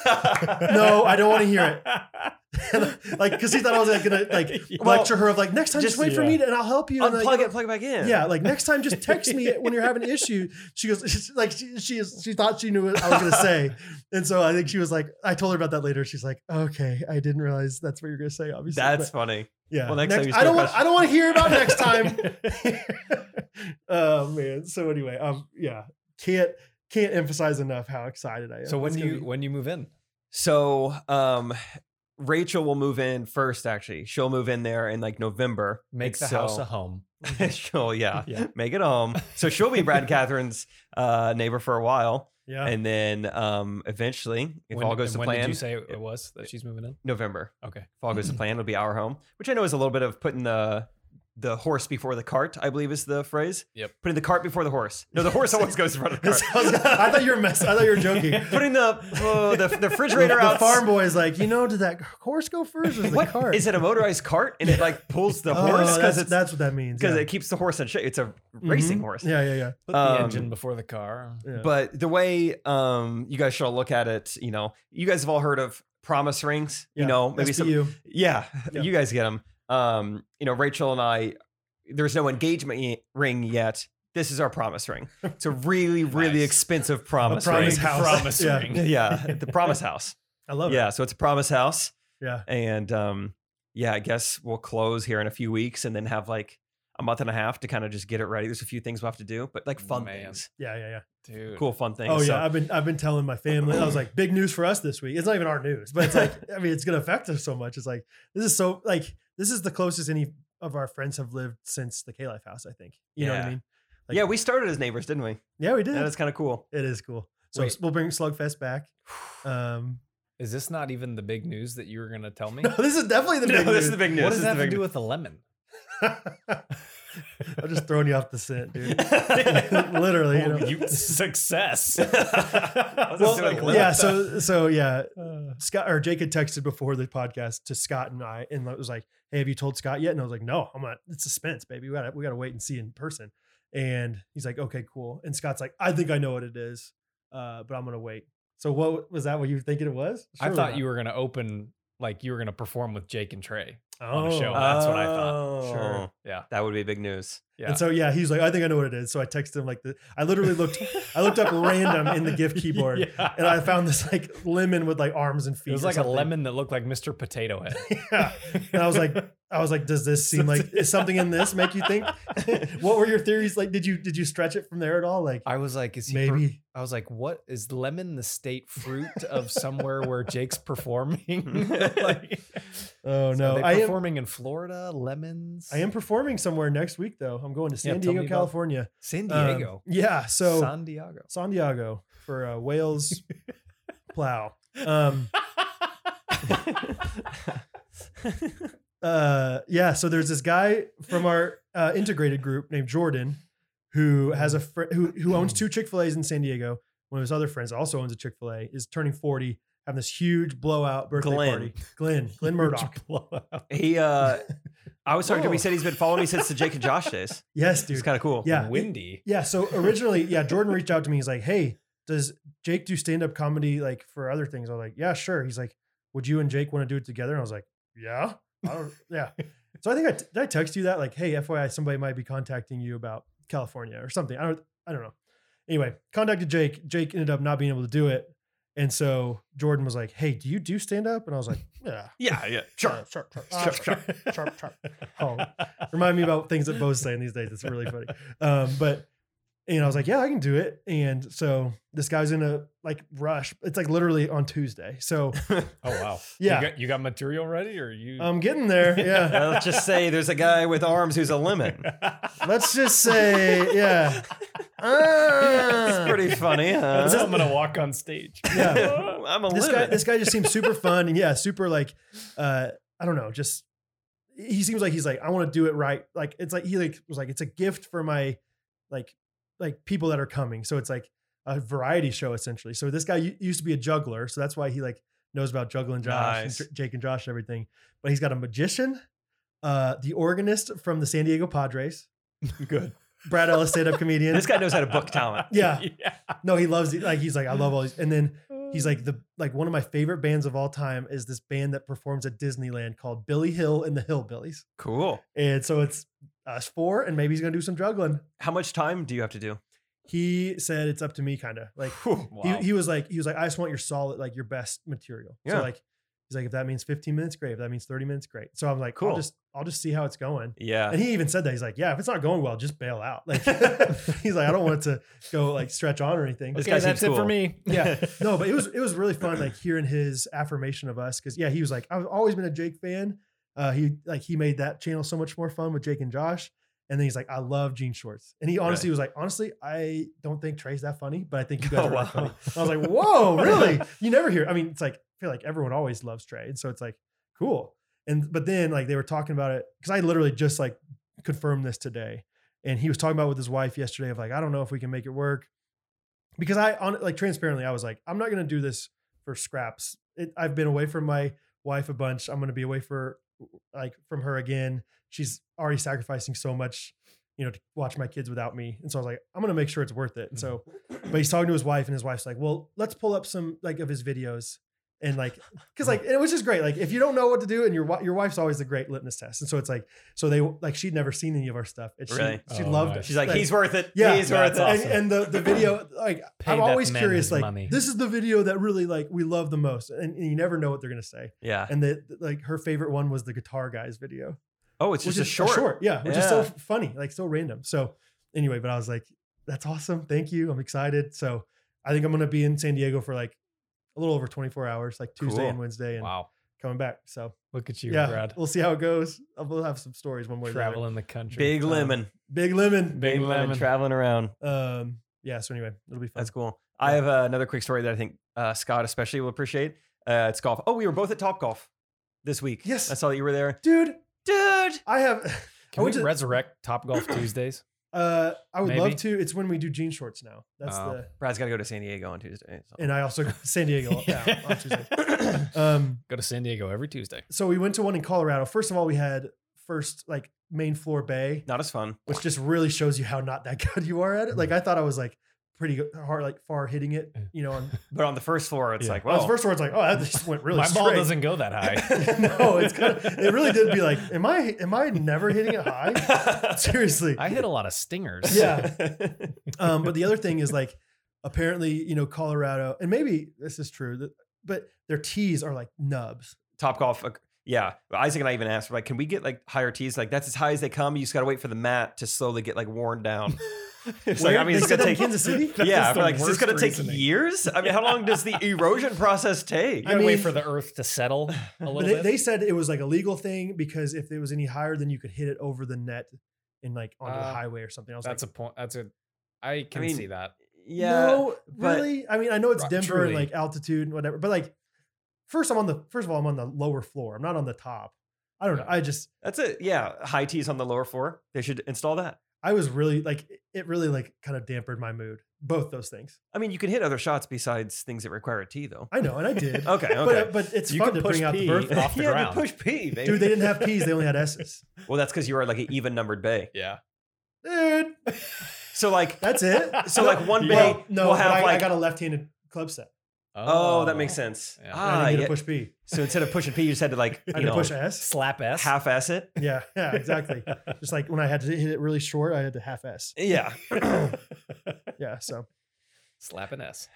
Speaker 2: No, I don't want to hear it. like, because he thought I was like, going to like
Speaker 1: Well,
Speaker 2: lecture her of like, next time just,
Speaker 1: just-
Speaker 2: wait for
Speaker 3: yeah.
Speaker 2: me to, and I'll help you. and, like,
Speaker 1: Unplug it, plug it back in.
Speaker 2: yeah, like next time, just text me when you're having an issue. She goes, she's like she she, is, she thought she knew what I was gonna say, and so I think she was like, I told her about that later. She's like, okay, I didn't realize that's what you're gonna say. Obviously,
Speaker 1: That's
Speaker 2: But,
Speaker 1: funny.
Speaker 2: yeah.
Speaker 1: well, next time you
Speaker 2: I
Speaker 1: still
Speaker 2: don't want
Speaker 1: question-
Speaker 2: I don't want to hear about next time. oh man. So anyway, um, yeah, can't can't emphasize enough how excited I am.
Speaker 3: so when
Speaker 2: It's
Speaker 3: do
Speaker 2: gonna
Speaker 3: you
Speaker 2: be-
Speaker 3: when you move in?
Speaker 1: So, um, Rachel will move in first. Actually, she'll move in there in like November.
Speaker 3: Make the
Speaker 1: So-
Speaker 3: house a home.
Speaker 1: she'll yeah,
Speaker 3: Yeah.
Speaker 1: make it home. So she'll be Brad and Catherine's uh, neighbor for a while,
Speaker 2: yeah,
Speaker 1: and then um, eventually, if all goes
Speaker 3: and
Speaker 1: to
Speaker 3: when did
Speaker 1: plan,
Speaker 3: you say Mm-hmm. it was that she's moving in?
Speaker 1: November.
Speaker 3: Okay.
Speaker 1: If all goes to plan, it'll be our home, which I know is a little bit of putting the the horse before the cart. I believe is the phrase.
Speaker 3: Yep.
Speaker 1: Putting the cart before the horse. No, the horse always goes in front of the
Speaker 2: This sounds-
Speaker 1: cart.
Speaker 2: I thought you were mess. I thought you were joking.
Speaker 1: Putting the uh, the, the
Speaker 2: The,
Speaker 1: refrigerator
Speaker 2: the
Speaker 1: out.
Speaker 2: farm boy is like, you know, did that horse go first or the
Speaker 1: What?
Speaker 2: cart?
Speaker 1: Is it a motorized cart and it like pulls the
Speaker 2: Oh,
Speaker 1: horse because
Speaker 2: that's,
Speaker 1: it's
Speaker 2: that's what that means.
Speaker 1: because
Speaker 2: yeah.
Speaker 1: it keeps the horse in shape. It's a racing
Speaker 2: Mhm.
Speaker 1: horse.
Speaker 2: Yeah, yeah, yeah.
Speaker 3: Mm-hmm. Put the
Speaker 1: Um,
Speaker 3: engine before the car.
Speaker 2: yeah.
Speaker 1: But the way um you guys should look at it, you know, you guys have all heard of promise rings,
Speaker 2: Yeah,
Speaker 1: you know, maybe some
Speaker 2: SBU.
Speaker 1: Yeah,
Speaker 2: Yeah.
Speaker 1: you guys get them. Um, you know, Rachel and I, there's no engagement y- ring yet. This is our promise ring. It's a really, really
Speaker 3: Nice.
Speaker 1: expensive promise,
Speaker 2: promise
Speaker 1: ring.
Speaker 2: house.
Speaker 3: Promise
Speaker 2: Yeah.
Speaker 3: ring.
Speaker 1: yeah, the promise house.
Speaker 2: I love
Speaker 1: Yeah, so it's a promise house.
Speaker 2: Yeah.
Speaker 1: And um, yeah, I guess we'll close here in a few weeks and then have like a month and a half to kind of just get it ready. There's a few things we'll have to do, but like fun
Speaker 3: Man.
Speaker 1: things,
Speaker 2: it. Yeah, yeah, yeah.
Speaker 3: Dude.
Speaker 1: cool fun things.
Speaker 2: Oh yeah,
Speaker 1: So-
Speaker 2: I've been I've been telling my family. I was like, big news for us this week. It's not even our news, but it's like, I mean, it's gonna affect us so much. It's like this is so like this is the closest any of our friends have lived since the K Life house. I think you know what I
Speaker 1: Yeah.
Speaker 2: mean. Like-
Speaker 1: yeah, we started as neighbors, didn't we?
Speaker 2: Yeah, we did.
Speaker 1: That is kind of cool.
Speaker 2: it is cool. So
Speaker 3: Wait.
Speaker 2: we'll bring Slugfest back. Um,
Speaker 3: Is this not even the big news that you were going to tell me?
Speaker 2: no, this is definitely the
Speaker 1: No,
Speaker 2: big
Speaker 1: this is
Speaker 2: news.
Speaker 1: the big news.
Speaker 3: what
Speaker 1: This is
Speaker 3: does that
Speaker 1: the
Speaker 3: have to
Speaker 1: big
Speaker 3: do with a lemon?
Speaker 2: I'm just throwing you off the scent, dude.
Speaker 1: news.
Speaker 2: Literally. you know.
Speaker 3: you success.
Speaker 1: Well, like, Well,
Speaker 2: yeah. So so yeah. Scott or Jake had texted before the podcast to Scott and I, and it was like, "Hey, have you told Scott yet?" And I was like, "No, I'm not. It's suspense, baby. We gotta we gotta wait and see in person." And he's like, "Okay, cool." And Scott's like, "I think I know what it is, uh, but I'm gonna wait." So what was that? What you were thinking it was?
Speaker 3: I thought you were going to open like you were going to perform with Jake and Trey. on the
Speaker 2: oh.
Speaker 3: show. That's what I thought.
Speaker 1: Sure.
Speaker 3: Yeah.
Speaker 1: That would be big news.
Speaker 3: Yeah.
Speaker 2: And so yeah, he's like, "I think I know what it is." So I texted him like, the, "I literally looked, I looked up random in the gift keyboard,
Speaker 3: Yeah.
Speaker 2: and I found this like lemon with like arms and feet.
Speaker 3: it was
Speaker 2: or
Speaker 3: like a
Speaker 2: something.
Speaker 3: lemon that looked like Mr. Potato Head.
Speaker 2: Yeah. And I was like, I was like, does this seem like is something in this make you think? what were your theories like? Did you did you stretch it from there at all? Like
Speaker 3: I was like, is he per-
Speaker 2: maybe
Speaker 3: I was like, what is lemon the state fruit of somewhere where Jake's performing? like,
Speaker 2: oh
Speaker 3: so
Speaker 2: no,
Speaker 3: are they
Speaker 2: I am
Speaker 3: performing in Florida, lemons.
Speaker 2: I am performing somewhere next week though. I'm going to San
Speaker 3: Yeah, tell me
Speaker 2: Diego,
Speaker 3: about-
Speaker 2: California.
Speaker 3: San
Speaker 2: Um,
Speaker 3: Diego.
Speaker 2: yeah, so San,
Speaker 3: San Diego.
Speaker 2: Diego for uh, Wales plow. Um, uh, yeah, so there's this guy from our uh, integrated group named Jordan who has a fr- who who owns two Chick Fil A's in San Diego. One of his other friends also owns a Chick Fil A. Is turning forty, having this huge blowout birthday
Speaker 1: Glenn.
Speaker 2: party. Glenn, Glenn Murdoch.
Speaker 1: He, uh, I was talking to him. He
Speaker 2: Whoa.
Speaker 1: said he's been following me since the Jake and Josh days.
Speaker 2: Yes,
Speaker 1: It's
Speaker 2: Oh. dude.
Speaker 1: kind of cool.
Speaker 2: Yeah,
Speaker 3: Windy.
Speaker 2: yeah. So originally, yeah, Jordan reached out to me. He's like, "Hey, does Jake do stand up comedy like for other things?" I was like, "Yeah, sure." He's like, "Would you and Jake want to do it together?" And I was like, "Yeah, I don't, yeah." So I think I t- did I text you that like, "Hey, FYI, somebody might be contacting you about California or something." I don't, I don't know. Anyway, contacted Jake. Jake ended up not being able to do it, and so Jordan was like, "Hey, do you do stand up?" And I was like, "Yeah."
Speaker 1: Yeah. Yeah.
Speaker 2: Sure, sure, sure, sure, sure, sure, sure. Oh, remind me about things that Bo's saying these days. It's really funny. Um, but and I was like, yeah, I can do it. And so this guy's in a like rush. It's like literally on Tuesday. So
Speaker 3: Oh wow.
Speaker 2: Yeah. Um,
Speaker 3: You got, you got material ready or you
Speaker 2: I'm getting there. Yeah.
Speaker 1: I'll just say there's a guy with arms who's a lemon.
Speaker 2: Let's just say, yeah.
Speaker 1: Ah, That's pretty funny.
Speaker 3: That's how
Speaker 1: Huh?
Speaker 3: I'm gonna walk on stage.
Speaker 2: uh, Yeah.
Speaker 1: I'm a
Speaker 2: this guy
Speaker 1: lemon.
Speaker 2: this guy just seems super fun and yeah super like uh i don't know just he seems like he's like i want to do it right like it's like he like was like it's a gift for my like like people that are coming so it's like a variety show essentially so this guy u- used to be a juggler so that's why he like knows about juggling josh and
Speaker 1: Nice.
Speaker 2: J- jake and josh and everything but he's got a magician uh the organist from the san diego padres
Speaker 3: Good.
Speaker 2: brad ellis stand-up comedian
Speaker 1: This guy knows how to book talent.
Speaker 2: yeah no he loves it like he's like i love all these and then He's like the like one of my favorite bands of all time is this band that performs at Disneyland called Billy Hill and the Hillbillies.
Speaker 1: Cool.
Speaker 2: And so it's us four, and maybe he's gonna do some juggling.
Speaker 1: How much time do you have to do?
Speaker 2: He said it's up to me, kind of like
Speaker 3: wow.
Speaker 2: he, he was like he was like I just want your solid like your best material.
Speaker 1: Yeah.
Speaker 2: So like he's like if that means 15 minutes, great. If that means 30 minutes, great. So I'm like
Speaker 1: Cool.
Speaker 2: I'll just I'll just see how it's going.
Speaker 1: Yeah.
Speaker 2: And he even said that he's like yeah if it's not going well just bail out. Like he's like I don't want it to go like stretch on or anything.
Speaker 1: This
Speaker 3: okay,
Speaker 1: guy
Speaker 3: that's
Speaker 1: seems
Speaker 3: it for
Speaker 1: cool.
Speaker 3: me.
Speaker 2: yeah no but it was it was really fun like hearing his affirmation of us because yeah he was like i've always been a jake fan uh he like he made that channel so much more fun with jake and josh and then he's like i love jean shorts and he honestly was like honestly i don't think trey's that funny but i think you guys
Speaker 1: Oh,
Speaker 2: are really
Speaker 1: wow.
Speaker 2: funny i was like whoa really you never hear i mean it's like i feel like everyone always loves trey and so it's like cool and but then like they were talking about it because i literally just like confirmed this today and he was talking about it with his wife yesterday of like i don't know if we can make it work because I on like transparently, I was like, I'm not gonna do this for scraps. It, I've been away from my wife a bunch. I'm gonna be away for like from her again. She's already sacrificing so much, you know, to watch my kids without me. And so I was like, I'm gonna make sure it's worth it. And so,
Speaker 1: Mm-hmm.
Speaker 2: but he's talking to his wife, and his wife's like, Well, let's pull up some like of his videos. And like, cause like, it was just great. Like, if you don't know what to do, and your wi- your wife's always the great litmus test. And so it's like, so they like she'd never seen any of our stuff. And she
Speaker 1: Really?
Speaker 2: she
Speaker 3: Oh,
Speaker 2: loved
Speaker 3: nice.
Speaker 2: it.
Speaker 1: She's like, he's worth it.
Speaker 2: Yeah,
Speaker 1: He's worth
Speaker 3: that's
Speaker 1: it.
Speaker 3: awesome.
Speaker 2: and, and the the video like
Speaker 3: Pay
Speaker 2: I'm
Speaker 3: that
Speaker 2: always
Speaker 3: man
Speaker 2: curious
Speaker 3: his
Speaker 2: like
Speaker 3: money.
Speaker 2: this is the video that really like we love the most and, and you never know what they're gonna say
Speaker 1: Yeah.
Speaker 2: and the like her favorite one was the guitar guys video
Speaker 1: Oh, it's
Speaker 2: which
Speaker 1: just a
Speaker 2: is
Speaker 1: short.
Speaker 2: yeah which is so
Speaker 1: Yeah.
Speaker 2: f- funny like so random so anyway but I was like that's awesome thank you I'm excited so I think I'm gonna be in San Diego for like a little over 24 hours like Tuesday
Speaker 1: Cool.
Speaker 2: and Wednesday and
Speaker 3: Wow.
Speaker 2: coming back so
Speaker 3: Look at you,
Speaker 2: yeah,
Speaker 3: Brad.
Speaker 2: we'll see how it goes. Uh, We'll have some stories one way. or the other.
Speaker 3: Traveling the country.
Speaker 1: Big
Speaker 3: Um,
Speaker 1: lemon.
Speaker 2: big lemon.
Speaker 3: Big lemon.
Speaker 1: traveling around.
Speaker 2: Um, yeah. So anyway, it'll be fun.
Speaker 1: That's cool. I have uh, another quick story that I think uh, Scott especially will appreciate. Uh, it's golf. Oh, we were both at Top Golf this week.
Speaker 2: Yes.
Speaker 1: I saw that you were there,
Speaker 2: dude.
Speaker 1: dude.
Speaker 2: I have. I
Speaker 3: Can we
Speaker 2: went to-
Speaker 3: resurrect Top Golf Tuesdays?
Speaker 2: Uh, I would love
Speaker 3: Maybe.
Speaker 2: to. It's when we do jean shorts now. That's
Speaker 3: Oh.
Speaker 2: the.
Speaker 1: Brad's got to go to San Diego on Tuesday. so-
Speaker 2: And I also go to San Diego yeah, on Tuesday.
Speaker 3: Go
Speaker 2: Um,
Speaker 3: to San Diego every Tuesday.
Speaker 2: so we went to one in Colorado. First of all, we had first like main floor bay,
Speaker 1: Not as fun.
Speaker 2: which just really shows you how not that good you are at it.
Speaker 3: Mm-hmm.
Speaker 2: Like I thought I was like pretty good- hard, like far hitting it.
Speaker 3: Eh.
Speaker 2: You know, on
Speaker 1: But on the first floor, it's
Speaker 3: Yeah.
Speaker 1: like,
Speaker 2: well,
Speaker 1: well,
Speaker 2: first floor, it's like oh that just went really.
Speaker 3: My ball
Speaker 2: straight.
Speaker 3: doesn't go that high.
Speaker 2: no, it's kind of. It really did be like, am I am I never hitting it high? Seriously,
Speaker 3: I hit a lot of stingers.
Speaker 2: yeah. um, but the other thing is like, apparently, you know, Colorado, and maybe this is true, th- but their tees are like nubs.
Speaker 1: Top Golf. uh, Yeah, Isaac and I even asked, like, can we get like higher tees? Like, that's as high as they come. You just got to wait for the mat to slowly get like worn down. it's like,
Speaker 2: Where-
Speaker 1: I mean,
Speaker 2: they
Speaker 1: it's
Speaker 2: said
Speaker 1: gonna
Speaker 2: that in
Speaker 1: take.
Speaker 2: Kansas City.
Speaker 1: yeah,
Speaker 3: That's the
Speaker 1: we're like, is this
Speaker 3: worst
Speaker 1: gonna take
Speaker 3: reasoning.
Speaker 1: years? I mean, how long does the erosion process take?
Speaker 3: You gotta wait
Speaker 2: mean-
Speaker 3: for the earth to settle a little
Speaker 2: But they,
Speaker 3: bit.
Speaker 2: they said it was like a legal thing because if it was any higher, then you could hit it over the net and like onto the
Speaker 3: Uh,
Speaker 2: highway or something. I was
Speaker 3: that's a
Speaker 2: like,
Speaker 3: point. That's a. I can
Speaker 1: mean,
Speaker 3: see that.
Speaker 1: Yeah,
Speaker 2: no,
Speaker 1: but-
Speaker 2: really. I mean, I know it's
Speaker 3: Right,
Speaker 2: Denver and
Speaker 3: truly.
Speaker 2: like altitude and whatever, but like, first I'm on the first of all, I'm on the lower floor. I'm not on the top. I don't know. I just
Speaker 1: that's it. Yeah, high tees on the lower floor. They should install that.
Speaker 2: I was really like it really like kind of dampened my mood. Both those things.
Speaker 1: I mean, you can hit other shots besides things that require a tee, though.
Speaker 2: I know, and I did.
Speaker 1: Okay,
Speaker 2: But,
Speaker 1: okay.
Speaker 2: but it's
Speaker 3: You
Speaker 2: fun
Speaker 3: can
Speaker 2: to
Speaker 3: push
Speaker 2: bring out the
Speaker 3: pee.
Speaker 2: birth.
Speaker 3: off the
Speaker 1: yeah,
Speaker 3: ground.
Speaker 1: Dude, push P, baby.
Speaker 2: Dude, they didn't have P's; they only had S's.
Speaker 1: well, that's because you are like an even numbered bay.
Speaker 3: Yeah.
Speaker 2: Dude,
Speaker 1: So like,
Speaker 2: that's it.
Speaker 1: so like one
Speaker 3: Yeah.
Speaker 1: bay
Speaker 2: Well, no,
Speaker 1: will
Speaker 2: but
Speaker 1: have
Speaker 2: I, I
Speaker 1: like.
Speaker 2: got a left-handed club set.
Speaker 1: Oh, that makes sense.
Speaker 3: Yeah.
Speaker 2: I
Speaker 1: Ah,
Speaker 2: didn't get
Speaker 1: yeah.
Speaker 2: to push P.
Speaker 1: So instead of pushing P, you just had to like,
Speaker 2: I
Speaker 1: you
Speaker 2: had to
Speaker 1: know,
Speaker 2: push S.
Speaker 3: Slap S.
Speaker 1: half ass it.
Speaker 2: Yeah, yeah, exactly. Just like when I had to hit it really short, I had to half S.
Speaker 1: Yeah.
Speaker 2: Yeah, so
Speaker 3: Slap an S.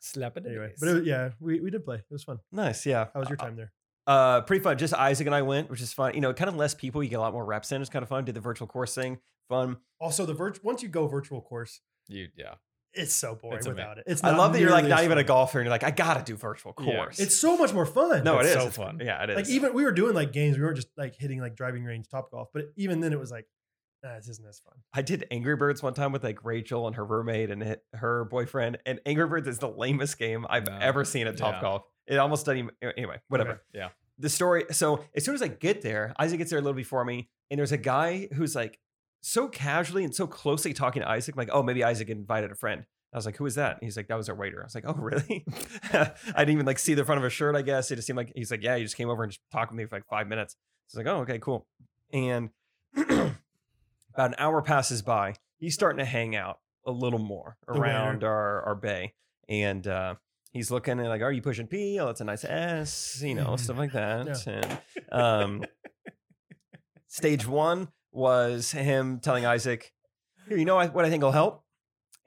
Speaker 3: Slap an
Speaker 2: anyway,
Speaker 3: S.
Speaker 2: but it was, yeah, we, we did play. It was fun.
Speaker 1: nice. Yeah.
Speaker 2: How was your time there?
Speaker 1: Uh, pretty fun. Just Isaac and I went, which is fun. You know, kind of less people. You get a lot more reps in. It's kind of fun. Did the virtual course thing. Fun.
Speaker 2: Also, the virt- once you go virtual course,
Speaker 3: you, yeah.
Speaker 2: it's so boring
Speaker 3: It's ama-
Speaker 2: without it. It's
Speaker 1: I
Speaker 2: not
Speaker 1: love that you're like
Speaker 2: nearly
Speaker 1: not
Speaker 2: as
Speaker 1: even a
Speaker 2: fun.
Speaker 1: golfer, and you're like, I gotta do virtual
Speaker 3: Yeah.
Speaker 1: course.
Speaker 2: It's so much more fun.
Speaker 1: no, it
Speaker 3: It's
Speaker 1: is
Speaker 3: so
Speaker 1: It's-
Speaker 3: fun.
Speaker 1: Yeah, it is.
Speaker 2: like even we were doing like games. We weren't just like hitting like driving range top golf, but even then it was like, nah, this isn't as fun.
Speaker 1: I did Angry Birds one time with like Rachel and her roommate and hi- her boyfriend. And Angry Birds is the lamest game I've
Speaker 3: No.
Speaker 1: ever seen at Top
Speaker 3: Yeah.
Speaker 1: Golf. It almost doesn't even anyway, whatever.
Speaker 3: Yeah.
Speaker 1: The story. So as soon as I get there, Isaac gets there a little before me, and there's a guy who's like so casually and so closely talking to Isaac. I'm like, oh, maybe Isaac invited a friend. I was like, who is that? And he's like, that was our waiter. I was like, oh, really? I didn't even like see the front of his shirt, I guess. It just seemed like he's like, yeah, he just came over and just talked with me for like five minutes. So I was like, oh, okay, cool. And about an hour passes by. He's starting to hang out a little more
Speaker 2: The waiter.
Speaker 1: around our, our bay. And uh, he's looking and like, are you pushing P? Oh, that's a nice S, you know, stuff like that. And um, stage one was him telling Isaac, here, you know I- what I think will help?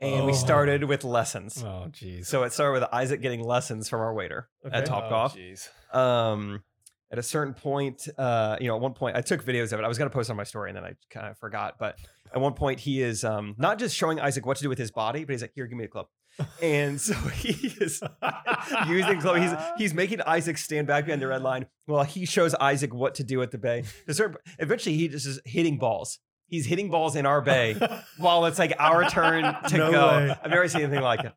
Speaker 1: And we
Speaker 3: Oh.
Speaker 1: started with lessons.
Speaker 3: Oh, jeez.
Speaker 1: So it started with Isaac getting lessons from our waiter at
Speaker 2: Okay.
Speaker 1: Top Golf.
Speaker 3: Oh, jeez.
Speaker 1: Um, at a certain point, uh, you know, at one point I took videos of it. I was gonna post on my story and then I kind of forgot. But at one point he is um, not just showing Isaac what to do with his body, but he's like, "Here, give me a club," and so he is using club. He's he's making Isaac stand back behind the red line while he shows Isaac what to do at the bay. At a certain- eventually, he just is hitting balls. He's hitting balls in our bay while it's like our turn to
Speaker 2: No
Speaker 1: go.
Speaker 2: way.
Speaker 1: I've never seen anything like it.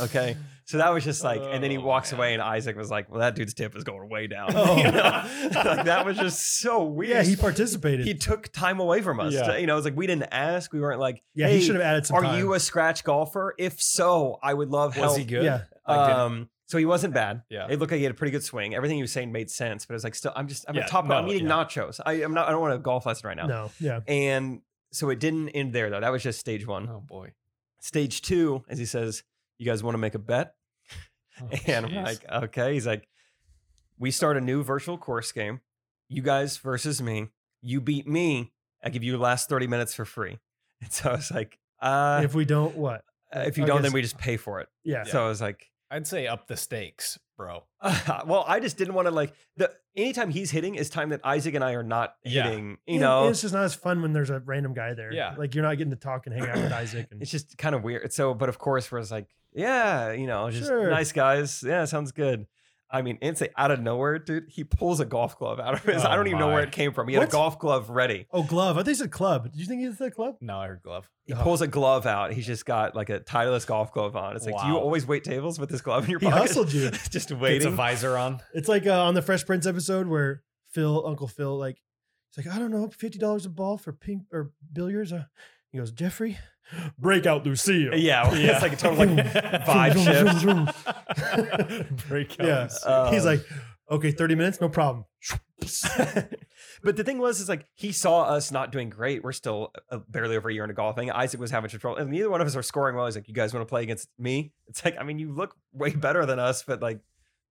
Speaker 1: Okay. So that was just like, and then he
Speaker 3: Oh,
Speaker 1: walks
Speaker 3: man.
Speaker 1: away, and Isaac was like, "Well, that dude's tip is going way down."
Speaker 2: Oh.
Speaker 1: You know? like that was just so weird.
Speaker 2: Yeah, he
Speaker 1: he,
Speaker 2: participated.
Speaker 1: took time away from us.
Speaker 3: Yeah.
Speaker 1: To, you know, it's like we didn't ask. We weren't like,
Speaker 2: yeah,
Speaker 1: "Hey,
Speaker 2: he should have added some.
Speaker 1: Are
Speaker 2: time.
Speaker 1: you a scratch golfer? If so, I would love help."
Speaker 3: Was he good?
Speaker 2: Yeah,
Speaker 3: Like, did-
Speaker 1: um, so he wasn't bad.
Speaker 3: Yeah.
Speaker 1: It looked like he had a pretty good swing. Everything he was saying made sense, but it was like, still, I'm just, I'm
Speaker 3: Yeah,
Speaker 1: a top. No, I'm
Speaker 3: no,
Speaker 1: eating
Speaker 3: yeah.
Speaker 1: nachos. I, I'm not. I don't want a golf lesson right now.
Speaker 2: no, yeah.
Speaker 1: And so it didn't end there though. That was just stage one.
Speaker 3: Oh, boy.
Speaker 1: Stage two, as he says, you guys want to make a bet?
Speaker 3: Oh,
Speaker 1: And I'm
Speaker 3: jeez.
Speaker 1: like, okay. He's like, we start a new virtual course game. You guys versus me. You beat me. I give you the last 30 minutes for free. And so I was like, uh, if,
Speaker 2: if we don't, what?
Speaker 1: you
Speaker 2: I
Speaker 1: don't,
Speaker 2: guess-
Speaker 1: then we just pay for it.
Speaker 2: Yeah,
Speaker 1: So I was like,
Speaker 3: I'd say up the stakes, bro.
Speaker 1: well, I just didn't want to like the anytime he's hitting is time that Isaac and I are not
Speaker 3: Yeah.
Speaker 1: hitting. You
Speaker 2: And-
Speaker 1: know,
Speaker 2: and it's just not as fun when there's a random guy there.
Speaker 3: Yeah.
Speaker 2: like you're not getting to talk and hang out with Isaac. And
Speaker 1: it's just kind of weird. So, but of course, we're just like, yeah, you know, just
Speaker 2: Sure.
Speaker 1: nice guys. Yeah, sounds good. I mean, Insay out of nowhere, dude, he pulls a golf glove out of his. I
Speaker 3: Oh,
Speaker 1: don't even know where
Speaker 3: my.
Speaker 1: it came from. He had
Speaker 2: What?
Speaker 1: a golf glove ready.
Speaker 2: Oh, glove. I think it's a club. Do you think it's a club?
Speaker 3: No, I heard glove.
Speaker 1: He
Speaker 2: Oh.
Speaker 1: pulls a glove out. He's just got like a tieless golf glove on. It's like, do you
Speaker 3: Wow.
Speaker 1: always wait tables with this glove in your
Speaker 2: He
Speaker 1: pocket?
Speaker 2: hustled you.
Speaker 1: just
Speaker 3: Gets a
Speaker 1: waiting.
Speaker 3: visor on.
Speaker 2: It's like uh, on the Fresh Prince episode where Phil, Uncle Phil, like he's like, I don't know, fifty dollars a ball for pink or billiards. Uh, he goes, Jeffrey, break out Lucille.
Speaker 1: Yeah, it's like a total like vibe shift.
Speaker 3: Breakouts.
Speaker 2: Yeah.
Speaker 1: Um,
Speaker 2: he's like, okay, thirty minutes, no problem.
Speaker 1: but the thing was, is like he saw us not doing great. We're still uh, barely over a year into golfing. Isaac was having some trouble, and neither one of us are scoring well. He's like, "You guys want to play against me?" It's like, I mean, you look way better than us, but like,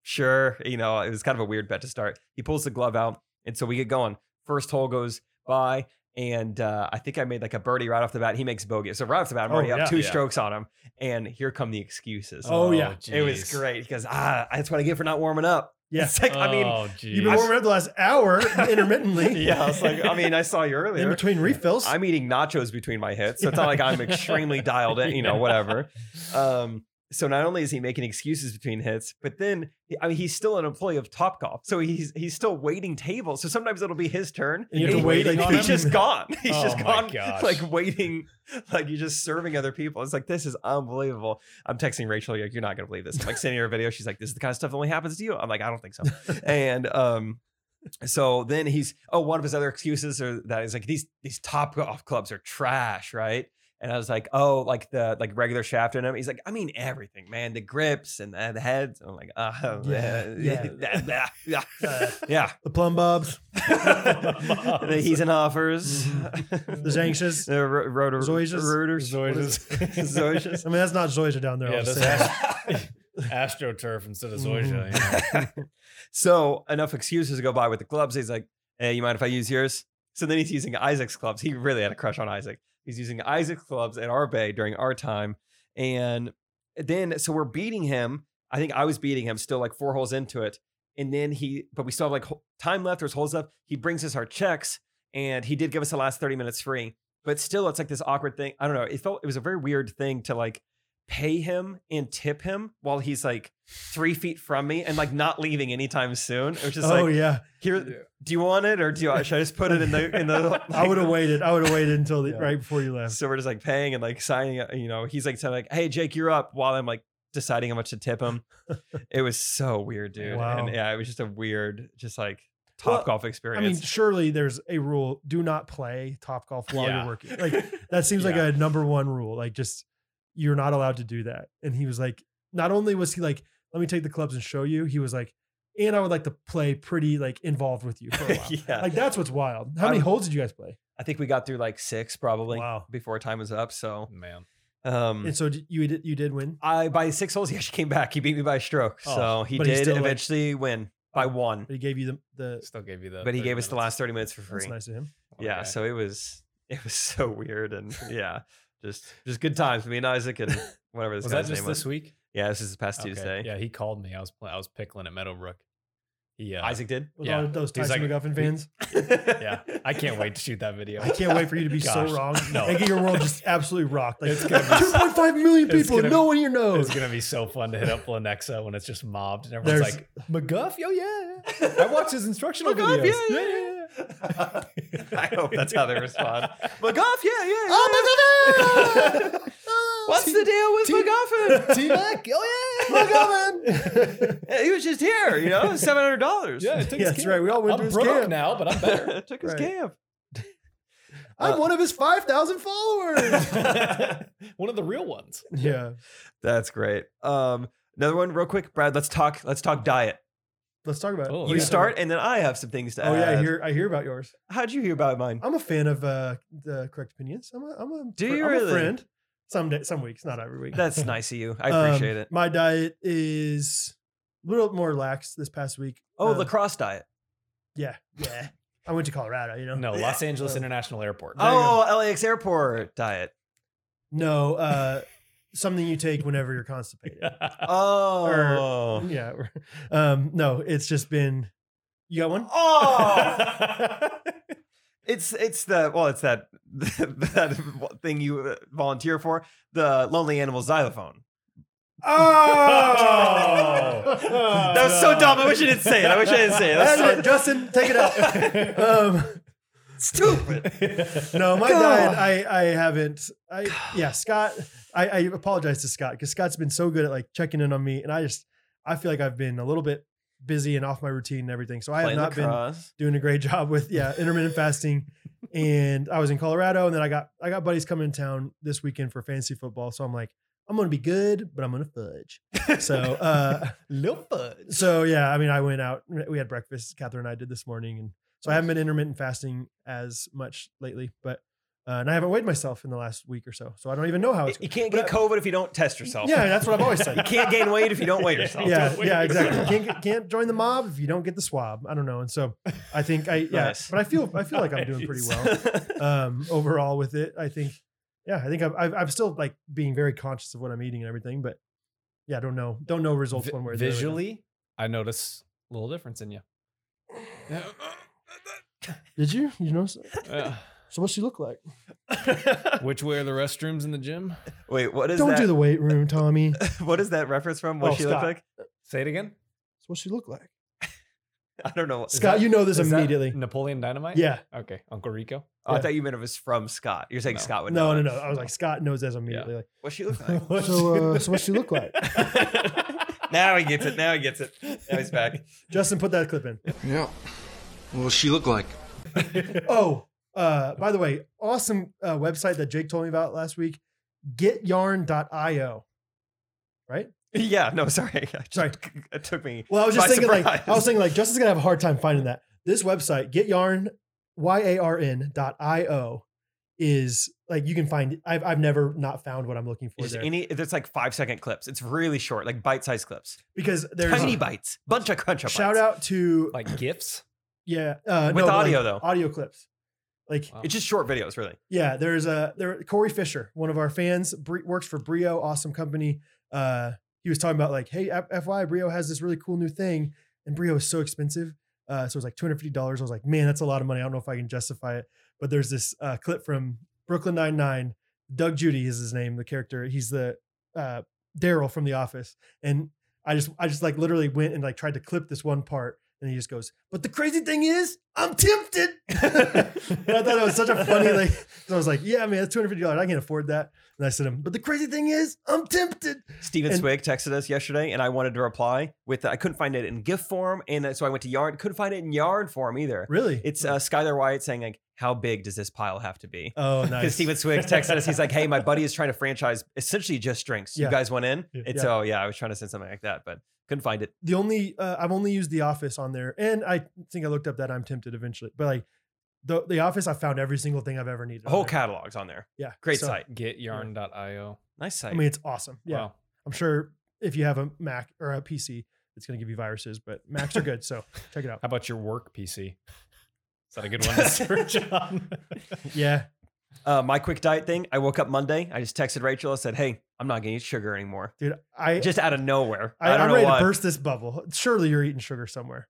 Speaker 1: sure, you know, it was kind of a weird bet to start. He pulls the glove out, and so we get going. First hole goes by, and uh, I think I made like a birdie right off the bat. He makes bogey, so right off the bat, I'm
Speaker 2: Oh,
Speaker 1: already
Speaker 2: yeah.
Speaker 1: up two
Speaker 3: Yeah.
Speaker 1: strokes on him, and here come the excuses.
Speaker 2: Oh, yeah.
Speaker 1: it was great because ah, that's what I get for not warming up.
Speaker 2: Yeah.
Speaker 1: It's like I
Speaker 3: Oh,
Speaker 1: mean,
Speaker 2: You've been warming up the last hour intermittently.
Speaker 1: yeah, I was like, I mean, I saw you earlier.
Speaker 2: in between refills.
Speaker 1: I'm eating nachos between my hits. So it's not like I'm extremely dialed in, you know,
Speaker 3: Yeah.
Speaker 1: whatever. Um, so not only is he making excuses between hits, but then I mean he's still an employee of Topgolf. So he's he's still waiting tables. So sometimes it'll be his turn.
Speaker 2: And you have
Speaker 1: and
Speaker 2: to
Speaker 1: he-
Speaker 2: wait
Speaker 3: waiting
Speaker 2: like
Speaker 3: on
Speaker 1: He's just
Speaker 2: him.
Speaker 1: gone. He's
Speaker 3: Oh
Speaker 1: just
Speaker 3: my
Speaker 1: gone.
Speaker 3: gosh.
Speaker 1: Like waiting, like you're just serving other people. It's like this is unbelievable. I'm texting Rachel, like, you're not gonna believe this. I'm like sending her a video. She's like, This is the kind of stuff that only happens to you. I'm like, I don't think so. and um so then he's oh, one of his other excuses are that is like these these top golf clubs are trash, right? And I was like, oh, like the like regular shaft in him. He's like, I mean everything, man. The grips and the, the heads. I'm like, uh,
Speaker 2: Yeah,
Speaker 1: yeah, yeah, yeah,
Speaker 2: Uh, the plumb bobs,
Speaker 1: The he's in offers.
Speaker 2: Mm-hmm. the anxious.
Speaker 1: The ro- rotor,
Speaker 2: Zoysias?
Speaker 1: rotors, Zoysias.
Speaker 2: I mean, that's not Zoysia down there.
Speaker 3: Yeah,
Speaker 2: I'll
Speaker 3: that's
Speaker 2: say that.
Speaker 3: astroturf instead of
Speaker 1: Mm-hmm.
Speaker 3: Zoysia. you know.
Speaker 1: so enough excuses go by with the clubs. He's like, "Hey, you mind if I use yours?" So then he's using Isaac's clubs. He really had a crush on Isaac. He's using Isaac's clubs at our bay during our time, and then so we're beating him. I think I was beating him still like four holes into it, and then he, but we still have like ho- time left. There's holes left. He brings us our checks, and he did give us the last thirty minutes free. But still, it's like this awkward thing. I don't know. It felt it was a very weird thing to like pay him and tip him while he's like three feet from me and like not leaving anytime soon. It was just
Speaker 2: oh
Speaker 1: like,
Speaker 2: yeah,
Speaker 1: here, do you want it or do you, should I just put it in the in the?
Speaker 2: I would have waited. I would have waited until the,
Speaker 1: Yeah.
Speaker 2: right before you left.
Speaker 1: So we're just like paying and like signing. uh, You know, he's like telling like, "Hey, Jake, you're up." While I'm like deciding how much to tip him. it was so weird, dude.
Speaker 2: Wow.
Speaker 1: And yeah, it was just a weird, just like
Speaker 2: Well,
Speaker 1: top golf
Speaker 2: I mean,
Speaker 1: experience.
Speaker 2: surely there's a rule: do not play top golf while
Speaker 3: Yeah.
Speaker 2: you're working. Like that seems like
Speaker 3: Yeah.
Speaker 2: a number one rule. Like just you're not allowed to do that. And he was like, not only was he like, let me take the clubs and show you. He was like, and I would like to play pretty like involved with you for a while.
Speaker 1: yeah,
Speaker 2: Like that's what's wild. How
Speaker 1: I
Speaker 2: many
Speaker 1: would-
Speaker 2: holes did you guys play?
Speaker 1: I think we got through like six probably
Speaker 2: Wow. Mm.
Speaker 1: before time was up. So,
Speaker 3: Man.
Speaker 1: um,
Speaker 2: And so d- you did, you did win.
Speaker 1: I by six holes, he actually came back. He beat me by a stroke.
Speaker 2: Oh,
Speaker 1: so he
Speaker 2: but he
Speaker 1: did
Speaker 2: still, like- Oh,
Speaker 1: eventually win by one,
Speaker 2: But he gave you the the.
Speaker 3: Still gave you the
Speaker 1: but he
Speaker 3: 30
Speaker 1: gave us the
Speaker 3: minutes.
Speaker 1: last 30 minutes for free.
Speaker 2: That's nice Oh, of him.
Speaker 1: Yeah.
Speaker 3: Okay.
Speaker 1: So it was, it was so weird. And yeah, just, just good times. Me and Isaac and whatever this
Speaker 3: was that
Speaker 1: guy's
Speaker 3: just
Speaker 1: name
Speaker 3: this
Speaker 1: was.
Speaker 3: week?
Speaker 1: Yeah. This is this past
Speaker 3: Okay.
Speaker 1: Tuesday.
Speaker 3: Yeah, he called me. I was pl- I was pickling at Meadowbrook. uh, Yeah.
Speaker 1: Isaac did.
Speaker 2: With
Speaker 3: Yeah.
Speaker 2: all those
Speaker 3: He's
Speaker 2: Tyson
Speaker 3: like-
Speaker 2: McGuffin fans,
Speaker 1: yeah.
Speaker 3: Yeah. I can't wait to shoot that video.
Speaker 2: I can't wait for you to be
Speaker 3: Gosh,
Speaker 2: so wrong
Speaker 3: no.
Speaker 2: and get your world just absolutely rocked. Like
Speaker 3: It's gonna be-
Speaker 2: 2.5 million
Speaker 3: it's
Speaker 2: people,
Speaker 3: gonna
Speaker 2: no
Speaker 3: be-
Speaker 2: one you know.
Speaker 3: It's gonna be so fun to hit up Lenexa when it's just mobbed and everyone's
Speaker 2: There's-
Speaker 3: like McGuff. Oh yeah, I watched his instructional
Speaker 1: McGuff,
Speaker 3: videos.
Speaker 1: yeah,
Speaker 3: yeah, yeah, yeah."
Speaker 1: I hope that's how they respond. Oh, McGuff. Yeah. Yeah. yeah. What's the deal with McGuffin?
Speaker 3: T Mac. Oh yeah, McGuffin.
Speaker 1: he was just here, you know, seven hundred dollars.
Speaker 3: yeah, it took
Speaker 2: Yeah,
Speaker 3: his
Speaker 2: that's
Speaker 3: camp.
Speaker 2: right. We all went to
Speaker 3: I'm
Speaker 2: his
Speaker 3: broke
Speaker 2: camp.
Speaker 3: now, but I'm better.
Speaker 1: took his
Speaker 2: Right.
Speaker 1: camp.
Speaker 2: I'm one of his 5,000 followers.
Speaker 3: One of the real ones.
Speaker 2: yeah.
Speaker 1: That's great. Um, another one, real quick, Brad. Let's talk. Let's talk diet.
Speaker 2: Let's talk about it.
Speaker 3: Oh,
Speaker 1: You
Speaker 3: yeah.
Speaker 1: start, and then I have some things to
Speaker 2: Oh
Speaker 1: add.
Speaker 2: yeah, I hear I hear about yours.
Speaker 1: How'd you hear about mine?
Speaker 2: I'm a fan of uh, the correct opinions. I'm a I'm a,
Speaker 1: Do
Speaker 2: fr-
Speaker 1: you
Speaker 2: I'm
Speaker 1: really?
Speaker 2: a friend. Some day, some weeks, not every week.
Speaker 1: That's nice of you. I
Speaker 2: Um,
Speaker 1: appreciate it.
Speaker 2: My diet is a little more lax this past week.
Speaker 1: Oh,
Speaker 2: Um,
Speaker 1: lacrosse diet.
Speaker 2: yeah, yeah. I went to Colorado, you know.
Speaker 3: No, Los Angeles International Airport.
Speaker 2: you
Speaker 1: Oh, LAX airport diet.
Speaker 2: No, uh, something you take whenever you're constipated.
Speaker 1: Oh.
Speaker 2: yeah. Um, no, it's just been. You got one?
Speaker 1: Oh, it's it's the well, it's that that thing you uh, volunteer for, the lonely animal xylophone.
Speaker 2: Oh,
Speaker 1: That was so dumb. I wish I didn't say it. I wish I didn't say it. That's
Speaker 2: That's
Speaker 1: so
Speaker 2: it. Justin, take it out. Um,
Speaker 1: stupid.
Speaker 2: no, my diet, I, I haven't. I yeah, Scott. I, I apologize to Scott because Scott's been so good at like checking in on me, and I just I feel like I've been a little bit busy and off my routine and everything. So I have
Speaker 1: Playing
Speaker 2: not been
Speaker 1: lacrosse.
Speaker 2: doing a great job with yeah intermittent fasting and i was in colorado and then i got i got buddies coming in town this weekend for fantasy football so i'm like i'm gonna be good but i'm gonna fudge so uh
Speaker 6: Little fudge.
Speaker 2: so yeah i mean i went out we had breakfast catherine and i did this morning and so i haven't been intermittent fasting as much lately but uh, and i haven't weighed myself in the last week or so so i don't even know how it's
Speaker 1: You can't get COVID if you don't test yourself.
Speaker 2: yeah that's what i've always said
Speaker 1: You can't gain weight if you don't weigh yourself.
Speaker 2: yeah, yeah, exactly. Can't get- can't join the mob if you don't get the swab. I don't know, and so I think I yeah,
Speaker 1: Nice.
Speaker 2: but I feel I feel like I'm doing pretty well um, overall with it. I think yeah, I think I'm I've, I'm still like being very conscious of what I'm eating and everything, but yeah, I don't know don't know results
Speaker 3: Vi-
Speaker 2: one way or the other.
Speaker 3: visually, I notice a little difference in you.
Speaker 2: Did you you know so
Speaker 3: Uh,
Speaker 2: what's she look like?
Speaker 3: which way are the restrooms in the gym?
Speaker 1: Wait, what is
Speaker 2: don't
Speaker 1: that?
Speaker 2: do the weight room, Tommy.
Speaker 1: what is that reference from? What
Speaker 2: Oh,
Speaker 1: she
Speaker 2: Scott.
Speaker 1: looked like?
Speaker 3: Say it again.
Speaker 2: That's what she look like.
Speaker 1: I don't know.
Speaker 2: Scott, you know this
Speaker 3: Is that
Speaker 2: immediately.
Speaker 3: Napoleon Dynamite.
Speaker 2: Yeah,
Speaker 3: Okay, Uncle Rico.
Speaker 1: Oh, I
Speaker 2: yeah.
Speaker 1: thought you meant it was from Scott. You're saying
Speaker 3: No.
Speaker 1: Scott would
Speaker 2: no, no,
Speaker 1: know.
Speaker 2: no. I was like, Scott knows this immediately. Like,
Speaker 1: What she looked like?
Speaker 2: so, uh, so what she look like?
Speaker 1: now he gets it. Now he gets it. Now he's back.
Speaker 2: Justin, put that clip in.
Speaker 7: Yeah. What does she look like?
Speaker 2: Oh, uh, by the way, awesome uh, website that Jake told me about last week, getyarn.io.
Speaker 1: Yeah. No, sorry. I
Speaker 2: Sorry.
Speaker 1: just- It took me.
Speaker 2: Well, I was just
Speaker 1: By
Speaker 2: thinking like I
Speaker 1: surprise.
Speaker 2: was thinking like Justin's gonna have a hard time finding that. This website, getyarn y-a-r-n dot i-o is like you can find I've I've never not found what I'm looking for
Speaker 1: Just
Speaker 2: there.
Speaker 1: any. It's like five second clips. It's really short, like bite sized clips.
Speaker 2: because there's
Speaker 1: Tiny bites. Bunch of crunch up.
Speaker 2: shout
Speaker 1: bites.
Speaker 2: out to
Speaker 3: Like gifts.
Speaker 2: yeah, uh
Speaker 1: With
Speaker 2: no, but, like,
Speaker 1: audio, though.
Speaker 2: Audio clips. Like
Speaker 3: Wow.
Speaker 1: It's just short videos, really.
Speaker 2: Yeah, there's a there Corey Fisher, one of our fans, Bre- works for Brio, awesome company. Uh, he was talking about like, hey, F- FYI, Brio has this really cool new thing, and Brio is so expensive. Uh, so it was like two hundred fifty dollars. I was like, man, that's a lot of money. I don't know if I can justify it. But there's this uh, clip from Brooklyn Nine Nine. Doug Judy is his name, the character. He's the uh, Daryl from The Office, and I just I just like literally went and like tried to clip this one part, and he just goes, "But the crazy thing is, I'm tempted." and I thought it was such a funny like. So I was like, "Yeah, man, that's two hundred fifty dollars. I can't afford that." And I said, to him, "But the crazy thing is, I'm tempted."
Speaker 1: Steven
Speaker 2: And-
Speaker 1: Swig texted us yesterday, and I wanted to reply with I couldn't find it in GIF form, and uh, so I went to Yarn. Couldn't find it in Yarn form either.
Speaker 2: Really?
Speaker 1: It's uh, Skylar Wyatt saying like, "How big does this pile have to be?"
Speaker 2: oh
Speaker 1: Because
Speaker 2: nice.
Speaker 1: Steven Swig texted us, he's like, "Hey, my buddy is trying to franchise essentially just drinks.
Speaker 2: Yeah.
Speaker 1: You guys want in?"
Speaker 2: Yeah.
Speaker 1: And so yeah, I was trying to send something like that, but couldn't find it.
Speaker 2: the only uh, I've only used The Office on there, and I think I looked up that I'm tempted eventually, but like. The, the office i found every single thing i've ever needed
Speaker 1: The
Speaker 2: on
Speaker 1: whole
Speaker 2: there.
Speaker 1: catalog's on there.
Speaker 2: yeah
Speaker 1: Great
Speaker 2: So,
Speaker 1: site.
Speaker 3: Getyarn.io.
Speaker 1: Nice site.
Speaker 2: i mean it's awesome yeah
Speaker 3: Wow.
Speaker 2: I'm sure if you have a Mac or a PC, it's going to give you viruses, but Macs are good. So check it out.
Speaker 3: How about your work PC? Is that a good one to search on?
Speaker 2: Yeah.
Speaker 1: uh, my quick diet thing. I woke up Monday. I just texted Rachel. I said, "Hey, I'm not gonna eat sugar anymore."
Speaker 2: Dude, I,
Speaker 1: Just out of nowhere.
Speaker 2: I,
Speaker 1: I, don't
Speaker 2: am
Speaker 1: know
Speaker 2: ready
Speaker 1: why.
Speaker 2: to burst this bubble. Surely you're eating sugar somewhere.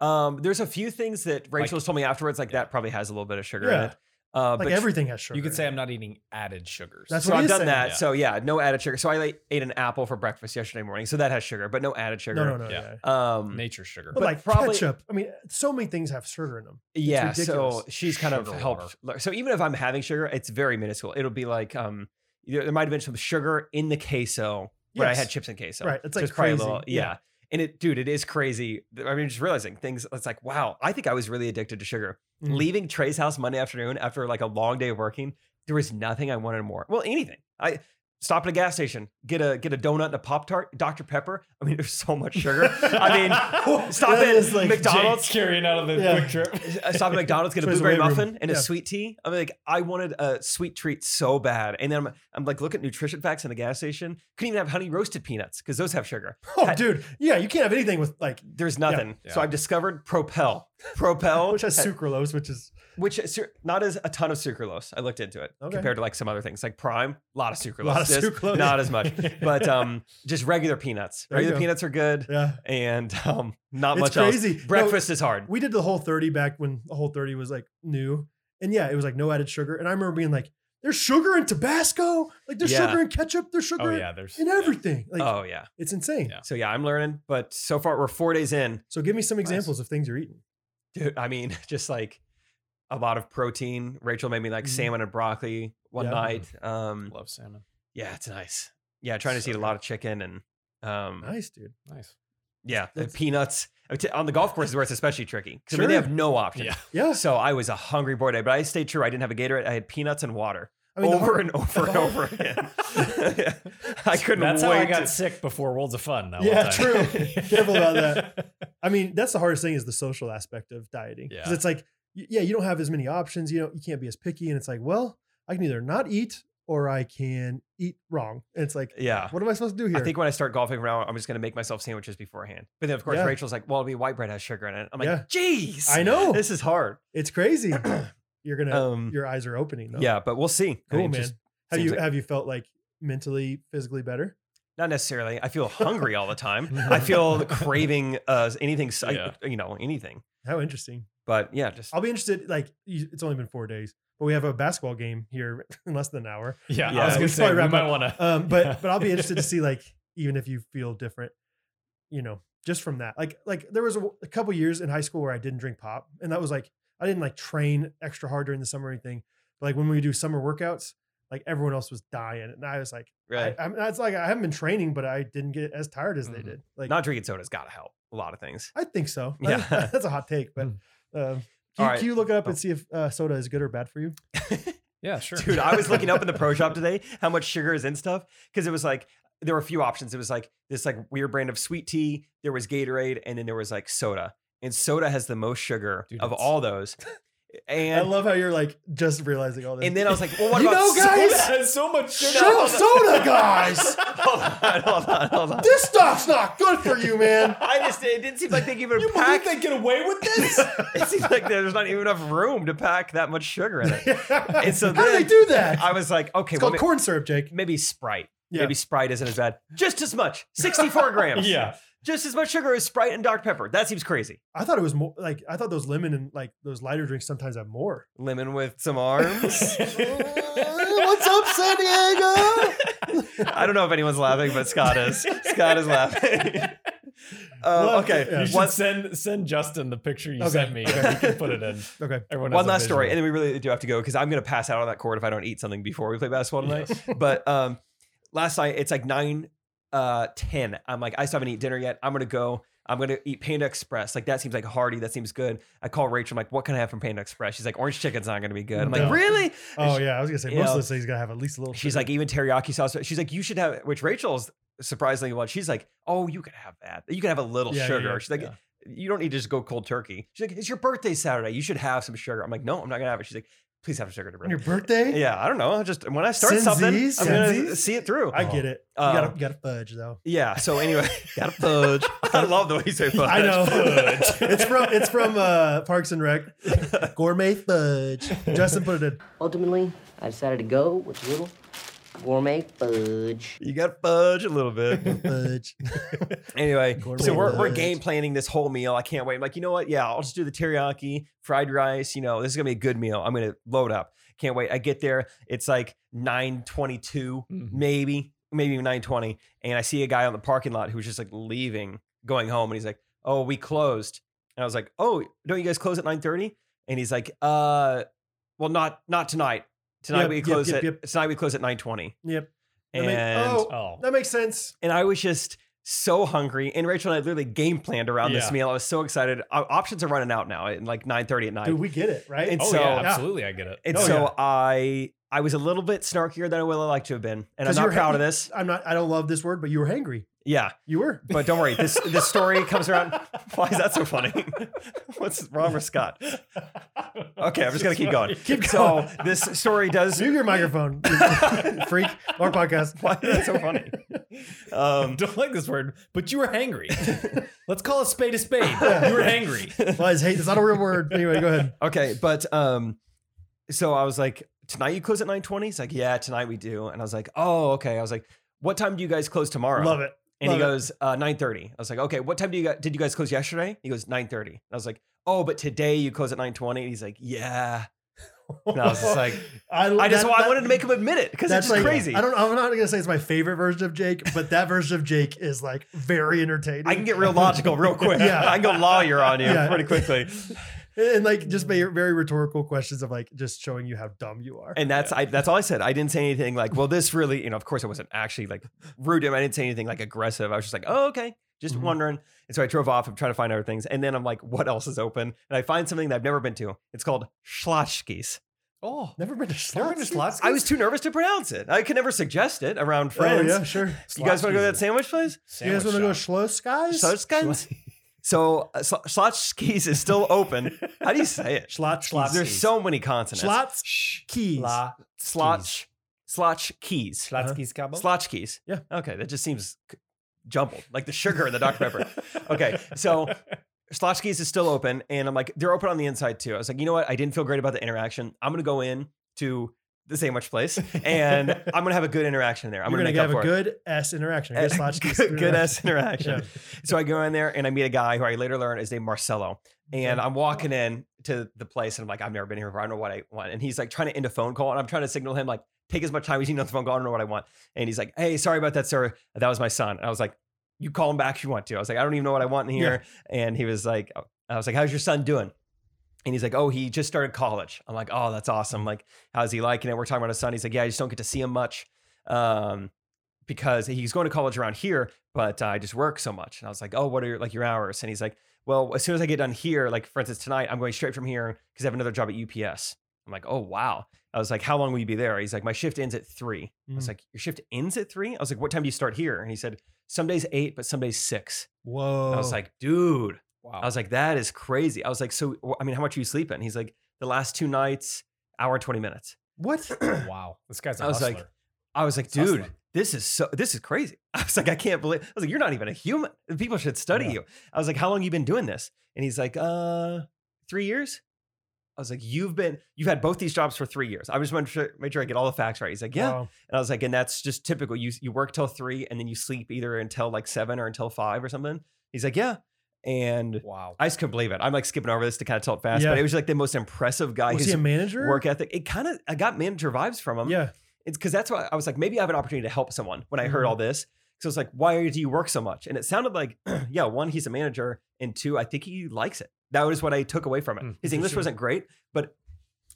Speaker 1: Um, there's a few things that Rachel's told me afterwards, like that probably has a little bit of sugar
Speaker 2: Yeah.
Speaker 1: in it. Uh,
Speaker 2: Like
Speaker 1: but
Speaker 2: everything has sugar.
Speaker 3: You could
Speaker 2: in
Speaker 3: say
Speaker 2: it.
Speaker 3: I'm not eating added sugars.
Speaker 2: That's
Speaker 1: so
Speaker 2: what
Speaker 1: I've
Speaker 2: he's
Speaker 1: done
Speaker 2: saying.
Speaker 1: that.
Speaker 3: Yeah.
Speaker 1: So yeah, no added sugar. So I like, ate an apple for breakfast yesterday morning. So that has sugar, but no added sugar.
Speaker 2: No, no, no.
Speaker 3: Yeah.
Speaker 2: yeah.
Speaker 1: Um,
Speaker 3: nature sugar.
Speaker 2: But,
Speaker 1: But
Speaker 2: like
Speaker 1: probably-
Speaker 2: ketchup. I mean, so many things have sugar in them.
Speaker 1: yeah.
Speaker 2: ridiculous.
Speaker 1: So she's kind of
Speaker 3: Sugar
Speaker 1: helped. So even if I'm having sugar, it's very minuscule. It'll be like um, there, there might have been some sugar in the queso when I
Speaker 2: Yes.
Speaker 1: had chips and queso.
Speaker 2: Right, it's,
Speaker 1: So
Speaker 2: like,
Speaker 1: probably a
Speaker 2: crazy.
Speaker 1: little-
Speaker 2: Yeah.
Speaker 1: yeah. And it, dude, it is crazy. I mean, just realizing things. It's like, wow, I think I was really addicted to sugar.
Speaker 2: Mm.
Speaker 1: leaving Trey's house Monday afternoon after like a long day of working, there was nothing I wanted more. Well, anything. I stopped at a gas station, get a get a donut and a pop tart, Dr Pepper. I mean, there's so much sugar. I mean, stop
Speaker 2: That
Speaker 1: at
Speaker 2: is, like,
Speaker 1: McDonald's.
Speaker 3: carrying out of the
Speaker 2: Yeah.
Speaker 3: quick trip.
Speaker 1: I stopped at McDonald's, get a
Speaker 2: So it's a
Speaker 1: blueberry
Speaker 2: weight room.
Speaker 1: muffin and
Speaker 2: Yeah.
Speaker 1: a sweet tea. I'm like, I wanted a sweet treat so bad. And then I'm, I'm like, look at nutrition facts in the gas station. Couldn't even have honey roasted peanuts because those have sugar.
Speaker 2: Oh, dude. Yeah. You can't have anything with like,
Speaker 1: There's nothing. So
Speaker 3: Yeah.
Speaker 1: I've discovered Propel. Propel,
Speaker 2: which has sucralose, which is
Speaker 1: which is su- not as a ton of sucralose. I looked into it
Speaker 2: Okay.
Speaker 1: compared to like some other things, like Prime, a lot of sucralose.
Speaker 2: Lot of
Speaker 1: This,
Speaker 2: sucralose.
Speaker 1: not as much, but um, just regular peanuts.
Speaker 2: There you
Speaker 1: Regular
Speaker 2: go.
Speaker 1: peanuts are good,
Speaker 2: yeah.
Speaker 1: and um, not
Speaker 2: It's
Speaker 1: much
Speaker 2: crazy.
Speaker 1: else. Breakfast is hard.
Speaker 2: We did the whole 30 back when the whole 30 was like new. And yeah, it was like no added sugar. And I remember being like, There's sugar in Tabasco. Like there's
Speaker 1: Yeah.
Speaker 2: sugar in ketchup. There's sugar
Speaker 3: Oh
Speaker 2: in-
Speaker 3: yeah, there's
Speaker 2: in everything. Like
Speaker 1: oh yeah.
Speaker 2: it's insane.
Speaker 3: Yeah.
Speaker 1: So yeah, I'm learning, but so far we're four days in.
Speaker 2: So give me some examples of things you're eating.
Speaker 1: Dude, I mean, just like a lot of protein. Rachel made me like
Speaker 2: Mhm.
Speaker 1: salmon and broccoli one
Speaker 2: Yeah.
Speaker 1: night. Um,
Speaker 3: Mm, love salmon.
Speaker 1: yeah, it's nice. Yeah, trying to just eat a lot of chicken and um,
Speaker 2: Nice, dude.
Speaker 3: Nice.
Speaker 1: yeah, the
Speaker 2: That's-
Speaker 1: peanuts I mean, t- on the golf course is where it's especially tricky because I mean, they
Speaker 2: Sure.
Speaker 1: have no options.
Speaker 3: Yeah.
Speaker 2: Yeah.
Speaker 1: So I was a hungry boy today, but I stayed true. I didn't have a Gatorade. I had peanuts and water
Speaker 2: I mean, the
Speaker 1: over
Speaker 2: hard-
Speaker 1: and over and over again. I couldn't
Speaker 3: That's
Speaker 1: wait.
Speaker 3: how I got
Speaker 1: to-
Speaker 3: sick before Worlds of Fun. That
Speaker 2: Yeah,
Speaker 3: one time.
Speaker 2: true. Careful about that. I mean, that's the hardest thing is the social aspect of dieting. Because
Speaker 3: Yeah.
Speaker 2: it's like, y- yeah, you don't have as many options. You know, you can't be as picky. And it's like, well, I can either not eat or I can eat wrong. And it's like,
Speaker 1: yeah.
Speaker 2: what am I supposed to do here?
Speaker 1: I think when I start golfing around, I'm just going to make myself sandwiches beforehand. But then, of course,
Speaker 2: Yeah.
Speaker 1: Rachel's like, well, it'll be white bread has sugar in it. I'm
Speaker 2: Yeah.
Speaker 1: like, jeez.
Speaker 2: I know.
Speaker 1: This is hard.
Speaker 2: it's crazy. You're gonna
Speaker 1: Um,
Speaker 2: your eyes are opening though.
Speaker 1: Yeah, but we'll see. I
Speaker 2: Cool,
Speaker 1: mean,
Speaker 2: man.
Speaker 1: just
Speaker 2: Have
Speaker 1: seems
Speaker 2: you
Speaker 1: like-
Speaker 2: have you felt like mentally, physically better?
Speaker 1: not necessarily. I feel hungry all the time. I feel craving uh, anything, s- I-
Speaker 3: Yeah.
Speaker 1: you know, anything.
Speaker 2: How interesting.
Speaker 1: But yeah, just
Speaker 2: I'll be interested, like you- it's only been four days, but we have a basketball game here in less than an hour.
Speaker 3: Yeah,
Speaker 1: Yeah,
Speaker 3: I was
Speaker 1: we
Speaker 3: gonna
Speaker 2: should
Speaker 3: say
Speaker 2: probably
Speaker 3: we
Speaker 2: wrap
Speaker 3: might
Speaker 2: up.
Speaker 3: want to.
Speaker 2: um but but i'll be interested to see like even if you feel different you know just from that like like there was a, a couple years in high school where i didn't drink pop and that was like i didn't like train extra hard during the summer or anything but like when we do summer workouts like everyone else was dying and i was like
Speaker 1: right. Mm-hmm.
Speaker 2: I, I'm, it's like i haven't been training but i didn't get as tired as they
Speaker 3: Mhm.
Speaker 2: did like
Speaker 1: not drinking soda's got to help a lot of things.
Speaker 2: i think so
Speaker 1: Yeah. Mm.
Speaker 2: That's- that's a hot take but um can,
Speaker 1: All
Speaker 2: you-
Speaker 1: right. Oh.
Speaker 2: can you look it up and see if uh, soda is good or bad for you
Speaker 3: Yeah, sure.
Speaker 1: Dude, I was looking up in the pro shop today how much sugar is in stuff because it was like there were a few options. It was like this like weird brand of sweet tea, there was Gatorade, and then there was like soda. And soda has the most sugar
Speaker 3: Dude,
Speaker 1: of
Speaker 3: it's-
Speaker 1: all those.
Speaker 2: i
Speaker 1: And
Speaker 2: love how you're like just realizing all this
Speaker 1: and then I was like, well, what
Speaker 2: You
Speaker 1: about
Speaker 2: know, guys,
Speaker 1: soda?
Speaker 3: has so much sugar.
Speaker 2: Show soda guys
Speaker 1: hold on, hold on, hold on.
Speaker 2: this stuff's not good for you, man.
Speaker 1: I just it didn't seem like they even
Speaker 3: You believe
Speaker 1: packed.
Speaker 3: they get away with this?
Speaker 1: it seems like there's not even enough room to pack that much sugar in it.
Speaker 2: and
Speaker 1: so
Speaker 2: how do they
Speaker 1: then
Speaker 2: do that?
Speaker 1: I was like, okay,
Speaker 2: it's
Speaker 1: well,
Speaker 2: called corn syrup, Jake.
Speaker 1: maybe Sprite.
Speaker 2: Yeah.
Speaker 1: Maybe Sprite isn't as bad. Just as much, 64 grams.
Speaker 3: yeah,
Speaker 1: just as much sugar as Sprite and Dr. Pepper. That seems crazy.
Speaker 2: I thought it was more like I thought those lemon and like those lighter drinks sometimes have more.
Speaker 1: Lemon with some arms.
Speaker 2: What's up, San Diego?
Speaker 1: I don't know if anyone's laughing, but Scott is. Scott is laughing. Uh,
Speaker 2: Well,
Speaker 1: okay.
Speaker 2: yeah.
Speaker 3: you should
Speaker 1: One,
Speaker 3: send send Justin the picture you
Speaker 2: Okay.
Speaker 3: sent me, and he can put it in.
Speaker 2: Okay.
Speaker 3: Everyone
Speaker 1: one
Speaker 3: has a
Speaker 1: last story, and
Speaker 3: visual.
Speaker 1: then we really do have to go because I'm going to pass out on that court if I don't eat something before we play basketball tonight. But um, last night, it's like 9 uh, 10. I'm like, I still haven't eaten dinner yet. I'm going to go. I'm going to eat Panda Express. Like, that seems like hearty. That seems good. I call Rachel. I'm like, what can I have from Panda Express? She's like, orange chicken's not going to be good. I'm like,
Speaker 2: No.
Speaker 1: really?
Speaker 2: Oh yeah, I was gonna say
Speaker 1: You
Speaker 2: most
Speaker 1: know,
Speaker 2: of those things gotta have at least a little.
Speaker 1: She's
Speaker 2: sugar.
Speaker 1: like, even teriyaki sauce. She's like, you should have, which Rachel's surprisingly well. She's like, oh, you can have that. You can have a little
Speaker 2: Yeah, yeah,
Speaker 1: sugar.
Speaker 2: yeah,
Speaker 1: She's like,
Speaker 2: yeah.
Speaker 1: you don't need to just go cold turkey. She's like, it's your birthday Saturday. You should have some sugar. I'm like, no, I'm not gonna have it. She's like, please have sugar to
Speaker 2: on your
Speaker 1: bring.
Speaker 2: birthday.
Speaker 1: Yeah, I don't know. I Just when I start something,
Speaker 2: Sinzies?
Speaker 1: I'm gonna
Speaker 2: Sinzies?
Speaker 1: see it through.
Speaker 2: I get it. You
Speaker 1: Um,
Speaker 2: gotta, you gotta fudge though.
Speaker 1: Yeah. So anyway, got a fudge. I love the way you say fudge.
Speaker 2: I know. it's from it's from uh, Parks and Rec. Gourmet fudge. Justin put it in.
Speaker 8: Ultimately, I decided to go with a little gourmet fudge.
Speaker 1: You got fudge a little bit.
Speaker 2: Fudge.
Speaker 1: Anyway,
Speaker 2: Gourmet
Speaker 1: so we're, we're
Speaker 2: fudge.
Speaker 1: game planning this whole meal. I can't wait. I'm like, you know what? Yeah, I'll just do the teriyaki, fried rice. You know, this is gonna be a good meal. I'm gonna load up. Can't wait. I get there. It's like 922,
Speaker 3: Mhm.
Speaker 2: Mm-hmm.
Speaker 1: maybe, maybe 920. And I see a guy on the parking lot who's just like leaving, going home, and he's like, Oh, we closed. And I was like, Oh, don't you guys close at 930? And he's like, uh, well, not not tonight. Tonight
Speaker 2: Yep,
Speaker 1: we
Speaker 2: yep,
Speaker 1: close
Speaker 2: yep,
Speaker 1: at
Speaker 2: yep.
Speaker 1: tonight we close at 920.
Speaker 2: Yep. I
Speaker 1: And
Speaker 2: mean, oh,
Speaker 3: Oh,
Speaker 2: that makes sense.
Speaker 1: and I was just so hungry. And Rachel and I literally game planned around this
Speaker 3: Yeah.
Speaker 1: meal. I was so excited. Our options are running out now at like 9:30 at night.
Speaker 2: Dude, we get it, right?
Speaker 1: And
Speaker 3: oh
Speaker 1: so-
Speaker 3: yeah, absolutely, I get it.
Speaker 1: and
Speaker 2: Oh,
Speaker 1: so
Speaker 2: yeah.
Speaker 1: I I was a little bit snarkier than I would have liked to have been. And I'm
Speaker 2: 'Cause you
Speaker 1: not
Speaker 2: were
Speaker 1: proud of
Speaker 2: hangry.
Speaker 1: this.
Speaker 2: I'm not. I don't love this word, but you were hangry.
Speaker 1: Yeah.
Speaker 2: You were.
Speaker 1: But don't worry, this this story comes around. Why is that so funny? What's wrong with Scott? Okay, I'm just gonna keep going.
Speaker 2: Keep
Speaker 1: So
Speaker 2: going.
Speaker 1: this story does
Speaker 2: Mute your microphone, freak. Our podcast.
Speaker 1: why is that so funny? Um
Speaker 3: Don't like this word, but you were hangry. Let's call a spade a spade. You were hangry.
Speaker 2: Well, it's hate. It's not a real word. Anyway, go ahead.
Speaker 1: Okay, but um, so I was like, tonight you close at nine twenty. He's like, yeah, tonight we do. And I was like, oh, okay. I was like, what time do you guys close tomorrow?
Speaker 2: Love it.
Speaker 1: And he
Speaker 2: love it.
Speaker 1: goes, uh, nine thirty. I was like, okay, what time do you guys, did you guys close yesterday? He goes, nine thirty. I was like, oh, but today you close at nine twenty. And he's like, yeah. And I was just like,
Speaker 2: I,
Speaker 1: I just
Speaker 2: that-
Speaker 1: well, I
Speaker 2: that-
Speaker 1: wanted to make him admit it because it's
Speaker 2: That's
Speaker 1: just
Speaker 2: like,
Speaker 1: crazy.
Speaker 2: I don't. I'm not gonna say it's my favorite version of Jake, but that version of Jake is like very entertaining.
Speaker 1: I can get real logical real quick.
Speaker 2: Yeah.
Speaker 1: I can go lawyer on you
Speaker 2: Yeah.
Speaker 1: pretty quickly.
Speaker 2: and like just very, very rhetorical questions of like just showing you how dumb you are.
Speaker 1: And that's I, that's all I said. I didn't say anything like, well, this really, you know, of course I wasn't actually like rude to him. I didn't say anything like aggressive. I was just like, oh, okay, just
Speaker 2: Mhm.
Speaker 1: wondering. And so I drove off. I'm trying to find other things. And then I'm like, what else is open? And I find something that I've never been to. It's called Schlotzsky's.
Speaker 3: Oh,
Speaker 2: Never been to
Speaker 3: never been to
Speaker 2: Slotsky?
Speaker 3: Slotsky?
Speaker 1: I was too nervous to pronounce it. I could never suggest it around
Speaker 2: Oh
Speaker 1: friends.
Speaker 2: yeah, sure.
Speaker 1: You guys want to go to that sandwich place?
Speaker 2: you guys want to go
Speaker 3: shop.
Speaker 2: Schloss guys?
Speaker 1: Schlotzsky's? So uh, Slo- Schlotzsky's is still open. How do you say it?
Speaker 2: Schlotzsky's.
Speaker 1: There's so many consonants.
Speaker 2: Keys.
Speaker 3: La
Speaker 1: Slotch, slotch keys.
Speaker 3: Slotsky's Cabo.
Speaker 1: Slotch keys.
Speaker 2: Yeah.
Speaker 1: Okay. That just seems c- jumbled, like the sugar in the Dr. Pepper. Okay. So Slotch keys is still open. And I'm like, they're open on the inside too. I was like, you know what? I didn't feel great about the interaction. I'm going to go in to the sandwich place and I'm going to have a good interaction there. I'm
Speaker 2: I'm You're
Speaker 1: going
Speaker 2: gonna,
Speaker 1: to make up
Speaker 2: have a
Speaker 1: for it.
Speaker 2: good S interaction. Good Slotsky's
Speaker 1: good, good ass interaction.
Speaker 2: Yeah.
Speaker 1: So I go in there and I meet a guy who I later learn is named Marcelo. And I'm walking in to the place and I'm like, I've never been here before. I don't know what I want. And he's like trying to end a phone call. And I'm trying to signal him, like, take as much time as you need on the phone call. I don't know what I want. And he's like, Hey, sorry about that, sir. That was my son. And I was like, You call him back if you want to. I was like, I don't even know what I want in here. And he was like, "Oh," I was like, How's your son doing? And he's like, Oh, he just started college. I'm like, Oh, that's awesome. Like, how's he liking it? We're talking about his son. He's like, Yeah, I just don't get to see him much. Um, because he's going to college around here, but uh, I just work so much. And I was like, oh, what are your, like your hours? And he's like, well, as soon as I get done here, like for instance, tonight, I'm going straight from here because I have another job at UPS. I'm like, oh, wow. I was like, how long will you be there? He's like, my shift ends at three. I was
Speaker 2: Mm.
Speaker 1: like, your shift ends at three? I was like, what time do you start here? And he said, some days eight, but some days six.
Speaker 2: Whoa.
Speaker 1: I was like, dude,
Speaker 3: Wow.
Speaker 1: I was like, that is crazy. I was like, so, wh- I mean, how much are you sleeping? He's like, the last two nights, hour, and 20 minutes.
Speaker 2: what?
Speaker 3: wow. This guy's a
Speaker 1: I was like,
Speaker 3: hustler.
Speaker 1: I was like,
Speaker 3: It's hustling.
Speaker 1: dude, this is so this is crazy. I was like, I can't believe. I was like, you're not even a human. People should study
Speaker 3: Yeah.
Speaker 1: you. I was like, how long you been doing this? And he's like, uh, three years. I was like, you've been you've had both these jobs for three years. I just want to sure- make sure I get all the facts right. He's like, yeah.
Speaker 2: Wow.
Speaker 1: And I was like, and that's just typical. You you work till three and then you sleep either until like seven or until five or something. He's like, yeah. And
Speaker 3: wow.
Speaker 1: I just couldn't believe it. I'm like skipping over this to kind of tell it fast,
Speaker 2: Yeah.
Speaker 1: but it was like the most impressive guy.
Speaker 2: Was he a
Speaker 1: His
Speaker 2: manager?
Speaker 1: work ethic. It kind of I got manager vibes from him
Speaker 2: Yeah.
Speaker 1: it's because that's why I was like, maybe I have an opportunity to help someone when I heard
Speaker 2: Mm-hmm.
Speaker 1: all this. So it's like, why do you work so much? And it sounded like, yeah, one, he's a manager, and two, I think he likes it. That was what I took away from it.
Speaker 3: Hmm,
Speaker 2: Mm,
Speaker 1: His English wasn't great, but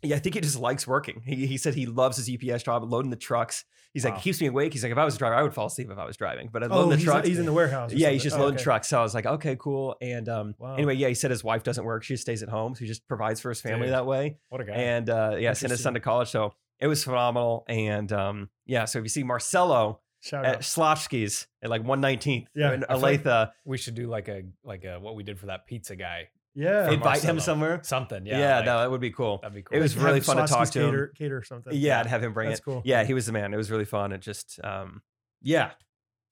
Speaker 1: yeah, I think he just likes working. He, he said he loves his UPS job, loading the trucks. He's like,
Speaker 3: Wow.
Speaker 1: it keeps me awake. He's like, if I was a driver, I would fall asleep if I was driving, but I load
Speaker 2: Oh,
Speaker 1: the
Speaker 2: he's,
Speaker 1: trucks.
Speaker 2: he's in the warehouse. or
Speaker 1: yeah, he's
Speaker 2: something.
Speaker 1: just
Speaker 2: Oh,
Speaker 1: loading
Speaker 2: okay.
Speaker 1: trucks. So I was like, okay, cool. And um,
Speaker 2: Wow.
Speaker 1: anyway, yeah, he said his wife doesn't work; she just stays at home. So he just provides for his family
Speaker 3: Dude.
Speaker 1: that way
Speaker 3: What a guy.
Speaker 1: and uh, yeah, sent his son to college. So it was phenomenal. And um, yeah, so if you see Marcelo
Speaker 2: Shout
Speaker 1: at
Speaker 2: out.
Speaker 1: Slotchky's at like 119th
Speaker 2: Yeah,
Speaker 1: in
Speaker 3: I feel like-
Speaker 1: Olathe,
Speaker 3: we should do like a like a what we did for that pizza guy.
Speaker 2: Yeah.
Speaker 1: invite him
Speaker 3: Marcelo.
Speaker 1: somewhere.
Speaker 3: Something.
Speaker 1: Yeah,
Speaker 3: Yeah. like,
Speaker 1: no, that would be cool.
Speaker 3: that'd be cool.
Speaker 1: It was
Speaker 2: Have
Speaker 1: really fun to
Speaker 2: Slotsky's
Speaker 1: talk to him.
Speaker 2: Cater, cater or something.
Speaker 1: yeah, I'd have him bring
Speaker 2: That's
Speaker 1: it.
Speaker 2: cool.
Speaker 1: Yeah, he was the man. It was really fun. It just, um, yeah,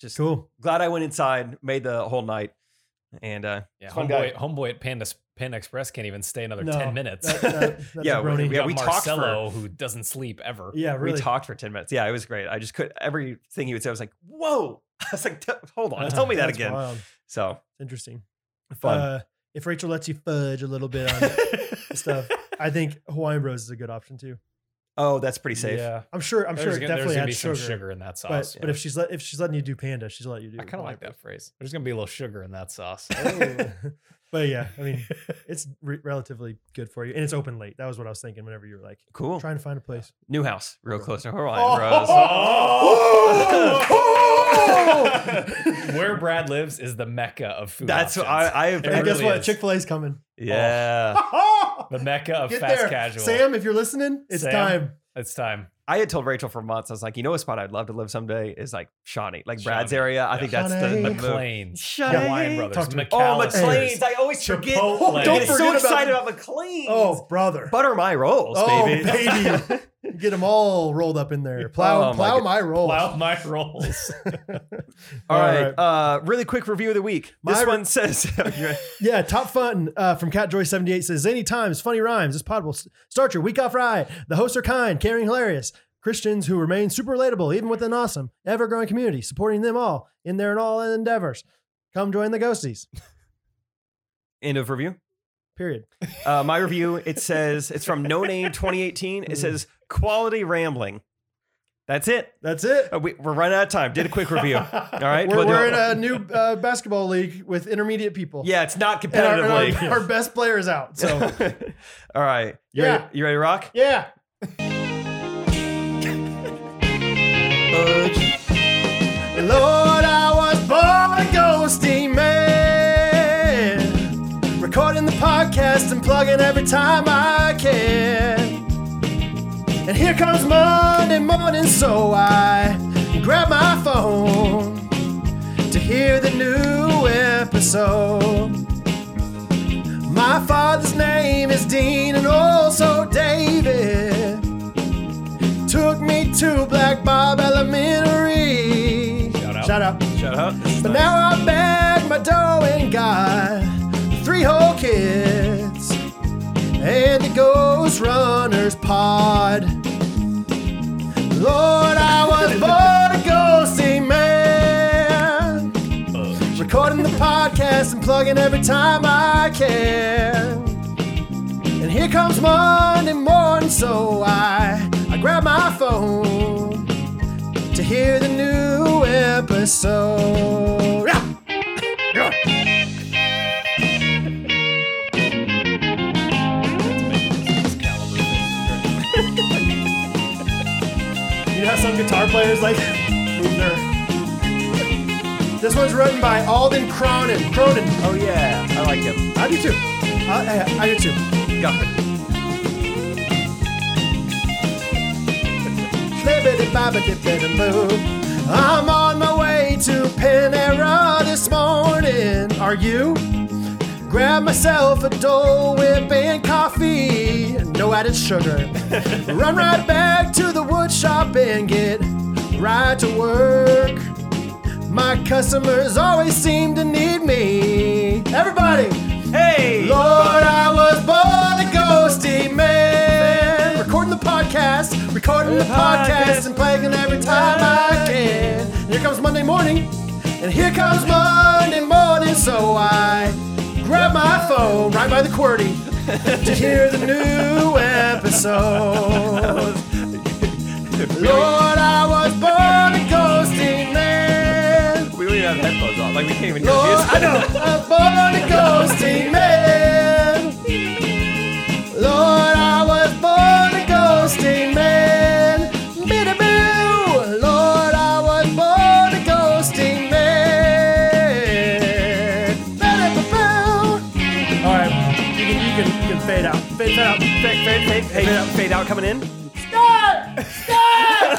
Speaker 1: just
Speaker 2: Cool.
Speaker 1: glad I went inside, made the whole night, and uh,
Speaker 3: yeah,
Speaker 1: it's fun
Speaker 3: homeboy, homeboy at Panda Panda Express can't even stay another ten
Speaker 2: No,
Speaker 3: minutes.
Speaker 2: that- that- that's
Speaker 1: Yeah,
Speaker 2: a
Speaker 1: we-
Speaker 2: brony.
Speaker 1: we- yeah,
Speaker 3: got
Speaker 1: talked for-
Speaker 3: Marcelo, who doesn't sleep ever.
Speaker 2: Yeah, really.
Speaker 1: we talked for ten minutes. Yeah, it was great. I just could everything he would say. I was like, whoa. I was like, "T- hold on, tell me that
Speaker 2: That's
Speaker 1: again.
Speaker 2: wild.
Speaker 1: So
Speaker 2: Interesting.
Speaker 1: fun.
Speaker 2: Uh, if Rachel lets you fudge a little bit on Uh, stuff, I think Hawaiian Rose is a good option too.
Speaker 1: oh, that's pretty safe.
Speaker 3: Yeah,
Speaker 2: I'm sure. I'm
Speaker 3: There's
Speaker 2: sure it
Speaker 3: gonna-
Speaker 2: definitely
Speaker 3: there's gonna
Speaker 2: had
Speaker 3: be
Speaker 2: sugar,
Speaker 3: some sugar in that
Speaker 2: but
Speaker 3: sauce.
Speaker 2: but if she's let, if she's letting you do panda, she's let you do.
Speaker 3: I kind of like that phrase. There's gonna be a little sugar in that sauce.
Speaker 2: Hawaiian Rose. but yeah, I mean, it's re- relatively good for you, and it's open late. That was what I was thinking. Whenever you were like
Speaker 1: Cool.
Speaker 2: trying to find a place,
Speaker 1: New house, real close to Hawaiian
Speaker 2: Oh.
Speaker 3: Where Brad lives is the mecca of food.
Speaker 1: That's what
Speaker 3: options.
Speaker 1: I, I have.
Speaker 3: It
Speaker 2: and guess
Speaker 3: really
Speaker 2: what?
Speaker 3: is.
Speaker 2: Chick Fil A's coming. Oh.
Speaker 1: yeah,
Speaker 3: the mecca of
Speaker 2: Get
Speaker 3: fast
Speaker 2: there,
Speaker 3: casual.
Speaker 2: Sam. If you're listening, it's
Speaker 3: Sam.
Speaker 2: time.
Speaker 3: It's time.
Speaker 1: I had told Rachel for months. I was like, you know, a spot I'd love to live someday is like Shawnee, like Brad's
Speaker 3: Shawnee.
Speaker 1: area. I think that's the,
Speaker 2: Shawnee.
Speaker 1: the move.
Speaker 3: McLean's.
Speaker 1: Shawnee.
Speaker 3: Hawaiian Brothers.
Speaker 2: Talk to me.
Speaker 1: Oh,
Speaker 3: McAllister's.
Speaker 1: McLean's! I always forget.
Speaker 3: Chipotle.
Speaker 1: I
Speaker 2: Don't
Speaker 1: get
Speaker 2: forget
Speaker 1: so
Speaker 2: about-
Speaker 1: excited about McLean's.
Speaker 2: Oh, brother.
Speaker 1: butter my rolls,
Speaker 2: oh,
Speaker 1: baby.
Speaker 2: baby. Get them all rolled up in there. Plow,
Speaker 1: Oh, my
Speaker 2: plow
Speaker 1: God.
Speaker 2: my roll.
Speaker 3: Plow my rolls.
Speaker 1: All
Speaker 2: All
Speaker 1: right. Uh, really quick review of the week.
Speaker 2: My
Speaker 1: this
Speaker 2: re-
Speaker 1: one says,
Speaker 2: Yeah, top fun uh, from Catjoy78 says zany times, funny rhymes. This pod will s- start your week off right. The hosts are kind, caring, hilarious. Christians who remain super relatable, even with an awesome, ever-growing community, supporting them all in their and all endeavors. Come join the ghosties.
Speaker 1: end of review.
Speaker 9: Period.
Speaker 1: Uh, my review, it says it's from No Name 2018.
Speaker 2: Mm.
Speaker 1: It says quality rambling. That's it.
Speaker 2: That's it.
Speaker 1: Uh, we, we're running out of time. Did a quick review. All right.
Speaker 2: We're,
Speaker 1: We'll do
Speaker 2: we're
Speaker 1: it.
Speaker 2: in a new uh, basketball league with intermediate people.
Speaker 1: yeah, it's not
Speaker 2: And our,
Speaker 1: competitive
Speaker 2: and our-
Speaker 1: league.
Speaker 2: our best player is out. So
Speaker 1: All right. You,
Speaker 2: Yeah.
Speaker 1: ready, you ready to rock?
Speaker 2: yeah. Lord, I was born a ghosty man. Recording the podcast and plugging every time I can. And here comes Monday morning, so I grab my phone to hear the new episode. My father's name is Dean and also David. Took me to Black Bob Elementary.
Speaker 3: Shout out.
Speaker 2: Shout out.
Speaker 1: Shut up.
Speaker 2: But now I bag my dough and got three whole kids and the Ghost Runners pod. Lord, I was born a ghosty man. Recording the podcast and plugging every time I can. And here comes Monday morning, so I, I grab my phone to hear the new episode. Yeah. You know how some guitar players like move their. This one's written by Alden Cronin. Cronin,
Speaker 1: Oh, yeah. I like him.
Speaker 2: I do too. I, I, I do too.
Speaker 1: Go.
Speaker 2: Bibbidi-bobbidi-bidi-boo. I'm on my way to Panera this morning. Are you? Grab myself a Dole Whip and coffee, no added sugar. Run right back to the wood shop and get right to work. My customers always seem to need me. Everybody,
Speaker 1: Hey.
Speaker 2: Lord, I was born a ghosty man. Recording the podcast, recording the podcast, and playing it every time I can. And here comes Monday morning, and here comes Monday morning. So I grab my phone right by the QWERTY to hear the new episode. Lord, I was born a ghosty man.
Speaker 1: We don't even have headphones on. Like, we can't even hear
Speaker 2: Lord,
Speaker 1: music.
Speaker 2: I know. I'm born a ghosty man. Lord, I was born a ghosty man. Bidaboo. Lord, I was born a ghosty man. All right, you can, you can, you can fade out. Fade that out.
Speaker 1: Fade, fade, fade, fade, out, fade out coming in.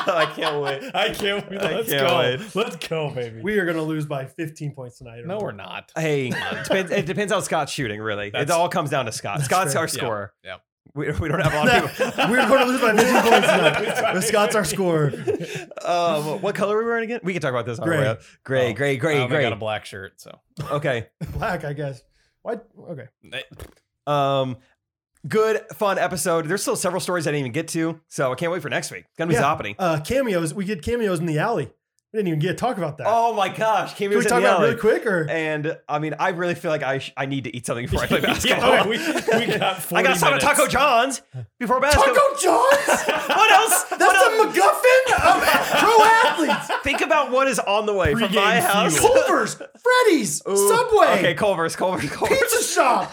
Speaker 1: I can't wait.
Speaker 3: I can't. Wait.
Speaker 1: I
Speaker 3: Let's
Speaker 1: can't
Speaker 3: go.
Speaker 1: wait.
Speaker 3: Let's go, baby.
Speaker 2: We are gonna lose by 15 points tonight.
Speaker 3: no, we're not.
Speaker 1: Hey, it depends, it depends on Scott's shooting, really. It
Speaker 3: That's-
Speaker 1: all comes down to Scott. Scott's
Speaker 2: fair.
Speaker 1: our
Speaker 3: Yeah,
Speaker 1: scorer.
Speaker 3: yeah.
Speaker 1: We, we don't have a lot of people.
Speaker 2: We're going to lose by 15 points tonight. The Scots are scored.
Speaker 1: Um, what color are we wearing again? We can talk about this. on the way
Speaker 2: Gray.
Speaker 1: up. Gray,
Speaker 3: Oh.
Speaker 1: gray, gray,
Speaker 3: Um, I
Speaker 1: gray.
Speaker 3: got a black shirt, so
Speaker 1: Okay.
Speaker 2: Black, I guess. Why? Okay.
Speaker 1: Um, good, fun episode. There's still several stories I didn't even get to, so I can't wait for next week. It's gonna be
Speaker 2: Yeah.
Speaker 1: happening.
Speaker 2: Uh, cameos. We did cameos in the alley. We didn't even get to talk about that.
Speaker 1: Oh my gosh, can
Speaker 2: Can we talk about it really quick? Or
Speaker 1: And I mean, I really feel like I sh- I need to eat something before I play basketball.
Speaker 3: Yeah, we, we got. 40
Speaker 1: I got some at
Speaker 3: minutes.
Speaker 1: Taco John's before basketball.
Speaker 2: John's?
Speaker 1: what else? what
Speaker 2: That's
Speaker 1: else?
Speaker 2: the MacGuffin of pro athletes.
Speaker 1: Think about what is on the way from
Speaker 3: Pre-game
Speaker 1: my house.
Speaker 3: fuel.
Speaker 2: Culver's, Freddy's,
Speaker 1: Ooh,
Speaker 2: Subway,
Speaker 1: Okay, Culver's, Culver's, Culver's.
Speaker 2: pizza shop.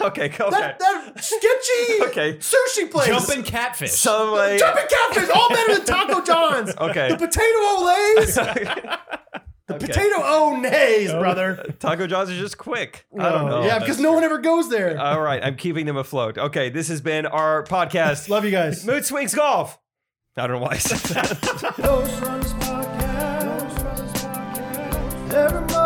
Speaker 1: Okay, Culver's.
Speaker 2: That, that sketchy
Speaker 1: Okay.
Speaker 2: sushi place.
Speaker 3: jumping catfish.
Speaker 1: Subway.
Speaker 2: Jumping Catfish, all better than Taco John's.
Speaker 1: Okay.
Speaker 2: The potato olays, the potato onays, brother.
Speaker 1: Taco John's is just quick. I don't know.
Speaker 2: Oh,
Speaker 1: Uh,
Speaker 2: Yeah, because no one ever goes there.
Speaker 1: All right, I'm keeping them afloat. Okay, this has been our podcast.
Speaker 2: Love you guys.
Speaker 1: Mood Swings Golf. I don't know why I said that.
Speaker 2: Ghost Runners Podcast. Every Monday